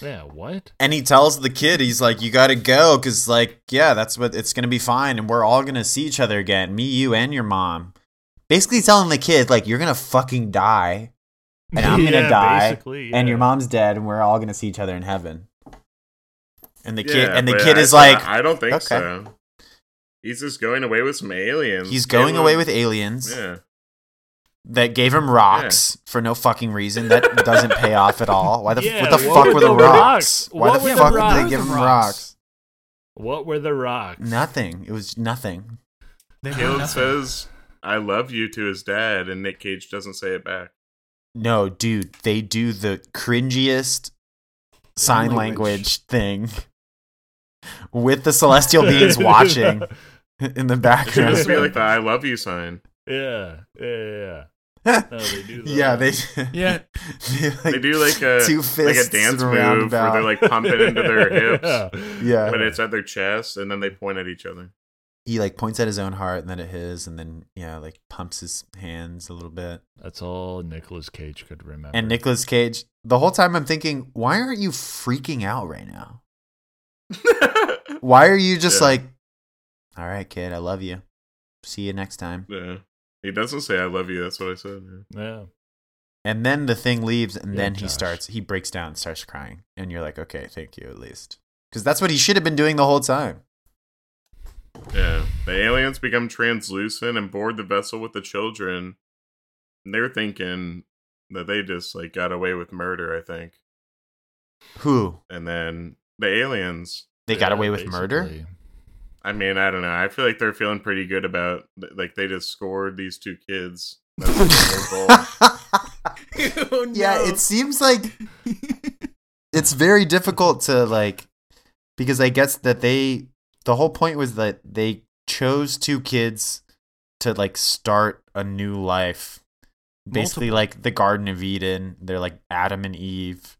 Speaker 1: yeah. What?
Speaker 3: And he tells the kid, he's like, you got to go because, like, yeah, that's what it's going to be fine. And we're all going to see each other again me, you, and your mom. Basically telling the kid, like, you're going to fucking die. And I'm going
Speaker 1: Yeah,
Speaker 3: to die.
Speaker 1: basically,
Speaker 3: And your
Speaker 1: yeah.
Speaker 3: mom's dead. And we're all going to see each other in heaven. And the kid,
Speaker 2: Yeah,
Speaker 3: and the
Speaker 2: but
Speaker 3: kid
Speaker 2: I-
Speaker 3: is like,
Speaker 2: I, I don't think
Speaker 3: okay.
Speaker 2: so. He's just going away with some aliens.
Speaker 3: he's going
Speaker 2: Caleb-
Speaker 3: away with aliens
Speaker 2: Yeah,
Speaker 3: that gave him rocks for no fucking reason. That doesn't pay off at all. Why the,
Speaker 1: Yeah,
Speaker 3: what the
Speaker 1: what
Speaker 3: fuck
Speaker 1: were
Speaker 3: were the
Speaker 1: the
Speaker 3: rocks?
Speaker 1: rocks?
Speaker 3: Why
Speaker 1: What
Speaker 3: the
Speaker 1: were the
Speaker 3: fuck did
Speaker 1: rocks?
Speaker 3: they give him
Speaker 4: What were the
Speaker 3: rocks?
Speaker 4: rocks?
Speaker 1: What were the rocks?
Speaker 3: Nothing. It was nothing.
Speaker 4: They were
Speaker 2: Caleb
Speaker 4: nothing.
Speaker 2: says, "I love you" to his dad, and Nick Cage doesn't say it back.
Speaker 3: No, dude, they do the cringiest sign language,
Speaker 1: language.
Speaker 3: thing with the celestial beings watching in the
Speaker 2: It should just
Speaker 3: background.
Speaker 2: be like the "I love you" sign.
Speaker 1: Yeah, yeah, yeah. No, they do. That.
Speaker 3: yeah, they
Speaker 4: Yeah.
Speaker 3: they, like,
Speaker 2: they do like a
Speaker 3: two
Speaker 2: like
Speaker 3: fists
Speaker 2: a dance
Speaker 3: and a
Speaker 2: move where
Speaker 3: roundabout.
Speaker 2: they're like pumping into their hips,
Speaker 3: yeah.
Speaker 2: but it's at their chest, and then they point at each other.
Speaker 3: he like points at his own heart and then at his, and then yeah, like pumps his hands a little bit.
Speaker 1: That's all Nicolas Cage could remember.
Speaker 3: And Nicolas Cage, the whole time I'm thinking, why aren't you freaking out right now? Why are you just
Speaker 2: Yeah.
Speaker 3: like, all right, kid, I love you. See you next time.
Speaker 2: Yeah. He doesn't say I love you, that's what I said. yeah.
Speaker 1: Yeah.
Speaker 3: And then the thing leaves, and
Speaker 1: Yeah,
Speaker 3: then he
Speaker 1: Josh.
Speaker 3: starts, he breaks down and starts crying. And you're like, okay, thank you at least. Because that's what he should have been doing the whole time.
Speaker 2: Yeah. The aliens become translucent and board the vessel with the children. And they're thinking that they just like got away with murder, I think.
Speaker 3: Who?
Speaker 2: And then the aliens,
Speaker 3: They got away with murder?
Speaker 1: basically.
Speaker 2: I mean, I don't know. I feel like they're feeling pretty good about like they just scored these two kids. That's their goal.
Speaker 3: yeah, it seems like it's very difficult to like, because I guess that they, the whole point was that they chose two kids to like start a new life. Basically, like the Garden of Eden. They're like Adam and Eve,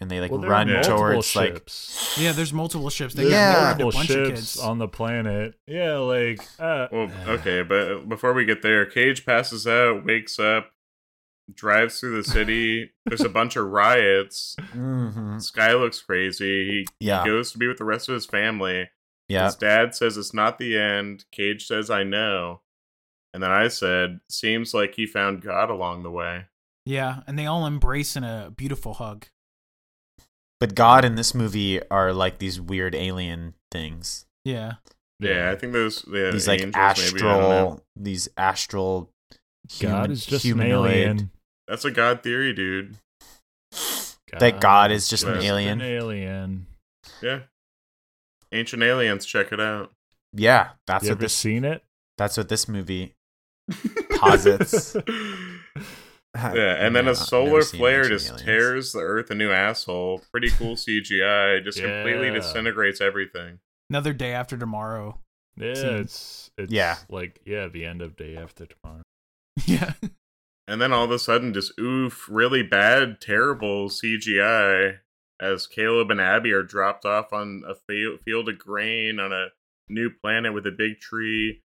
Speaker 3: and they like
Speaker 1: Well, there are
Speaker 3: run
Speaker 1: multiple
Speaker 3: towards like
Speaker 1: ships.
Speaker 4: Yeah, there's multiple ships. They
Speaker 1: There's
Speaker 4: got
Speaker 1: multiple
Speaker 4: a bunch
Speaker 1: ships
Speaker 4: of kids.
Speaker 1: on the planet. Yeah, like uh,
Speaker 2: Well, okay, but before we get there, Cage passes out, wakes up, drives through the city. There's a bunch of riots.
Speaker 3: Mm-hmm.
Speaker 2: Sky looks crazy. He
Speaker 3: Yeah.
Speaker 2: goes to be with the rest of his family.
Speaker 3: Yeah.
Speaker 2: His dad says it's not the end. Cage says I know. And then I said, seems like he found God along the way.
Speaker 4: Yeah, and they all embrace in a beautiful hug.
Speaker 3: But God in this movie are like these weird alien things.
Speaker 4: Yeah.
Speaker 2: Yeah, I think those yeah,
Speaker 3: these like
Speaker 2: angels maybe, I don't know.
Speaker 3: astral, these astral.
Speaker 1: God
Speaker 3: human-
Speaker 1: is just
Speaker 3: humanoid.
Speaker 1: an alien.
Speaker 2: That's a God theory, dude.
Speaker 3: That God is just an
Speaker 2: just
Speaker 1: An
Speaker 2: an
Speaker 3: alien.
Speaker 1: alien.
Speaker 2: Yeah. Ancient aliens, check it out.
Speaker 3: Yeah, that's
Speaker 1: You
Speaker 3: what
Speaker 1: ever
Speaker 3: this.
Speaker 1: seen it?
Speaker 3: That's what this movie posits.
Speaker 2: Yeah, and then
Speaker 3: Yeah,
Speaker 2: a
Speaker 3: I've
Speaker 2: solar
Speaker 3: never seen
Speaker 2: flare
Speaker 3: Ancient
Speaker 2: just
Speaker 3: Aliens.
Speaker 2: tears the Earth a new asshole. Pretty cool CGI. Just completely
Speaker 1: Yeah.
Speaker 2: disintegrates everything.
Speaker 4: Another day after tomorrow.
Speaker 1: Yeah,
Speaker 4: Seen.
Speaker 1: it's it's
Speaker 3: Yeah.
Speaker 1: like yeah, the end of day after tomorrow.
Speaker 4: Yeah.
Speaker 2: And then all of a sudden, just oof, really bad, terrible CGI as Caleb and Abby are dropped off on a fi- field of grain on a new planet with a big tree,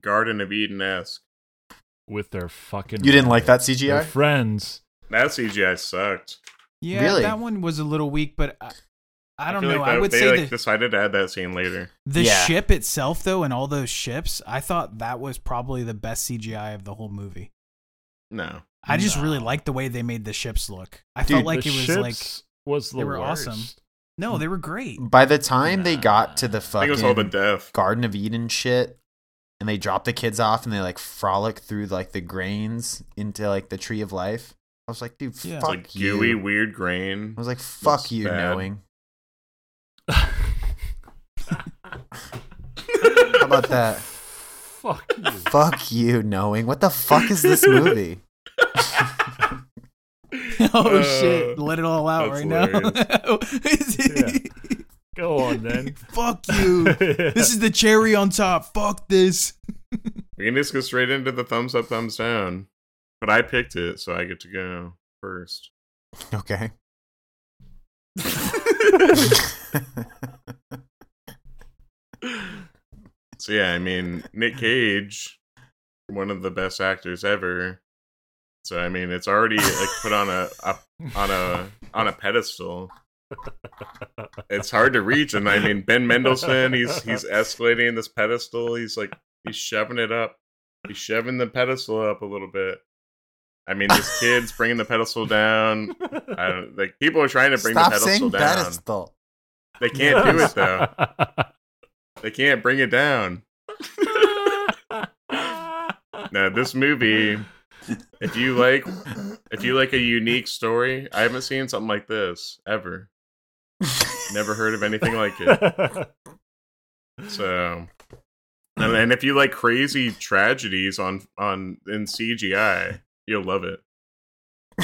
Speaker 2: Garden of Eden esque.
Speaker 1: With their fucking
Speaker 3: You didn't like that
Speaker 1: their
Speaker 3: CGI?
Speaker 1: friends.
Speaker 2: That CGI sucked.
Speaker 4: Yeah,
Speaker 3: Really?
Speaker 4: that one was a little weak, but I, I don't
Speaker 2: feel
Speaker 4: know.
Speaker 2: Like
Speaker 4: I
Speaker 2: that-
Speaker 4: would
Speaker 2: they
Speaker 4: say
Speaker 2: like
Speaker 4: the,
Speaker 2: decided to add that scene later.
Speaker 4: the
Speaker 3: Yeah.
Speaker 4: ship itself, though, and all those ships, I thought that was probably the best CGI of the whole movie.
Speaker 2: No,
Speaker 4: I just
Speaker 1: No.
Speaker 4: really liked the way they made the ships look. I
Speaker 3: Dude,
Speaker 4: felt like
Speaker 1: the
Speaker 4: it was like
Speaker 1: ships was the
Speaker 4: they were
Speaker 1: worst.
Speaker 4: awesome. no, they were great.
Speaker 3: By the time they got to the
Speaker 2: I think
Speaker 3: fucking
Speaker 2: it was all the death.
Speaker 3: Garden of Eden shit, and they drop the kids off and they like frolic through like the grains into like the tree of life. I was like, dude,
Speaker 4: Yeah. It's
Speaker 3: fuck
Speaker 2: It's like
Speaker 3: you.
Speaker 2: gooey, weird grain.
Speaker 3: I was like, fuck
Speaker 2: That's
Speaker 3: you,
Speaker 2: bad.
Speaker 3: knowing. How about that?
Speaker 1: Fuck you.
Speaker 3: fuck you, knowing. What the fuck is this movie?
Speaker 4: oh
Speaker 2: Uh,
Speaker 4: shit! Let it all out
Speaker 2: that's
Speaker 4: right now.
Speaker 1: Go on then.
Speaker 4: Fuck you. This is the cherry on top. Fuck this.
Speaker 2: We can just go straight into the thumbs up, thumbs down. But I picked it, so I get to go first.
Speaker 3: Okay.
Speaker 2: So yeah, I mean Nick Cage, one of the best actors ever. So I mean it's already like put on a, a on a on a pedestal. It's hard to reach, and I mean Ben Mendelsohn, he's he's escalating this pedestal. He's like he's shoving it up. He's shoving the pedestal up a little bit. I mean, this kid's bringing the pedestal down. I don't like people are trying to bring
Speaker 3: Stop
Speaker 2: the pedestal
Speaker 3: saying
Speaker 2: down.
Speaker 3: pedestal.
Speaker 2: They can't do it though. They can't bring it down. Now this movie, if you like, if you like a unique story, I haven't seen something like this ever. Never heard of anything like it. So, and, and if you like crazy tragedies on on in CGI, you'll love it.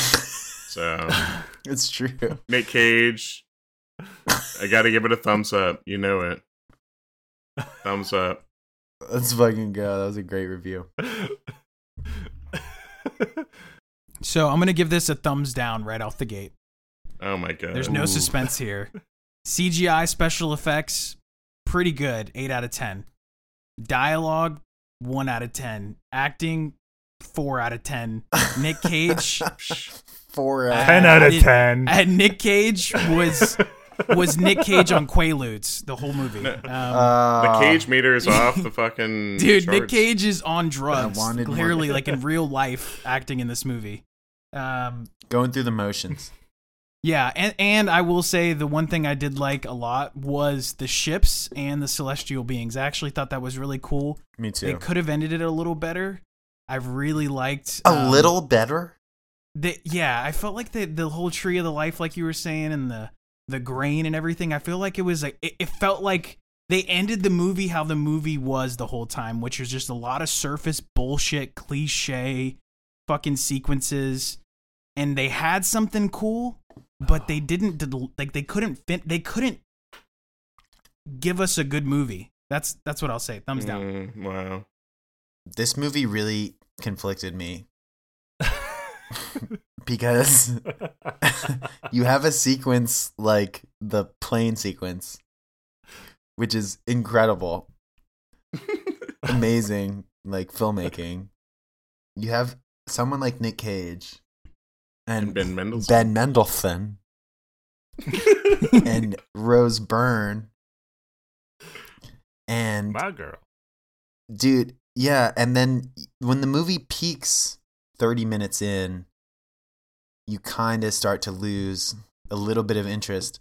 Speaker 2: So,
Speaker 3: It's true.
Speaker 2: Nick Cage, I got to give it a thumbs up. You know it. Thumbs up.
Speaker 3: Let's fucking go. That was a great review.
Speaker 4: So I'm gonna give this a thumbs down right off the gate.
Speaker 2: Oh my god.
Speaker 4: There's no suspense here. CGI special effects, pretty good, 8 out of 10. Dialogue, 1 out of 10. Acting, 4 out of 10. Nick Cage,
Speaker 3: Four
Speaker 4: I-
Speaker 3: out.
Speaker 1: Ten out
Speaker 4: I
Speaker 1: of
Speaker 4: didn't-
Speaker 1: ten.
Speaker 4: and Nick Cage was was Nick Cage on Quaaludes the whole movie. Um,
Speaker 2: the
Speaker 3: Uh,
Speaker 2: cage meter is off the fucking
Speaker 4: dude, Nick
Speaker 2: charts.
Speaker 4: Cage is on drugs,
Speaker 3: wanted more.
Speaker 4: clearly like in real life acting in this movie. Um,
Speaker 3: Going through the motions.
Speaker 4: Yeah, and and I will say the one thing I did like a lot was the ships and the celestial beings. I actually thought that was really cool.
Speaker 3: Me
Speaker 4: They
Speaker 3: too.
Speaker 4: could have ended it a little better. I really liked
Speaker 3: A
Speaker 4: um,
Speaker 3: little better.
Speaker 4: The, yeah, I felt like the the whole tree of the life, like you were saying, and the the grain and everything. I feel like it was like it, it felt like they ended the movie how the movie was the whole time, which was just a lot of surface bullshit, cliche, fucking sequences, and they had something cool, but they didn't del- like they couldn't fit. They couldn't give us a good movie. That's that's what I'll say. Thumbs down.
Speaker 2: Mm, wow.
Speaker 3: This movie really conflicted me because you have a sequence like the plane sequence, which is incredible, amazing, like filmmaking. You have someone like Nick Cage and,
Speaker 2: And Ben Mendelsohn.
Speaker 3: Ben Mendelsohn and Rose Byrne And
Speaker 1: My girl.
Speaker 3: dude yeah and then when the movie peaks 30 minutes in you kind of start to lose a little bit of interest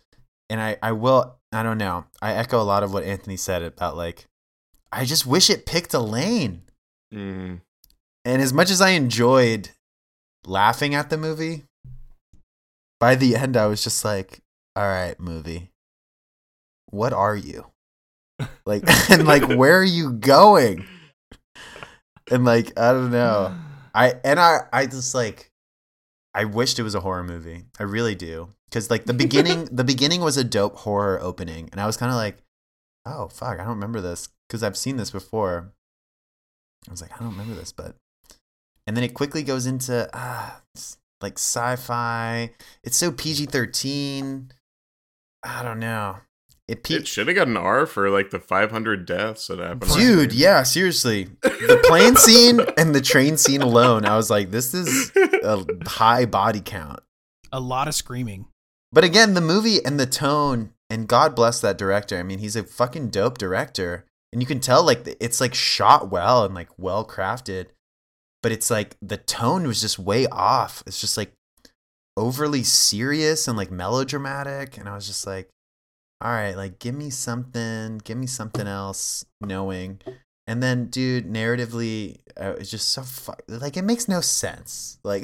Speaker 3: and i i will i don't know i echo a lot of what anthony said about like i just wish it picked a lane
Speaker 2: Mm.
Speaker 3: and as much as i enjoyed laughing at the movie by the end i was just like all right movie what are you like and like where are you going and like i don't know i and i i just like i wished it was a horror movie i really do because like the beginning the beginning was a dope horror opening and i was kind of like oh fuck i don't remember this because i've seen this before i was like i don't remember this but and then it quickly goes into ah it's like sci-fi it's so pg-13 i don't know it, pe-
Speaker 2: It should have got an R for like the 500 deaths that happened. on
Speaker 3: Dude,
Speaker 2: here.
Speaker 3: yeah, seriously. The plane scene and the train scene alone, I was like, this is a high body count.
Speaker 4: A lot of screaming.
Speaker 3: But again, the movie and the tone, and God bless that director. I mean, he's a fucking dope director. And you can tell, like, it's like shot well and like well crafted. But it's like the tone was just way off. It's just like overly serious and like melodramatic. And I was just like, all right, like, give me something, give me something else knowing. And then, dude, narratively, uh, it's just so fuck. Like, it makes no sense. Like,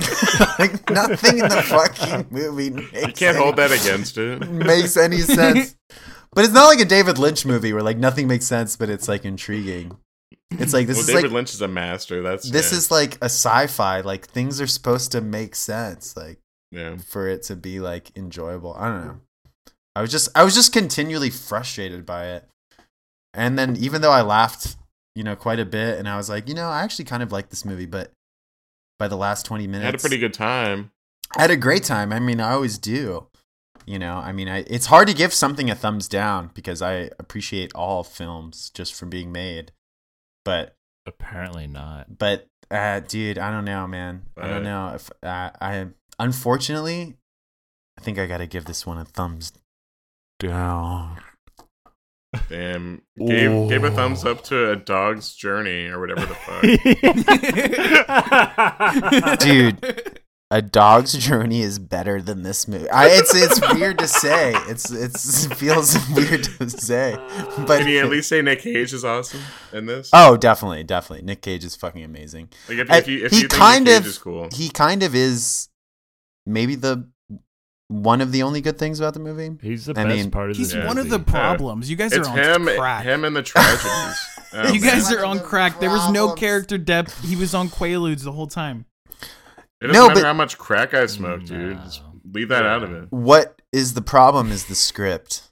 Speaker 3: like nothing in the fucking movie makes.
Speaker 2: You can't hold that against it.
Speaker 3: makes any sense. But it's not like a David Lynch movie where like nothing makes sense, but it's like intriguing. It's like this
Speaker 2: well,
Speaker 3: is
Speaker 2: David
Speaker 3: like
Speaker 2: Lynch is a master. That's
Speaker 3: this
Speaker 2: yeah,
Speaker 3: is like a sci-fi. Like things are supposed to make sense, like
Speaker 2: yeah.
Speaker 3: for it to be like enjoyable. I don't know. I was just I was just continually frustrated by it. And then even though I laughed, you know, quite a bit, and I was like, you know, I actually kind of like this movie, but by the last twenty minutes,
Speaker 2: had a pretty good time.
Speaker 3: I had a great time. I mean, I always do. You know, I mean, I, it's hard to give something a thumbs down because I appreciate all films just from being made. But,
Speaker 1: Apparently not.
Speaker 3: but, uh, dude, I don't know, man. I don't
Speaker 2: Right.
Speaker 3: know if uh, I, unfortunately, I think I got to give this one a thumbs down.
Speaker 2: Damn, gave
Speaker 1: Ooh.
Speaker 2: gave a thumbs up to a dog's journey or whatever the fuck.
Speaker 3: Dude, A Dog's Journey is better than this movie. I, it's it's weird to say. It's it's it feels weird to say. But
Speaker 2: Can you at least say Nick Cage is awesome in this?
Speaker 3: Oh, definitely, definitely. Nick Cage is fucking amazing.
Speaker 2: like if,
Speaker 3: I-
Speaker 2: if you if
Speaker 3: he
Speaker 2: you think
Speaker 3: kind
Speaker 2: Nick
Speaker 3: of-
Speaker 2: Cage is cool,
Speaker 3: He kind of is maybe the one of the only good things about the movie.
Speaker 1: He's the
Speaker 3: I
Speaker 1: best
Speaker 3: mean,
Speaker 1: part of this
Speaker 4: He's one of
Speaker 1: movie.
Speaker 4: the problems. You guys
Speaker 2: it's
Speaker 4: are on
Speaker 2: him,
Speaker 4: crack.
Speaker 2: him and the tragedies. Oh,
Speaker 4: you guys
Speaker 2: man.
Speaker 4: are on crack. There was no
Speaker 3: Problems.
Speaker 4: character depth. He was on Quaaludes the whole time.
Speaker 2: It doesn't
Speaker 3: No,
Speaker 2: matter
Speaker 3: but-
Speaker 2: how much crack I smoke, dude.
Speaker 1: No.
Speaker 2: Just leave that out of it.
Speaker 3: What is the problem is the script.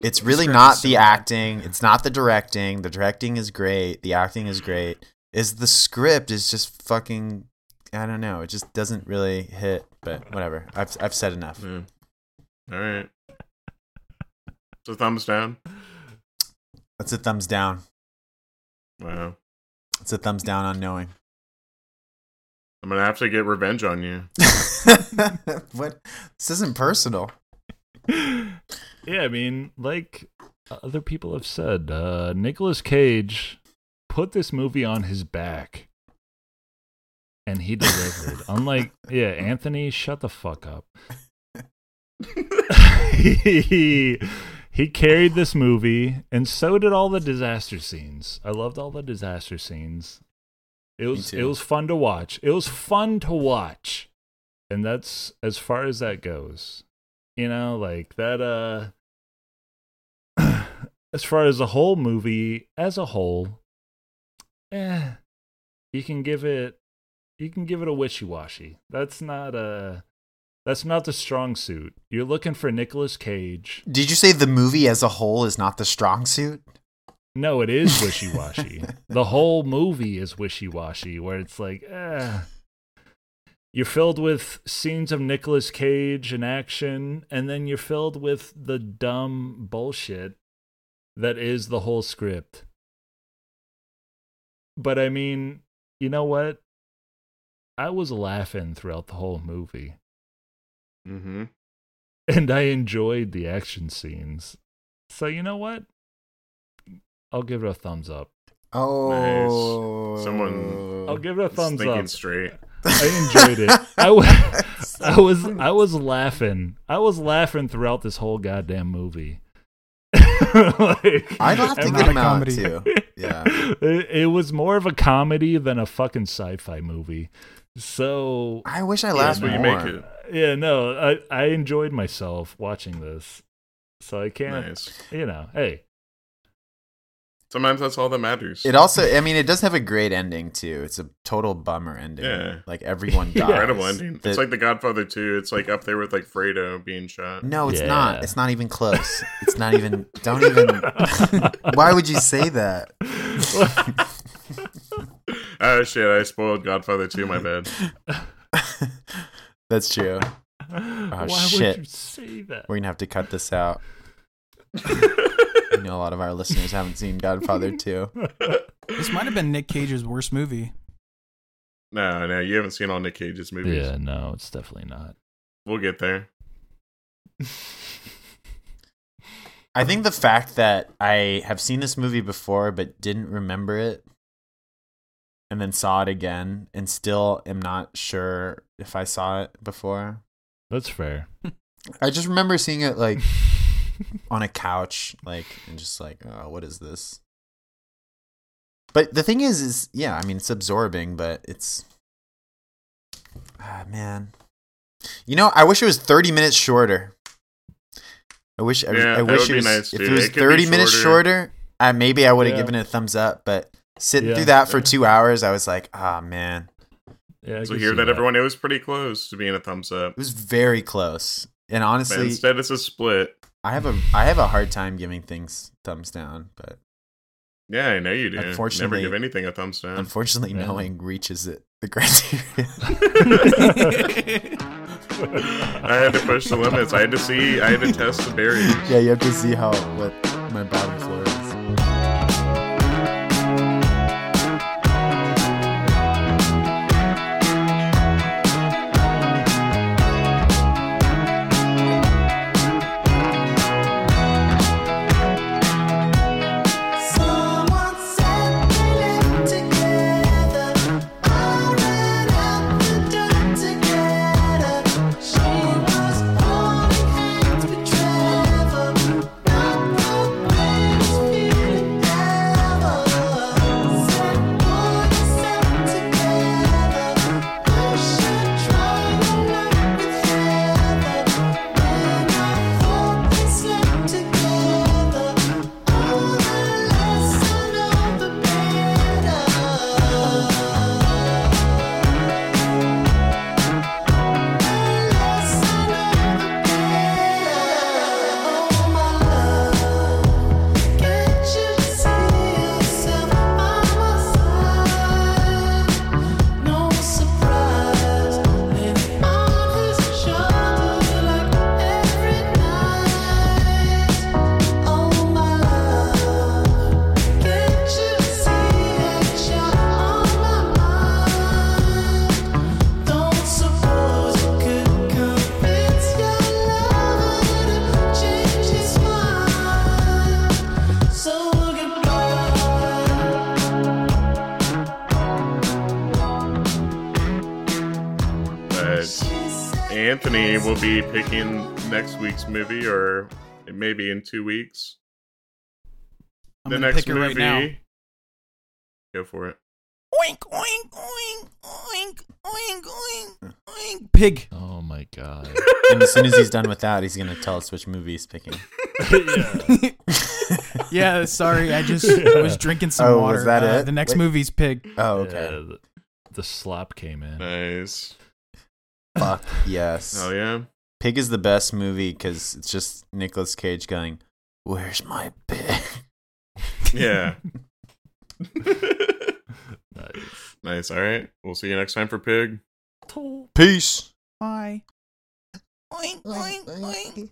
Speaker 3: It's really
Speaker 4: script is
Speaker 3: not
Speaker 4: so
Speaker 3: the
Speaker 4: bad.
Speaker 3: acting, it's not the directing. The directing is great, the acting is great. Is the script is just fucking I don't know, it just doesn't really hit, but whatever. I've I've said enough.
Speaker 2: Yeah. All right. So thumbs down.
Speaker 3: That's a thumbs down.
Speaker 2: Wow.
Speaker 3: It's a thumbs down on knowing.
Speaker 2: I'm gonna have to get revenge on you.
Speaker 3: what this isn't personal.
Speaker 1: yeah, I mean, like other people have said, uh, Nicolas Cage put this movie on his back, and he delivered. Unlike, yeah, Anthony, shut the fuck up. he, he carried this movie, and so did all the disaster scenes. I loved all the disaster scenes. It was
Speaker 3: too.
Speaker 1: it was fun to watch. It was fun to watch, and that's as far as that goes. You know, like that. Uh, as far as the whole movie as a whole, eh, you can give it you can give it a wishy-washy. That's not a that's not the strong suit. You're looking for Nicolas Cage.
Speaker 3: Did you say the movie as a whole is not the strong suit?
Speaker 1: No, it is wishy-washy. the whole movie is wishy-washy where it's like, eh, you're filled with scenes of Nicolas Cage in action and then you're filled with the dumb bullshit that is the whole script. But I mean, you know what? I was laughing throughout the whole movie
Speaker 2: Mm-hmm.
Speaker 1: and I enjoyed the action scenes. So you know what? I'll give it a thumbs up.
Speaker 3: Oh,
Speaker 8: Someone-
Speaker 1: I'll give it a
Speaker 8: It's
Speaker 1: thumbs
Speaker 8: thinking
Speaker 1: up.
Speaker 8: straight.
Speaker 1: I enjoyed it. I wa- I was I was laughing. I was laughing throughout this whole goddamn movie. Like,
Speaker 3: I'd have to
Speaker 1: and
Speaker 4: Not
Speaker 3: get
Speaker 4: a
Speaker 3: him out
Speaker 4: comedy.
Speaker 3: too. Yeah,
Speaker 1: it, it was more of a comedy than a fucking sci-fi movie. So
Speaker 3: I wish I
Speaker 8: That's
Speaker 3: laughed more.
Speaker 8: what you make it.
Speaker 1: yeah, no, I I enjoyed myself watching this. So I can't,
Speaker 8: Nice.
Speaker 1: you know, hey,
Speaker 8: Sometimes that's all that matters.
Speaker 3: It also, I mean, it does have a great ending too. It's a total bummer ending.
Speaker 8: Yeah.
Speaker 3: like everyone dies.
Speaker 8: Incredible ending.
Speaker 3: The-
Speaker 8: it's like The Godfather 2. It's like up there with like Fredo being shot.
Speaker 3: no, it's
Speaker 1: Yeah.
Speaker 3: not. It's not even close. It's not even. Don't even. Why would you say that? Ah,
Speaker 8: Oh shit! I spoiled Godfather 2. My bad.
Speaker 3: That's true.
Speaker 1: why would
Speaker 3: shit.
Speaker 1: you say that?
Speaker 3: We're gonna have to cut this out. I know a lot of our listeners haven't seen Godfather 2.
Speaker 4: This might have been Nick Cage's worst movie.
Speaker 8: No, no, you haven't seen all Nick Cage's movies.
Speaker 1: Yeah, no, it's definitely not.
Speaker 8: We'll get there.
Speaker 3: I think the fact that I have seen this movie before but didn't remember it and then saw it again and still am not sure if I saw it before.
Speaker 1: That's fair.
Speaker 3: I just remember seeing it like on a couch, like and just like, oh, what is this? But the thing is, is yeah, I mean, it's absorbing, but it's ah man, you know, I wish it was thirty minutes shorter. I wish, I,
Speaker 8: Yeah,
Speaker 3: I
Speaker 8: that
Speaker 3: wish it
Speaker 8: would be
Speaker 3: was,
Speaker 8: nice,
Speaker 3: if
Speaker 8: dude.
Speaker 3: it was
Speaker 8: It could be
Speaker 3: thirty minutes shorter,
Speaker 8: shorter.
Speaker 3: I maybe I would have
Speaker 1: Yeah.
Speaker 3: given it a thumbs up. But sitting
Speaker 1: Yeah.
Speaker 3: through that for two hours, I was like, ah man,
Speaker 1: Yeah, I
Speaker 8: So
Speaker 1: can
Speaker 8: here
Speaker 1: see
Speaker 8: that everyone, it was pretty close to being a thumbs up.
Speaker 3: it was very close. And
Speaker 8: But
Speaker 3: honestly,
Speaker 8: instead, it's a split.
Speaker 3: I have a I have a hard time giving things thumbs down, but
Speaker 8: Yeah, I know you do.
Speaker 3: Unfortunately-
Speaker 8: never give anything a thumbs
Speaker 2: Mm.
Speaker 8: down.
Speaker 3: unfortunately,
Speaker 1: Yeah.
Speaker 3: knowing reaches it the criteria.
Speaker 8: I had to push the limits. I had to see. I had to test the barriers.
Speaker 3: yeah, you have to see how what my bottom floor is.
Speaker 8: But Anthony will be picking next week's movie, or maybe in two weeks.
Speaker 4: I'm
Speaker 8: the
Speaker 4: gonna
Speaker 8: next
Speaker 4: pick it
Speaker 8: movie.
Speaker 4: right now.
Speaker 8: Go for it.
Speaker 4: Oink, oink, oink, oink, oink, oink, oink. Pig.
Speaker 1: Oh my god.
Speaker 3: And as soon as he's done with that, he's gonna tell us which movie he's picking.
Speaker 4: Yeah, sorry, I just was drinking some
Speaker 3: Oh,
Speaker 4: water.
Speaker 3: was that
Speaker 4: Uh,
Speaker 3: it?
Speaker 4: The next
Speaker 3: Wait.
Speaker 4: movie's Pig.
Speaker 1: Yeah,
Speaker 3: Oh, okay.
Speaker 1: the, the slop came in.
Speaker 8: Nice.
Speaker 3: Fuck yes.
Speaker 2: Oh,
Speaker 8: Hell yeah.
Speaker 3: Pig is the best movie because it's just Nicolas Cage going, "Where's my pig?"
Speaker 8: Yeah.
Speaker 1: Nice.
Speaker 8: nice. All right. We'll see you next time for Pig.
Speaker 3: Peace.
Speaker 4: Bye. Oink, oink, oink.